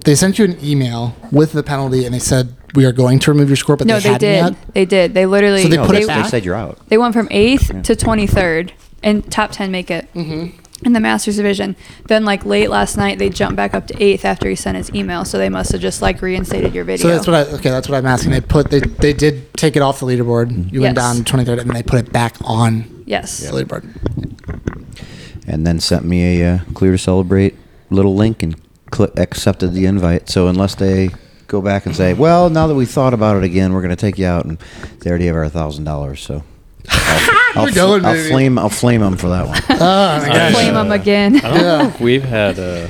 Speaker 2: they sent you an email with the penalty, and they said we are going to remove your score, but they,
Speaker 4: No, they
Speaker 2: hadn't
Speaker 4: did.
Speaker 2: yet.
Speaker 4: They did. They literally.
Speaker 2: So they
Speaker 4: they,
Speaker 2: put it
Speaker 1: they,
Speaker 2: back?
Speaker 1: they said you're out.
Speaker 4: they went from eighth to twenty third, and top ten make it
Speaker 1: Mm-hmm.
Speaker 4: in the Masters division. Then, like late last night, they jumped back up to eighth after he sent his email. So they must have just like reinstated your video.
Speaker 2: So that's what I okay. That's what I'm asking. They put they they did take it off the leaderboard. You went
Speaker 4: Yes.
Speaker 2: down 23rd, and they put it back on
Speaker 4: yes.
Speaker 2: the leaderboard.
Speaker 1: and then sent me a uh, clear to celebrate little link and cl- accepted the invite. So unless they go back and say, well, now that we thought about it again, we're going to take you out, and they already have our thousand dollars. So I'll,
Speaker 2: You're going,
Speaker 1: I'll
Speaker 2: baby.
Speaker 1: flame I'll flame them for that one.
Speaker 2: Oh my gosh.
Speaker 4: Blame him again.
Speaker 3: I don't
Speaker 2: Yeah.
Speaker 3: think we've had a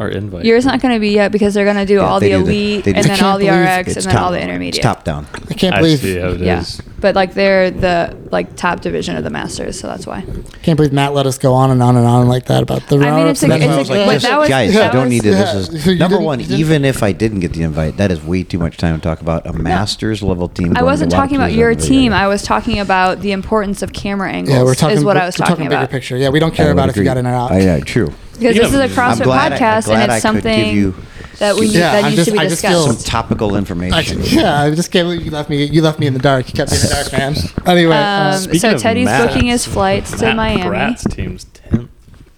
Speaker 3: our invite.
Speaker 4: Yours not going to be yet because they're going to do
Speaker 1: Yeah,
Speaker 4: all
Speaker 1: they
Speaker 4: the
Speaker 1: do the-
Speaker 4: elite
Speaker 1: they do
Speaker 4: and
Speaker 1: the-
Speaker 4: then all
Speaker 2: I
Speaker 4: the
Speaker 2: can't believe
Speaker 4: RX and
Speaker 1: It's
Speaker 4: then all
Speaker 1: top-
Speaker 4: the intermediate.
Speaker 1: It's top down.
Speaker 2: I can't
Speaker 3: I
Speaker 2: believe
Speaker 3: see how it
Speaker 4: Yeah,
Speaker 3: is.
Speaker 4: but like they're the like top division of the Masters, so that's why.
Speaker 2: can't believe Matt let us go on and on and on like that about the
Speaker 4: mean,
Speaker 2: round
Speaker 4: it's a-
Speaker 1: That's why I was
Speaker 4: but
Speaker 1: like,
Speaker 4: that was-
Speaker 1: guys,
Speaker 4: that
Speaker 1: I don't
Speaker 4: was-
Speaker 1: need to.
Speaker 2: yeah.
Speaker 1: This
Speaker 2: You
Speaker 1: is number
Speaker 2: didn't-
Speaker 1: one.
Speaker 2: you didn't-
Speaker 1: Even if I didn't get the invite, that is way too much time to talk about a masters level team.
Speaker 4: I
Speaker 1: going to
Speaker 4: wasn't
Speaker 1: the World
Speaker 4: talking about
Speaker 1: Tours
Speaker 4: your
Speaker 1: over the
Speaker 4: team.
Speaker 1: year.
Speaker 4: I was talking about the importance of camera angles.
Speaker 2: yeah, we're talking
Speaker 4: is what
Speaker 2: we're
Speaker 4: I was
Speaker 2: talking
Speaker 4: talking,
Speaker 2: bigger
Speaker 4: about.
Speaker 2: picture. Yeah, we don't care
Speaker 1: I
Speaker 2: about
Speaker 1: would
Speaker 2: if you
Speaker 1: agree.
Speaker 2: got in or out.
Speaker 1: I know, true.
Speaker 4: Because
Speaker 3: Yeah,
Speaker 4: this is a
Speaker 3: I'm
Speaker 4: CrossFit
Speaker 1: glad I- I'm
Speaker 4: podcast,
Speaker 1: glad
Speaker 4: and
Speaker 1: I
Speaker 4: it's
Speaker 1: could give
Speaker 4: something
Speaker 1: you
Speaker 4: that we
Speaker 2: Yeah,
Speaker 4: that
Speaker 2: I'm
Speaker 4: needs to
Speaker 2: just-
Speaker 4: be
Speaker 2: I just feel-
Speaker 4: discussed.
Speaker 1: Some topical
Speaker 2: I,
Speaker 1: information.
Speaker 2: yeah, I just can't believe you left me. You left me in the dark. You kept me in the dark, man. Anyway,
Speaker 4: Um,
Speaker 2: um,
Speaker 3: Speaking
Speaker 4: so
Speaker 3: of
Speaker 4: Teddy's
Speaker 3: Matt-
Speaker 4: booking his flights to
Speaker 3: Matt
Speaker 4: Miami.
Speaker 3: Pratt's team's tenth.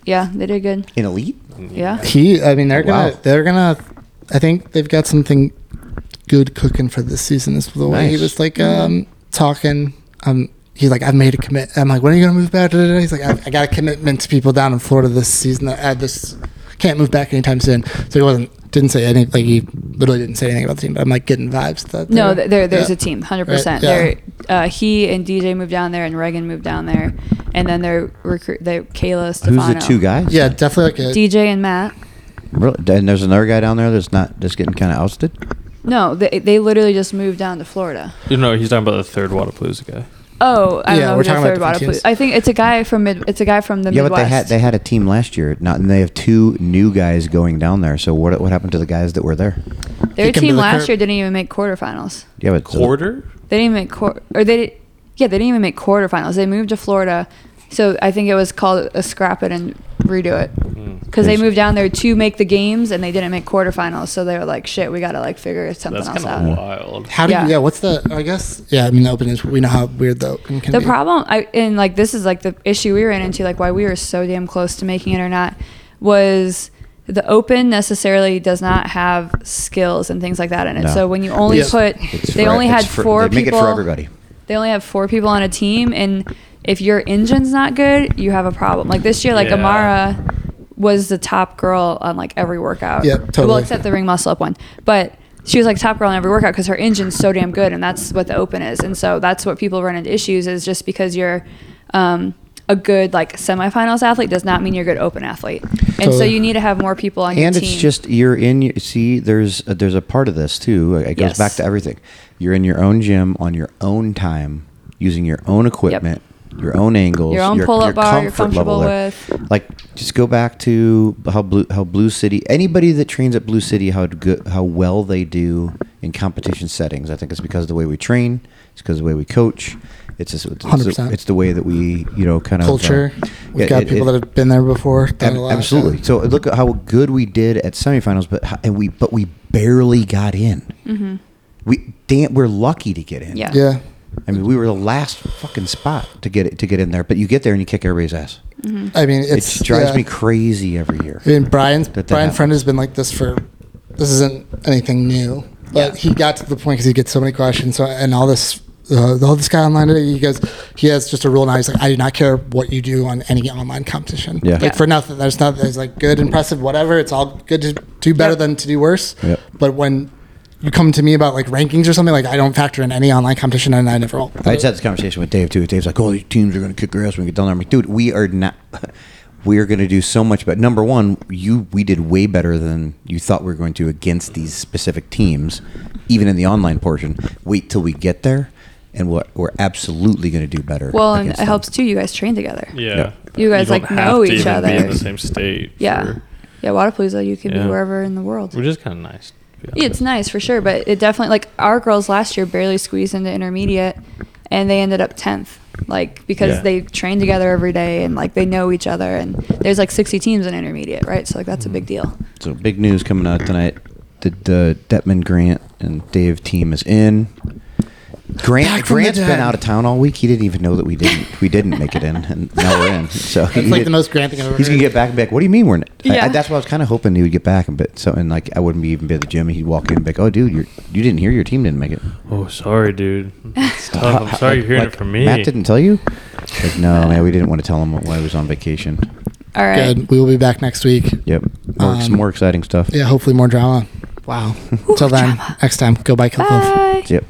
Speaker 4: Yeah, they did good.
Speaker 1: In elite,
Speaker 4: Yeah.
Speaker 2: he. I mean, they're gonna.
Speaker 1: Oh, Wow.
Speaker 2: They're gonna. I think they've got something good cooking for this season. Is the way
Speaker 1: Nice.
Speaker 2: he was like um, talking. Um, he's like, I've made a commit. I'm like, when are you gonna move back? Da, da, da. He's like, I've, I got a commitment to people down in Florida this season. I, I just can't move back anytime soon. So he wasn't. Didn't say anything. Like he literally didn't say anything about the team. But I'm like getting vibes that.
Speaker 4: No,
Speaker 2: they're-
Speaker 4: th- there there's
Speaker 2: yeah.
Speaker 4: a team, hundred
Speaker 2: Right,
Speaker 4: percent.
Speaker 2: yeah.
Speaker 4: There, uh, he and DJ moved down there, and Reagan moved down there, and then they're recruit. They Kayla
Speaker 1: who's
Speaker 4: Stefano.
Speaker 1: the two guys?
Speaker 2: Yeah, definitely like a.
Speaker 4: DJ and Matt.
Speaker 1: Really? and there's another guy down there that's not that's getting kind of ousted.
Speaker 4: No, they, they literally just moved down to Florida.
Speaker 3: You know, he's talking about the third Wadapalooza guy.
Speaker 4: Oh, I
Speaker 2: Yeah,
Speaker 4: don't know.
Speaker 2: we're
Speaker 4: who the
Speaker 2: talking
Speaker 4: third
Speaker 2: about
Speaker 4: Wadapalooza-
Speaker 2: different teams.
Speaker 4: I think it's a guy from mid. It's a guy from the
Speaker 1: yeah,
Speaker 4: Midwest.
Speaker 1: but they had they had a team last year, not and they have two new guys going down there. So what what happened to the guys that were there?
Speaker 2: Kick
Speaker 4: Their
Speaker 2: 'em to
Speaker 4: team
Speaker 2: the
Speaker 4: last
Speaker 2: curb.
Speaker 4: year didn't even make quarterfinals.
Speaker 1: Yeah, but
Speaker 3: Quarter?
Speaker 4: They didn't even make quar- or they did, yeah they didn't even make quarterfinals. They moved to Florida, so I think it was called a scrap it and redo it
Speaker 1: Hmm.
Speaker 4: because they
Speaker 1: Yes.
Speaker 4: moved down there to make the games and they didn't make quarterfinals. So they were like, shit, we gotta like figure something
Speaker 3: That's
Speaker 4: else
Speaker 3: kind
Speaker 4: out.
Speaker 3: of wild.
Speaker 2: How do
Speaker 4: Yeah.
Speaker 2: you? Yeah, what's the? I guess. Yeah, I mean, the open is. We know how weird the open can
Speaker 4: the
Speaker 2: be.
Speaker 4: problem I, and like this is like the issue we ran into like why we were so damn close to making it or not was the open necessarily does not have skills and things like that in it
Speaker 1: No.
Speaker 4: so when you only
Speaker 2: Yes.
Speaker 4: put
Speaker 1: It's
Speaker 4: they
Speaker 1: for-
Speaker 4: only
Speaker 1: it's
Speaker 4: had
Speaker 1: for-
Speaker 4: four
Speaker 1: they make it for
Speaker 4: people
Speaker 1: everybody.
Speaker 4: they only have four people on a team and if your engine's not good you have a problem like this year like
Speaker 3: Yeah.
Speaker 4: amara was the top girl on like every workout
Speaker 2: Yep,
Speaker 4: well
Speaker 2: totally.
Speaker 4: except the ring muscle up one but she was like top girl in every workout because her engine's so damn good and that's what the open is and so that's what people run into issues is just because you're um, a good like semifinals athlete does not mean you're a good open athlete and so
Speaker 2: Totally.
Speaker 4: you need to have more people on
Speaker 1: and
Speaker 4: your team
Speaker 1: it's just you're in your- see there's there's a part of this too it goes
Speaker 4: Yes.
Speaker 1: back to everything you're in your own gym on your own time using your own equipment your own angles
Speaker 4: Your own pull-up bar you're comfortable
Speaker 1: there.
Speaker 4: with.
Speaker 1: like just go back to how blue how blue city anybody that trains at blue city how good how well they do in competition settings i think it's because of the way we train it's because of the way we coach it's just, it's, it's,
Speaker 2: 100%.
Speaker 1: the, it's the way that we you know kind of uh,
Speaker 2: culture. We've
Speaker 1: it-
Speaker 2: got
Speaker 1: it-
Speaker 2: people
Speaker 1: it-
Speaker 2: that have been there before. done
Speaker 1: Ab-
Speaker 2: a lot,
Speaker 1: absolutely.
Speaker 2: yeah.
Speaker 1: So uh, look at how good we did at semifinals, but ho- and we but we barely got in. We damn, we're lucky to get in.
Speaker 4: Yeah.
Speaker 2: Mm-hmm. yeah.
Speaker 1: I mean, we were the last fucking spot to get it to get in there, but you get there and you kick everybody's ass.
Speaker 2: I mean,
Speaker 1: It
Speaker 2: it's,
Speaker 1: just drives
Speaker 2: yeah.
Speaker 1: me crazy every year.
Speaker 2: I mean, Brian's
Speaker 1: that
Speaker 2: Brian
Speaker 1: happened.
Speaker 2: Friend has been like this for. This isn't anything new, but he got to the point because he gets so many questions. So and all this, uh, all this guy online today, he goes, he has just a rule now. He's like, I do not care what you do on any online competition.
Speaker 1: Yeah.
Speaker 2: Like
Speaker 1: Yeah.
Speaker 2: for nothing. There's not. There's like good, impressive, whatever. It's all good to do better
Speaker 4: Yep.
Speaker 2: than to do worse.
Speaker 1: Yep.
Speaker 2: But when you come to me about like rankings or something, like I don't factor in any online competition, and I never will.
Speaker 1: I just had this conversation with Dave too. Dave's like, "Oh, these teams are going to kick our ass when we get down there." I'm like, "Dude, we are not. We are going to do so much." But number one, you we did way better than you thought we were going to against these specific teams, even in the online portion. Wait till we get there, and what we're absolutely going to do better.
Speaker 4: well and it
Speaker 1: against them.
Speaker 4: helps too you guys train together
Speaker 3: Yeah.
Speaker 4: You guys,
Speaker 3: don't
Speaker 4: like,
Speaker 3: have
Speaker 4: know
Speaker 3: to
Speaker 4: each
Speaker 3: even Be
Speaker 4: other.
Speaker 3: in the same state.
Speaker 4: yeah
Speaker 3: for-
Speaker 4: yeah Wadapalooza you could
Speaker 3: Yeah.
Speaker 4: be wherever in the world
Speaker 3: which is kind of nice. to be
Speaker 4: Yeah,
Speaker 3: honest.
Speaker 4: it's nice for sure, but it definitely like our girls last year barely squeezed into intermediate, and they ended up tenth, like because
Speaker 3: Yeah.
Speaker 4: they train together every day and like they know each other, and there's like sixty teams in intermediate, right? So like that's a big deal.
Speaker 1: So big news coming out tonight. The, the Detman Grant and Dave team is in. Grant
Speaker 2: Back from the
Speaker 1: Grant's
Speaker 2: dead.
Speaker 1: been out of town all week. He didn't even know that we didn't we didn't make it in, and now we're in. So
Speaker 2: That's like the most Grant thing I've ever
Speaker 1: He's gonna
Speaker 2: heard.
Speaker 1: get back and be like, "What do you mean we're not?" I- I,
Speaker 4: Yeah.
Speaker 1: that's what I was kind of hoping he would get back and bit so and like I wouldn't even be at the gym. and He'd walk in and be like, "Oh, dude, you you didn't hear your team didn't make it."
Speaker 3: Oh, sorry, dude. It's tough. I'm
Speaker 1: How-
Speaker 3: sorry
Speaker 1: like-
Speaker 3: you're hearing
Speaker 1: like,
Speaker 3: it from me.
Speaker 1: Matt didn't tell you. Like, no, man, we didn't want to tell him why he was on vacation.
Speaker 4: All right,
Speaker 2: Good. We will be back next week.
Speaker 1: Yep, more,
Speaker 2: Um,
Speaker 1: some more exciting stuff.
Speaker 2: Yeah, hopefully more drama. Wow. Till then, next time, go buy Kilpo.
Speaker 4: bye.
Speaker 1: Yep.